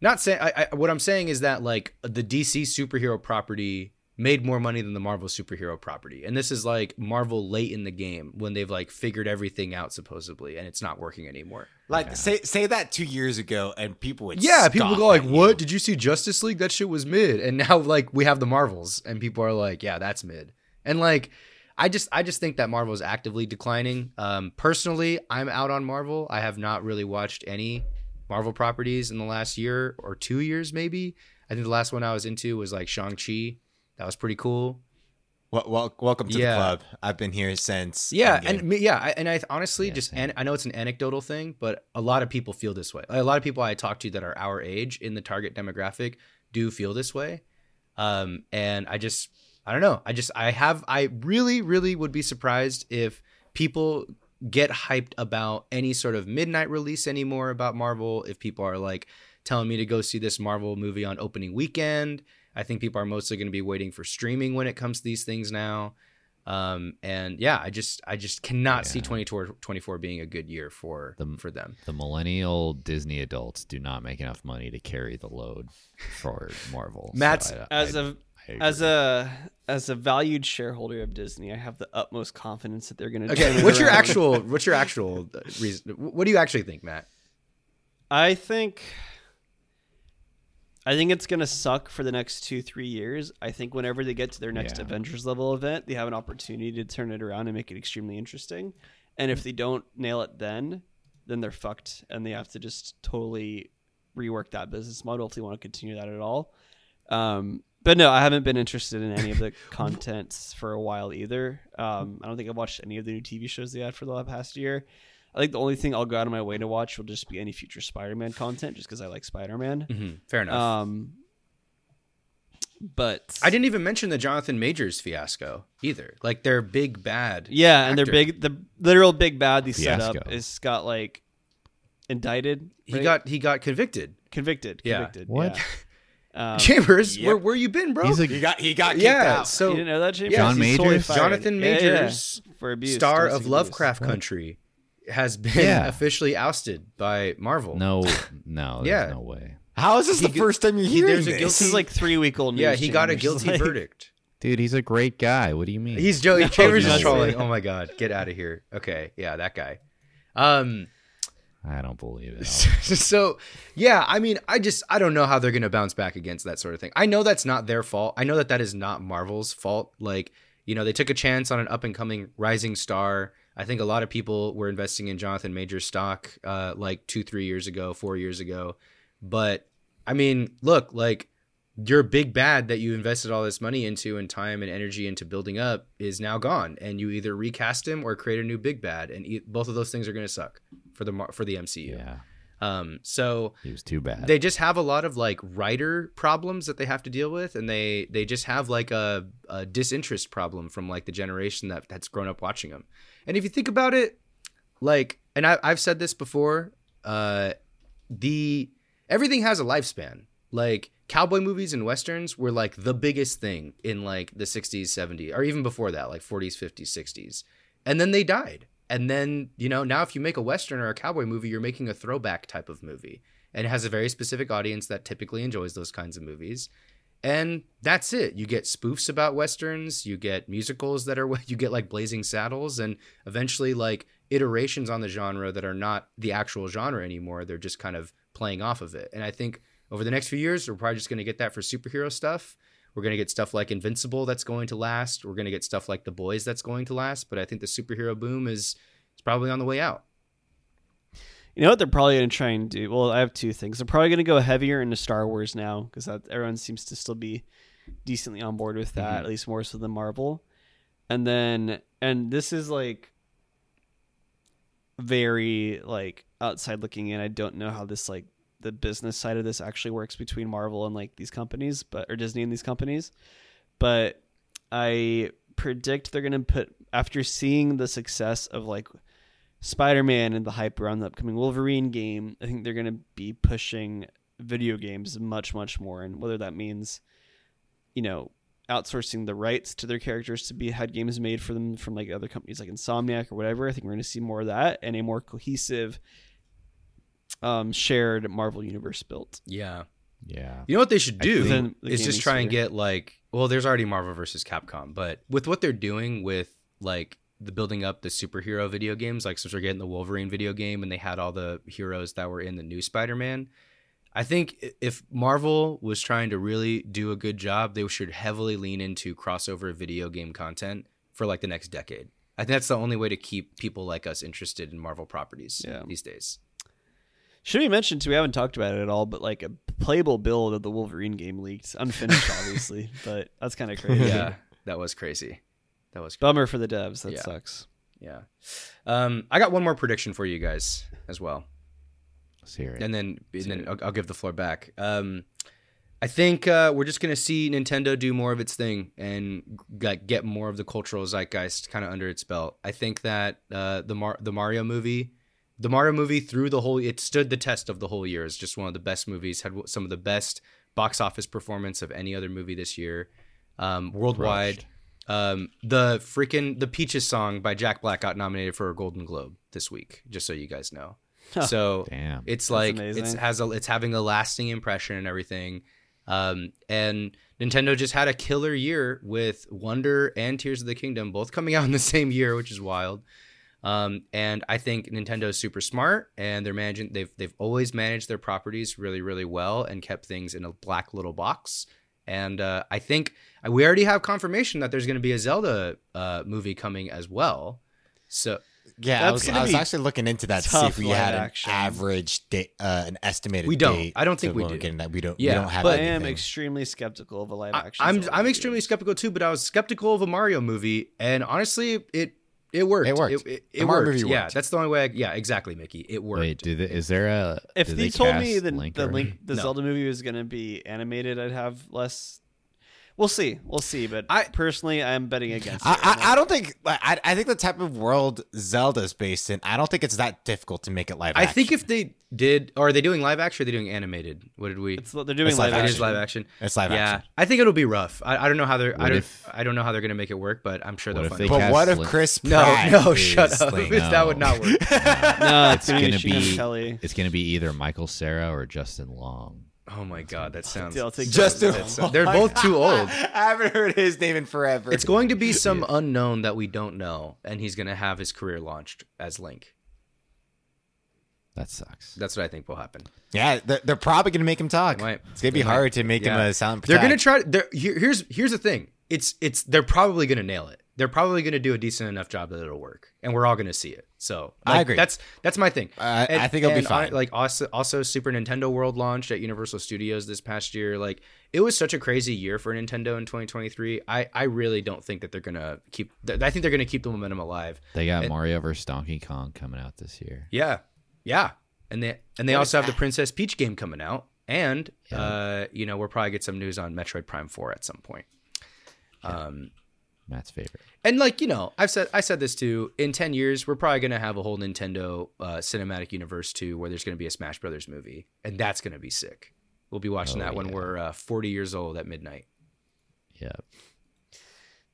[SPEAKER 1] not saying I, I. What I'm saying is that like the DC superhero property made more money than the Marvel superhero property, and this is like Marvel late in the game when they've like figured everything out supposedly, and it's not working anymore.
[SPEAKER 3] like say say that two years ago and people would
[SPEAKER 1] yeah, people
[SPEAKER 3] scoff
[SPEAKER 1] go like,
[SPEAKER 3] at you.
[SPEAKER 1] "What? Did you see Justice League? That shit was mid." And now like we have the Marvels, and people are like, "Yeah, that's mid." And like, I just I just think that Marvel is actively declining. Um, personally, I'm out on Marvel. I have not really watched any Marvel properties in the last year or two years, maybe. I think the last one I was into was like Shang Chi. That was pretty cool.
[SPEAKER 3] Wel- wel- welcome to
[SPEAKER 1] Yeah.
[SPEAKER 3] the club. I've been here since.
[SPEAKER 1] Yeah,
[SPEAKER 3] Endgame.
[SPEAKER 1] and me, yeah, I, and I honestly
[SPEAKER 4] Yeah,
[SPEAKER 1] just
[SPEAKER 4] same.
[SPEAKER 1] an, I know it's an anecdotal thing, but a lot of people feel this way. Like, a lot of people I talk to that are our age in the target demographic do feel this way. Um, and I just I don't know. I just I have I really really would be surprised if people get hyped about any sort of midnight release anymore about Marvel. If people are like telling me to go see this Marvel movie on opening weekend, I think people are mostly going to be waiting for streaming when it comes to these things now. Um, and yeah, I just I just cannot see
[SPEAKER 4] Yeah.
[SPEAKER 1] 2024 24 being a good year for
[SPEAKER 4] The-
[SPEAKER 1] for them.
[SPEAKER 4] The millennial Disney adults do not make enough money to carry the load for Marvel. So
[SPEAKER 1] Matt's-
[SPEAKER 4] I-
[SPEAKER 2] as
[SPEAKER 4] I-
[SPEAKER 2] of
[SPEAKER 4] I
[SPEAKER 2] as
[SPEAKER 4] agree.
[SPEAKER 2] a as a valued shareholder of Disney, I have the utmost confidence that they're going to.
[SPEAKER 1] Okay, what's your actual what's your actual uh, reason? What do you actually think, Matt?
[SPEAKER 2] I think. I think it's going to suck for the next two three years. I think whenever they get to their next
[SPEAKER 4] Yeah.
[SPEAKER 2] Avengers level event, they have an opportunity to turn it around and make it extremely interesting. And if they don't nail it then, then they're fucked, and they have to just totally rework that business model if they want to continue that at all. Um, but no, I haven't been interested in any of the contents for a while either. Um, I don't think I've watched any of the new TV shows they had for the past year. I think the only thing I'll go out of my way to watch will just be any
[SPEAKER 1] Mm,
[SPEAKER 2] future Spider-Man content, just because I like Spider-Man.
[SPEAKER 1] Mm-hmm. Fair enough.
[SPEAKER 2] Um, But
[SPEAKER 1] I didn't even mention the Jonathan Majors fiasco either. Like their big bad.
[SPEAKER 2] Yeah, and their
[SPEAKER 1] actor.
[SPEAKER 2] big the literal big bad they set up
[SPEAKER 4] Fiasco.
[SPEAKER 2] is got like indicted.
[SPEAKER 1] He
[SPEAKER 2] right?
[SPEAKER 1] got he got convicted.
[SPEAKER 2] convicted.
[SPEAKER 1] Yeah.
[SPEAKER 2] Convicted.
[SPEAKER 4] What?
[SPEAKER 2] yeah. Um,
[SPEAKER 1] Chambers,
[SPEAKER 3] yep.
[SPEAKER 1] where where you been, bro?
[SPEAKER 4] He's a
[SPEAKER 3] He got he got kicked
[SPEAKER 1] yeah.
[SPEAKER 3] out.
[SPEAKER 2] you didn't
[SPEAKER 1] So
[SPEAKER 2] know that, James?
[SPEAKER 1] John
[SPEAKER 2] He's solely
[SPEAKER 4] Majors?
[SPEAKER 2] fired.
[SPEAKER 1] Jonathan
[SPEAKER 2] Yeah, yeah, yeah.
[SPEAKER 1] Majors,
[SPEAKER 2] for abuse,
[SPEAKER 1] star
[SPEAKER 2] domestic
[SPEAKER 1] of Lovecraft
[SPEAKER 4] What?
[SPEAKER 1] Country, has been
[SPEAKER 4] Yeah.
[SPEAKER 1] officially ousted by Marvel.
[SPEAKER 4] no, no,
[SPEAKER 1] Yeah.
[SPEAKER 4] there's no way,
[SPEAKER 3] How is this
[SPEAKER 1] He
[SPEAKER 3] the
[SPEAKER 1] g-
[SPEAKER 3] first time you're
[SPEAKER 1] he-
[SPEAKER 3] hearing
[SPEAKER 1] there's a
[SPEAKER 3] this?
[SPEAKER 2] Abuse. This is like three week old news.
[SPEAKER 1] Yeah, he got a
[SPEAKER 2] James.
[SPEAKER 1] guilty
[SPEAKER 2] Like,
[SPEAKER 1] verdict.
[SPEAKER 4] dude. He's a great guy. What do you mean?
[SPEAKER 1] He's Joey Chambers
[SPEAKER 4] no
[SPEAKER 1] is
[SPEAKER 4] way.
[SPEAKER 1] trolling. Oh my god, get out of here. Okay, yeah, that guy. Um
[SPEAKER 4] I don't believe it. Oh,
[SPEAKER 1] so yeah i mean i just i don't know how they're gonna bounce back against that sort of thing i know that's not their fault i know that that is not marvel's fault like you know they took a chance on an up and coming rising star i think a lot of people were investing in jonathan major stock uh like two three years ago four years ago but i mean look like your big bad that you invested all this money into and time and energy into building up is now gone and you either recast him or create a new big bad and e- both of those things are going to suck for the mar- for the MCU.
[SPEAKER 4] Yeah,
[SPEAKER 1] Um, so
[SPEAKER 4] he was too bad.
[SPEAKER 1] they just have a lot of like writer problems that they have to deal with, and they they just have like a, a disinterest problem from like the generation that that's grown up watching them. And if you think about it, like, and I, I've said this before, uh, the everything has a lifespan. Like cowboy movies and westerns were like the biggest thing in like the 60s, 70s, or even before that, like 40s, 50s, 60s. And then they died. And then, you know, now if you make a western or a cowboy movie, you're making a throwback type of movie. And it has a very specific audience that typically enjoys those kinds of movies. And that's it. You get spoofs about westerns, you get musicals that are you get like Blazing Saddles and eventually like iterations on the genre that are not the actual genre anymore. They're just kind of playing off of it. And I think over the next few years, we're probably just going to get that for superhero stuff. We're going to get stuff like Invincible that's going to last. We're going to get stuff like The Boys that's going to last. But I think the superhero boom is it's probably on the way out.
[SPEAKER 2] You know what they're probably going to try and do? Well, I have two things. They're probably going to go heavier into Star Wars now because everyone seems to still be decently on board with that,
[SPEAKER 1] Mhm.
[SPEAKER 2] at least more so than Marvel. And then, and this is like very like outside looking in. I don't know how this like the business side of this actually works between Marvel and like these companies, but or Disney and these companies. But I predict they're going to put after seeing the success of like Spider-Man and the hype around the upcoming Wolverine game, I think they're going to be pushing video games much much more and whether that means you know outsourcing the rights to their characters to be had games made for them from like other companies like Insomniac or whatever, I think we're going to see more of that and a more cohesive um shared Marvel universe built.
[SPEAKER 1] Yeah.
[SPEAKER 4] yeah,
[SPEAKER 1] You know what they should do
[SPEAKER 2] Within the
[SPEAKER 1] is just
[SPEAKER 2] gaming
[SPEAKER 1] try and
[SPEAKER 2] sphere.
[SPEAKER 1] get like well, there's already Marvel versus Capcom, but with what they're doing with like the building up the superhero video games, like since we're getting the Wolverine video game and they had all the heroes that were in the new Spider-Man. I think i- if Marvel was trying to really do a good job, they should heavily lean into crossover video game content for like the next decade. I think that's the only way to keep people like us interested in Marvel properties
[SPEAKER 2] Yeah.
[SPEAKER 1] these days.
[SPEAKER 2] Should be mentioned too, we haven't talked about it at all, but like a playable build of the Wolverine game leaked. Unfinished obviously, but that's kind of crazy.
[SPEAKER 1] Yeah, that was crazy. That was
[SPEAKER 2] Bummer for the devs. That
[SPEAKER 1] Yeah.
[SPEAKER 2] sucks.
[SPEAKER 1] Yeah. Um, I got one more prediction for you guys as well,
[SPEAKER 4] let's hear it.
[SPEAKER 1] and then and
[SPEAKER 2] Sure.
[SPEAKER 1] then I'll, I'll give the floor back. Um, I think uh, we're just gonna see Nintendo do more of its thing and like get more of the cultural zeitgeist kind of under its belt. I think that uh, the Mar- the Mario movie, the Mario movie through the whole it stood the test of the whole year. It's just one of the best movies. Had some of the best box office performance of any other movie this year, um, worldwide.
[SPEAKER 4] Crushed.
[SPEAKER 1] Um, the freaking the Peaches song by Jack Black got nominated for a Golden Globe this week. Just so you guys know.
[SPEAKER 2] Huh.
[SPEAKER 1] So
[SPEAKER 4] Damn.
[SPEAKER 1] it's
[SPEAKER 2] That's
[SPEAKER 1] like it's
[SPEAKER 2] amazing.
[SPEAKER 1] has a it's having a lasting impression and everything. Um, and Nintendo just had a killer year with Wonder and Tears of the Kingdom both coming out in the same year, which is wild. Um, and I think Nintendo's super smart, and they're managing. They've they've always managed their properties really really well and kept things in a black little box. And uh, I think we already have confirmation that there's going to be a Zelda uh, movie coming as well. So
[SPEAKER 3] yeah, I
[SPEAKER 2] That's
[SPEAKER 3] was,
[SPEAKER 2] gonna
[SPEAKER 3] I was
[SPEAKER 2] be
[SPEAKER 3] actually looking into that to see
[SPEAKER 2] tough
[SPEAKER 3] if we
[SPEAKER 2] live
[SPEAKER 3] had an
[SPEAKER 2] action.
[SPEAKER 3] average date, uh, an estimated.
[SPEAKER 1] We don't.
[SPEAKER 3] date
[SPEAKER 1] I don't
[SPEAKER 3] to
[SPEAKER 1] think we
[SPEAKER 3] when we're
[SPEAKER 1] do.
[SPEAKER 3] getting that. We don't.
[SPEAKER 1] Yeah,
[SPEAKER 3] we don't have.
[SPEAKER 1] but-
[SPEAKER 2] I am
[SPEAKER 3] anything.
[SPEAKER 2] extremely skeptical of a live
[SPEAKER 1] I,
[SPEAKER 2] action.
[SPEAKER 1] I'm
[SPEAKER 2] Zelda
[SPEAKER 1] I'm
[SPEAKER 2] movie.
[SPEAKER 1] extremely skeptical too, but I was skeptical of a Mario movie, and honestly, it it worked.
[SPEAKER 3] It worked.
[SPEAKER 1] It, it,
[SPEAKER 3] The
[SPEAKER 1] it
[SPEAKER 3] Mario
[SPEAKER 1] worked.
[SPEAKER 3] movie
[SPEAKER 1] Yeah,
[SPEAKER 3] worked.
[SPEAKER 1] that's the only way. I, yeah, exactly, Mickey. It worked.
[SPEAKER 4] Wait, do they, is there a?
[SPEAKER 2] If
[SPEAKER 4] did
[SPEAKER 2] they
[SPEAKER 4] they
[SPEAKER 2] told me
[SPEAKER 4] cast
[SPEAKER 2] the
[SPEAKER 4] Link
[SPEAKER 2] the
[SPEAKER 4] already?
[SPEAKER 2] Link the
[SPEAKER 1] No.
[SPEAKER 2] Zelda movie was going to be animated, I'd have less. We'll see. We'll see. But I
[SPEAKER 3] I-
[SPEAKER 2] personally, I'm betting against. it.
[SPEAKER 3] I, I, I don't think like, I, I think the type of world Zelda's based in. I don't think it's that difficult to make it live.
[SPEAKER 1] I think
[SPEAKER 3] action.
[SPEAKER 1] if they did, are they doing live action? or Are they doing animated? What did we?
[SPEAKER 2] It's, they're doing
[SPEAKER 3] It's
[SPEAKER 2] live
[SPEAKER 3] live
[SPEAKER 1] it
[SPEAKER 2] action.
[SPEAKER 1] is live action.
[SPEAKER 3] it's live
[SPEAKER 1] yeah,
[SPEAKER 3] action.
[SPEAKER 1] I think it'll be rough. I, I don't know how they're. I
[SPEAKER 4] What
[SPEAKER 1] don't.
[SPEAKER 4] if-
[SPEAKER 1] I don't know how they're gonna make it work, but I'm sure
[SPEAKER 4] What
[SPEAKER 1] they'll
[SPEAKER 4] if
[SPEAKER 1] find.
[SPEAKER 4] they
[SPEAKER 1] a way.
[SPEAKER 3] But
[SPEAKER 4] cast
[SPEAKER 3] what if
[SPEAKER 4] Link.
[SPEAKER 3] Chris?
[SPEAKER 1] No,
[SPEAKER 3] Pratt
[SPEAKER 1] no,
[SPEAKER 3] is
[SPEAKER 1] shut up.
[SPEAKER 3] Link?
[SPEAKER 1] That would not work.
[SPEAKER 2] No, it's,
[SPEAKER 4] It's
[SPEAKER 2] gonna,
[SPEAKER 4] gonna
[SPEAKER 2] be Sean
[SPEAKER 4] be-
[SPEAKER 2] Kelly.
[SPEAKER 4] It's gonna be either Michael Sarah or Justin Long.
[SPEAKER 1] Oh my god, that sounds.
[SPEAKER 2] I'll take
[SPEAKER 3] Justin,
[SPEAKER 2] that.
[SPEAKER 1] so- they're both too old.
[SPEAKER 3] I haven't heard his name in forever.
[SPEAKER 1] It's going to be some unknown that we don't know, and he's gonna have his career launched as Link.
[SPEAKER 4] That sucks.
[SPEAKER 1] That's what I think will happen.
[SPEAKER 3] yeah, they're, they're probably going to make him talk.
[SPEAKER 1] They might.
[SPEAKER 3] It's going to be
[SPEAKER 1] They might.
[SPEAKER 3] hard to make him
[SPEAKER 1] Yeah.
[SPEAKER 3] a sound.
[SPEAKER 1] They're gonna
[SPEAKER 3] protect.
[SPEAKER 1] try. They're, here, here's here's the thing. It's it's they're probably gonna nail it. They're probably gonna do a decent enough job that it'll work, and we're all gonna see it. So
[SPEAKER 3] I
[SPEAKER 1] like,
[SPEAKER 3] agree.
[SPEAKER 1] That's that's my thing.
[SPEAKER 3] Uh, I-
[SPEAKER 1] And-
[SPEAKER 3] I think it'll be
[SPEAKER 1] and I-
[SPEAKER 3] fine.
[SPEAKER 1] like also, also Super Nintendo World launched at Universal Studios this past year. Like it was such a crazy year for Nintendo in 2023. I I really don't think that they're gonna keep. th- I think they're gonna keep the momentum alive.
[SPEAKER 4] They got
[SPEAKER 1] It-
[SPEAKER 4] Mario versus Donkey Kong coming out this year.
[SPEAKER 1] Yeah, yeah. And they and they
[SPEAKER 3] What is
[SPEAKER 1] also have the
[SPEAKER 3] that?
[SPEAKER 1] Princess Peach game coming out, and
[SPEAKER 4] Yeah.
[SPEAKER 1] uh, you know we'll probably get some news on Metroid Prime Four at some point. Um,
[SPEAKER 4] Matt's favorite.
[SPEAKER 1] And like you know, I've said I said this too. In ten years, we're probably gonna have a whole Nintendo uh, cinematic universe too, where there's gonna be a Smash Brothers movie, and that's gonna be sick. We'll be watching
[SPEAKER 4] Oh,
[SPEAKER 1] that when
[SPEAKER 4] yeah.
[SPEAKER 1] we're uh, forty years old at midnight.
[SPEAKER 4] Yeah.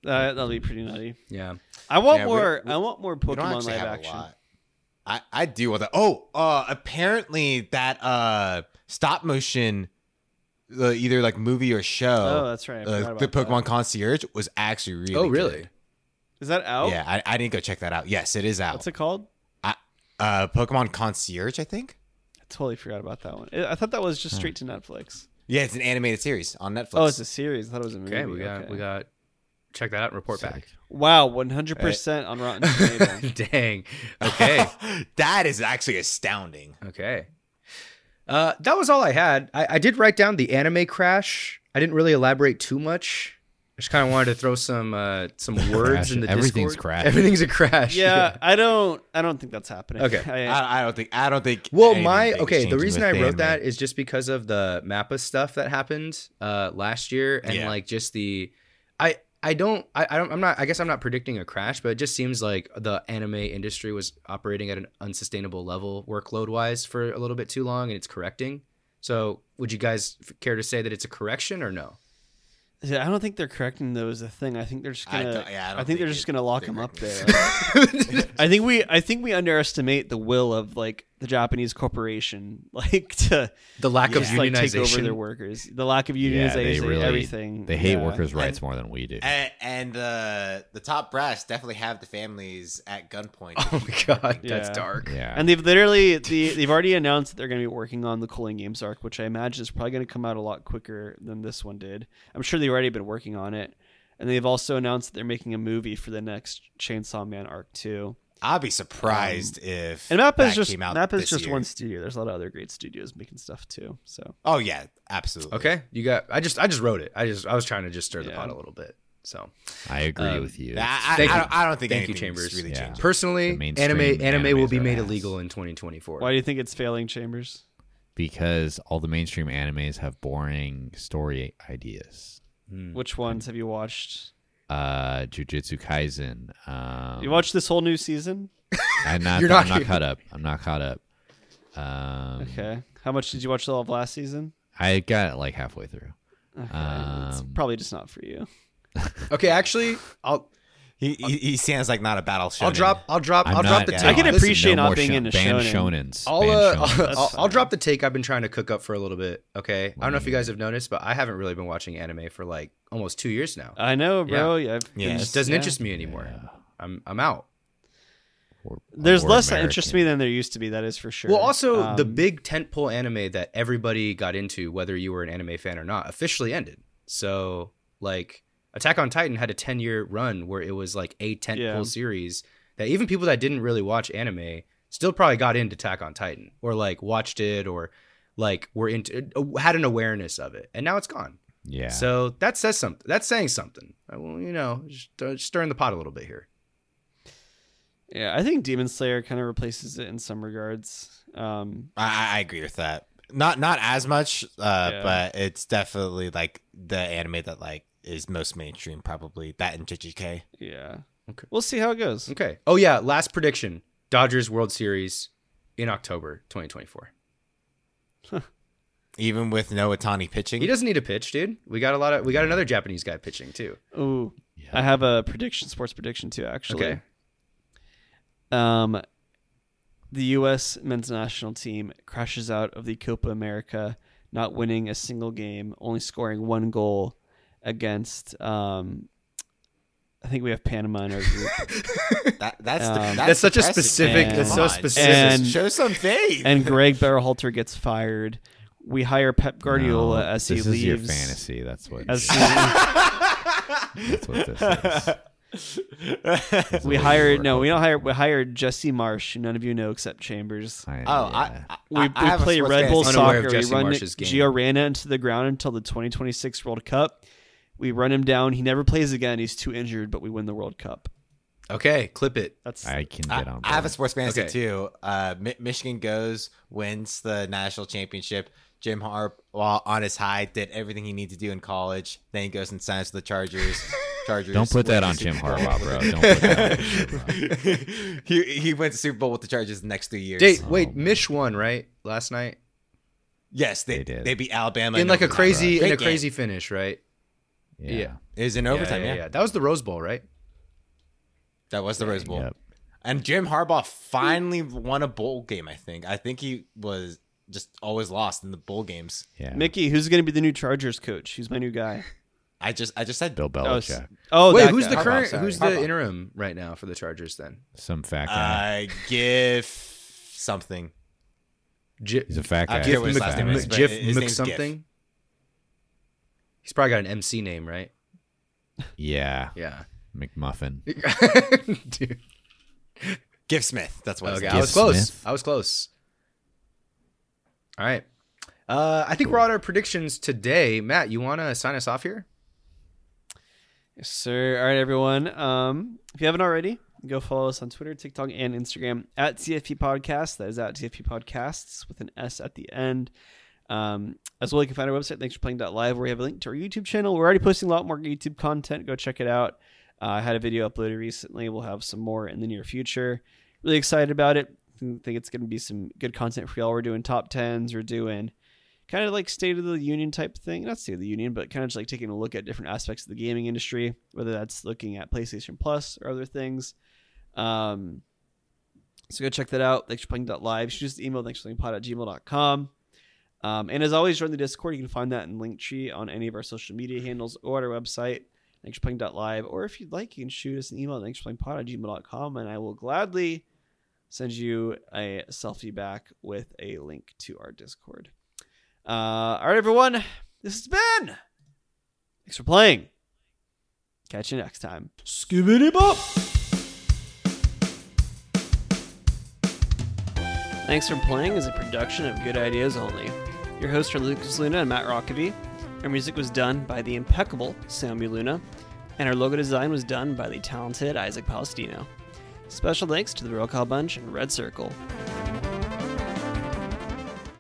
[SPEAKER 2] Uh, that'll be pretty nutty.
[SPEAKER 1] Yeah,
[SPEAKER 2] I want
[SPEAKER 3] Yeah, we-
[SPEAKER 2] more. I want more
[SPEAKER 3] We don't
[SPEAKER 2] Pokemon
[SPEAKER 3] actually
[SPEAKER 2] live
[SPEAKER 3] have a
[SPEAKER 2] action.
[SPEAKER 3] lot. I, I do want that. Oh, uh, apparently that uh, stop motion, uh, either like movie or
[SPEAKER 2] Oh,
[SPEAKER 3] show,
[SPEAKER 2] that's right. I forgot
[SPEAKER 3] uh,
[SPEAKER 2] about
[SPEAKER 3] the
[SPEAKER 2] that.
[SPEAKER 3] Pokemon Concierge was actually really.
[SPEAKER 1] Oh, really? Oh.
[SPEAKER 3] good.
[SPEAKER 2] Is that out?
[SPEAKER 3] Yeah, I, I didn't go check that out. Yes, it is out.
[SPEAKER 2] What's it called?
[SPEAKER 3] uh, Pokemon Concierge, I think.
[SPEAKER 2] I totally forgot about that one. I I thought that was just straight to Netflix.
[SPEAKER 3] Yeah, it's an animated series on Netflix.
[SPEAKER 2] Oh, it's a series. I thought it was a movie.
[SPEAKER 1] okay, we got we got check that out and report back.
[SPEAKER 4] Sick.
[SPEAKER 2] Wow, 100% on Rotten Tomatoes.
[SPEAKER 1] Dang. Okay.
[SPEAKER 3] that is actually astounding.
[SPEAKER 1] Okay. Uh, that was all I had. I, I did write down the anime crash. I didn't really elaborate too much. I just kind of wanted to throw some uh, some words
[SPEAKER 4] Crash.
[SPEAKER 1] in the
[SPEAKER 4] Everything's
[SPEAKER 1] Discord.
[SPEAKER 4] crash.
[SPEAKER 1] Everything's a crash.
[SPEAKER 2] yeah, I don't I don't think that's happening. I,
[SPEAKER 1] Okay.
[SPEAKER 3] I, I don't think. I don't think.
[SPEAKER 1] Well,
[SPEAKER 3] anything
[SPEAKER 1] my
[SPEAKER 3] big is
[SPEAKER 1] okay. The
[SPEAKER 3] changing
[SPEAKER 1] reason I
[SPEAKER 3] with
[SPEAKER 1] wrote
[SPEAKER 3] anime.
[SPEAKER 1] that is just because of the Mappa stuff that happened uh, last year, and
[SPEAKER 3] Yeah.
[SPEAKER 1] like just the, I I don't I, I don't I'm not I guess I'm not predicting a crash, but it just seems like the anime industry was operating at an unsustainable level workload wise for a little bit too long, and it's correcting. So, would you guys f- care to say that it's a correction or no?
[SPEAKER 2] I don't think they're correcting though as a thing. I think they're just
[SPEAKER 3] I
[SPEAKER 2] gonna. I,
[SPEAKER 3] don't- yeah, I don't
[SPEAKER 2] think they're
[SPEAKER 3] think
[SPEAKER 2] just
[SPEAKER 3] it-
[SPEAKER 2] gonna lock
[SPEAKER 3] they're
[SPEAKER 2] him up there.
[SPEAKER 3] correcting
[SPEAKER 2] I think we I think we underestimate the will of like the Japanese corporation, like to
[SPEAKER 1] The lack of
[SPEAKER 2] just like take over
[SPEAKER 1] unionization.
[SPEAKER 2] their workers, the lack of unionization,
[SPEAKER 4] Yeah, they really
[SPEAKER 2] everything.
[SPEAKER 4] They hate
[SPEAKER 2] Yeah.
[SPEAKER 4] workers' rights more than we do.
[SPEAKER 3] And, and uh, the top brass definitely have the families at gunpoint.
[SPEAKER 1] oh my god, that's
[SPEAKER 2] Yeah.
[SPEAKER 1] dark.
[SPEAKER 4] yeah.
[SPEAKER 2] And they've literally the, they've already announced that they're going to be working on the Cooling Games arc, which I imagine is probably going to come out a lot quicker than this one did. I'm sure they've already been working on it, and they've also announced that they're making a movie for the next Chainsaw Man arc too.
[SPEAKER 3] I'll be surprised
[SPEAKER 1] Um,
[SPEAKER 3] if
[SPEAKER 2] And Mappa
[SPEAKER 3] that
[SPEAKER 2] is just
[SPEAKER 3] came out
[SPEAKER 2] Mappa is
[SPEAKER 3] this
[SPEAKER 2] just
[SPEAKER 3] year.
[SPEAKER 2] one studio. There's a lot of other great studios making stuff too. So
[SPEAKER 3] Oh yeah, absolutely.
[SPEAKER 1] Okay, you got. I just I just wrote it. I just I was trying to just stir the
[SPEAKER 2] Yeah.
[SPEAKER 1] pot a little bit. So.
[SPEAKER 4] I agree
[SPEAKER 1] um,
[SPEAKER 4] with you.
[SPEAKER 3] I, I,
[SPEAKER 1] Thank
[SPEAKER 3] I
[SPEAKER 1] you.
[SPEAKER 3] don't, I don't think
[SPEAKER 1] Thank you,
[SPEAKER 3] anything's
[SPEAKER 1] Chambers.
[SPEAKER 3] Really
[SPEAKER 4] Yeah.
[SPEAKER 3] changing.
[SPEAKER 1] Personally,
[SPEAKER 4] The
[SPEAKER 1] anime
[SPEAKER 4] mainstream
[SPEAKER 1] anime
[SPEAKER 4] animes
[SPEAKER 1] will be
[SPEAKER 4] are
[SPEAKER 1] made
[SPEAKER 4] ass.
[SPEAKER 1] illegal in 2024.
[SPEAKER 2] why do you think it's failing, Chambers?
[SPEAKER 4] because all the mainstream animes have boring story ideas.
[SPEAKER 3] Mm-hmm.
[SPEAKER 1] Mm.
[SPEAKER 2] Which ones have you watched?
[SPEAKER 4] Uh, Jujutsu Kaisen. Um,
[SPEAKER 2] You watched this whole new season?
[SPEAKER 4] I'm not.
[SPEAKER 1] You're not
[SPEAKER 4] I'm not
[SPEAKER 1] here.
[SPEAKER 4] caught up. I'm not caught up. Um,
[SPEAKER 3] mm-hmm.
[SPEAKER 2] Okay. How much did you watch all of last season?
[SPEAKER 4] I got like halfway through.
[SPEAKER 2] Okay. it's
[SPEAKER 4] Um,
[SPEAKER 2] probably just not for you.
[SPEAKER 1] Okay, actually, I'll
[SPEAKER 3] He, he he sounds like not a battle. Shonen.
[SPEAKER 1] I'll drop I'll drop
[SPEAKER 4] I'm
[SPEAKER 1] I'll
[SPEAKER 4] not
[SPEAKER 1] drop the
[SPEAKER 4] down.
[SPEAKER 1] take.
[SPEAKER 2] I can
[SPEAKER 1] Listen,
[SPEAKER 2] appreciate
[SPEAKER 4] no
[SPEAKER 2] not
[SPEAKER 4] more
[SPEAKER 2] being
[SPEAKER 4] shon-
[SPEAKER 2] into
[SPEAKER 4] ban
[SPEAKER 2] shonen.
[SPEAKER 4] shonens.
[SPEAKER 1] I'll,
[SPEAKER 4] Ban
[SPEAKER 1] uh,
[SPEAKER 4] shonens.
[SPEAKER 1] I'll, I'll,
[SPEAKER 2] That's
[SPEAKER 1] I'll
[SPEAKER 2] fine.
[SPEAKER 1] drop the take I've been trying to cook up for a little bit. Okay, I don't know if you guys have noticed, but I haven't really been watching anime for like almost two years now.
[SPEAKER 2] I know, bro. Yeah. I've
[SPEAKER 3] Yeah,
[SPEAKER 1] it
[SPEAKER 2] been-
[SPEAKER 1] just doesn't
[SPEAKER 2] yeah.
[SPEAKER 1] interest me anymore.
[SPEAKER 4] Uh, Yeah.
[SPEAKER 1] I'm I'm out.
[SPEAKER 4] We're-
[SPEAKER 2] There's
[SPEAKER 4] we're
[SPEAKER 2] less that
[SPEAKER 4] American.
[SPEAKER 2] interests me than there used to be. That is for sure.
[SPEAKER 1] Well, also the
[SPEAKER 2] Um,
[SPEAKER 1] big tentpole anime that everybody got into, whether you were an anime fan or not, officially ended. So, like, Attack on Titan had a ten-year run where it was like a tentpole
[SPEAKER 2] Yeah.
[SPEAKER 1] series that even people that didn't really watch anime still probably got into Attack on Titan or like watched it or like were into had an awareness of it, and now it's gone.
[SPEAKER 4] Yeah.
[SPEAKER 1] So that says something. That's saying something. I, well, you know, just, uh, stirring the pot a little bit here.
[SPEAKER 2] yeah, I think Demon Slayer kind of replaces it in some regards. Um,
[SPEAKER 3] I, I- I agree with that. Not not as much, uh,
[SPEAKER 2] Yeah.
[SPEAKER 3] but it's definitely like the anime that like is most mainstream, probably that and JJK.
[SPEAKER 2] Yeah.
[SPEAKER 1] Okay.
[SPEAKER 2] We'll see how it goes.
[SPEAKER 1] Okay. Oh yeah, last prediction. Dodgers World Series in October 2024.
[SPEAKER 3] Even with no Otani pitching,
[SPEAKER 1] He doesn't need a pitch, dude. We got a lot of we got another Japanese guy pitching too.
[SPEAKER 2] Ooh,
[SPEAKER 4] Yeah.
[SPEAKER 2] I have a prediction, sports prediction too. Actually,
[SPEAKER 1] Okay.
[SPEAKER 2] um, the U.S. men's national team crashes out of the Copa America, not winning a single game, only scoring one goal against. Um, I think we have Panama in our group,
[SPEAKER 3] That- that's,
[SPEAKER 2] Um,
[SPEAKER 3] the, that's
[SPEAKER 1] That's such a
[SPEAKER 3] depressing,
[SPEAKER 1] specific-
[SPEAKER 3] man.
[SPEAKER 2] that's
[SPEAKER 3] Come
[SPEAKER 1] so
[SPEAKER 3] on.
[SPEAKER 1] specific.
[SPEAKER 2] And-
[SPEAKER 3] show some faith.
[SPEAKER 2] and Greg Berhalter gets fired. We hire Pep Guardiola
[SPEAKER 4] No,
[SPEAKER 2] as he
[SPEAKER 4] this
[SPEAKER 2] leaves.
[SPEAKER 4] is your fantasy. That's what.
[SPEAKER 2] As
[SPEAKER 4] it
[SPEAKER 2] he-
[SPEAKER 4] is. that's what this is. That's
[SPEAKER 2] we
[SPEAKER 4] what
[SPEAKER 2] hired
[SPEAKER 4] were
[SPEAKER 2] no, we don't
[SPEAKER 4] hoping
[SPEAKER 2] hire.
[SPEAKER 4] for.
[SPEAKER 2] We hired Jesse Marsh, who none of you know except Chambers.
[SPEAKER 4] I,
[SPEAKER 3] oh,
[SPEAKER 4] yeah.
[SPEAKER 3] I, I,
[SPEAKER 2] We,
[SPEAKER 3] I,
[SPEAKER 2] we
[SPEAKER 3] I have a
[SPEAKER 2] play
[SPEAKER 3] sports
[SPEAKER 2] Red Bull
[SPEAKER 3] fantasy.
[SPEAKER 1] Unaware of
[SPEAKER 2] soccer. We
[SPEAKER 1] Jesse
[SPEAKER 2] run
[SPEAKER 1] Marsh's game.
[SPEAKER 2] Giorana into the ground until the 2026 World Cup. We run him down. He never plays again. He's too injured, but we win the World Cup.
[SPEAKER 1] Okay, clip it.
[SPEAKER 2] That's
[SPEAKER 4] I can
[SPEAKER 3] I,
[SPEAKER 4] get on.
[SPEAKER 3] I have a
[SPEAKER 4] board.
[SPEAKER 3] sports fantasy
[SPEAKER 1] Okay.
[SPEAKER 3] too. Uh, Mi- Michigan goes, wins the national championship. Jim Harbaugh on his high did everything he needed to do in college. Then he goes and signs with the Chargers. Chargers.
[SPEAKER 4] Don't put
[SPEAKER 3] win
[SPEAKER 4] that
[SPEAKER 3] the
[SPEAKER 4] on
[SPEAKER 3] Super
[SPEAKER 4] Jim
[SPEAKER 3] Bowl.
[SPEAKER 4] Harbaugh, bro. Don't put that on Jim Harbaugh.
[SPEAKER 3] he he went to Super Bowl with the Chargers the next three years.
[SPEAKER 1] Date, wait,
[SPEAKER 4] man.
[SPEAKER 1] Mish won, right? Last night?
[SPEAKER 3] yes, they,
[SPEAKER 4] They
[SPEAKER 3] they
[SPEAKER 4] did.
[SPEAKER 3] beat Alabama
[SPEAKER 1] In like a
[SPEAKER 3] overtime.
[SPEAKER 1] crazy in
[SPEAKER 3] Great
[SPEAKER 1] a
[SPEAKER 3] game.
[SPEAKER 1] crazy finish, right?
[SPEAKER 4] Yeah.
[SPEAKER 1] Yeah.
[SPEAKER 3] It was in overtime. Yeah,
[SPEAKER 1] That was the Rose Bowl, right?
[SPEAKER 3] that was the Rose Bowl.
[SPEAKER 4] Yep.
[SPEAKER 3] And Jim Harbaugh finally won a bowl game. I think. I think he was just always lost in the bowl games.
[SPEAKER 4] Yeah.
[SPEAKER 2] Mickey. Who's going to be the new Chargers coach? Who's my new guy?
[SPEAKER 3] I just I just said
[SPEAKER 4] Bill
[SPEAKER 2] Oh, s-
[SPEAKER 4] Belichick,
[SPEAKER 2] Oh,
[SPEAKER 1] Wait,
[SPEAKER 2] that
[SPEAKER 1] who's
[SPEAKER 2] guy.
[SPEAKER 1] the
[SPEAKER 3] Harbaugh,
[SPEAKER 1] current
[SPEAKER 3] sorry.
[SPEAKER 1] who's the
[SPEAKER 3] Harbaugh.
[SPEAKER 1] interim right now for the Chargers then?
[SPEAKER 4] some fat
[SPEAKER 3] Uh,
[SPEAKER 4] guy.
[SPEAKER 3] I give something.
[SPEAKER 1] J-
[SPEAKER 4] He's a fat
[SPEAKER 3] I
[SPEAKER 4] guy.
[SPEAKER 3] can't
[SPEAKER 1] Gif
[SPEAKER 3] remember his
[SPEAKER 1] Mc,
[SPEAKER 3] last name
[SPEAKER 1] Mc-
[SPEAKER 3] is, but
[SPEAKER 1] Jif
[SPEAKER 3] his name's Gif.
[SPEAKER 1] McSomething? He's probably got an MC name, right?
[SPEAKER 4] Yeah,
[SPEAKER 1] Yeah.
[SPEAKER 4] McMuffin.
[SPEAKER 1] Dude.
[SPEAKER 3] Give Smith. That's what.
[SPEAKER 1] Okay,
[SPEAKER 3] Okay.
[SPEAKER 1] I
[SPEAKER 4] Gif
[SPEAKER 1] was close.
[SPEAKER 4] Smith.
[SPEAKER 1] I was close. All right. Uh, I think we're on our predictions today. Matt, you want to sign us off here?
[SPEAKER 2] Yes, sir. All right, everyone. Um, if you haven't already, go follow us on Twitter, TikTok, and Instagram at TFP Podcast. That is at TFP Podcasts with an S at the end. Um, as well, you can find our website, thanks for playing.live, where we have a link to our YouTube channel. We're already posting a lot more YouTube content. Go check it out. Uh, I had a video uploaded recently. We'll have some more in the near future. Really excited about it. Think think it's going to be some good content for y'all. We're doing top tens. We're doing kind of like state of the union type thing not state of the union but kind of just like taking a look at different aspects of the gaming industry whether that's looking at playstation plus or other things um so go check that out thanks for playing live shoot us an email thanks for playing pod at gmail.com um, and as always join the discord you can find that in linktree on any of our social media handles or at our website thanks for playing live or if you'd like you can shoot us an email thanks for playing pod at gmail.com and i will gladly send you a selfie back with a link to our discord uh, all right, everyone. This has been. Thanks for playing. Catch you next time. Scooby Bop. Thanks for playing is a production of Good Ideas Only. Your hosts are Lucas Luna and Matt Rockavy. Our music was done by the impeccable Samuel Luna, and our logo design was done by the talented Isaac Palestino. Special thanks to the Royal Call Bunch and Red Circle.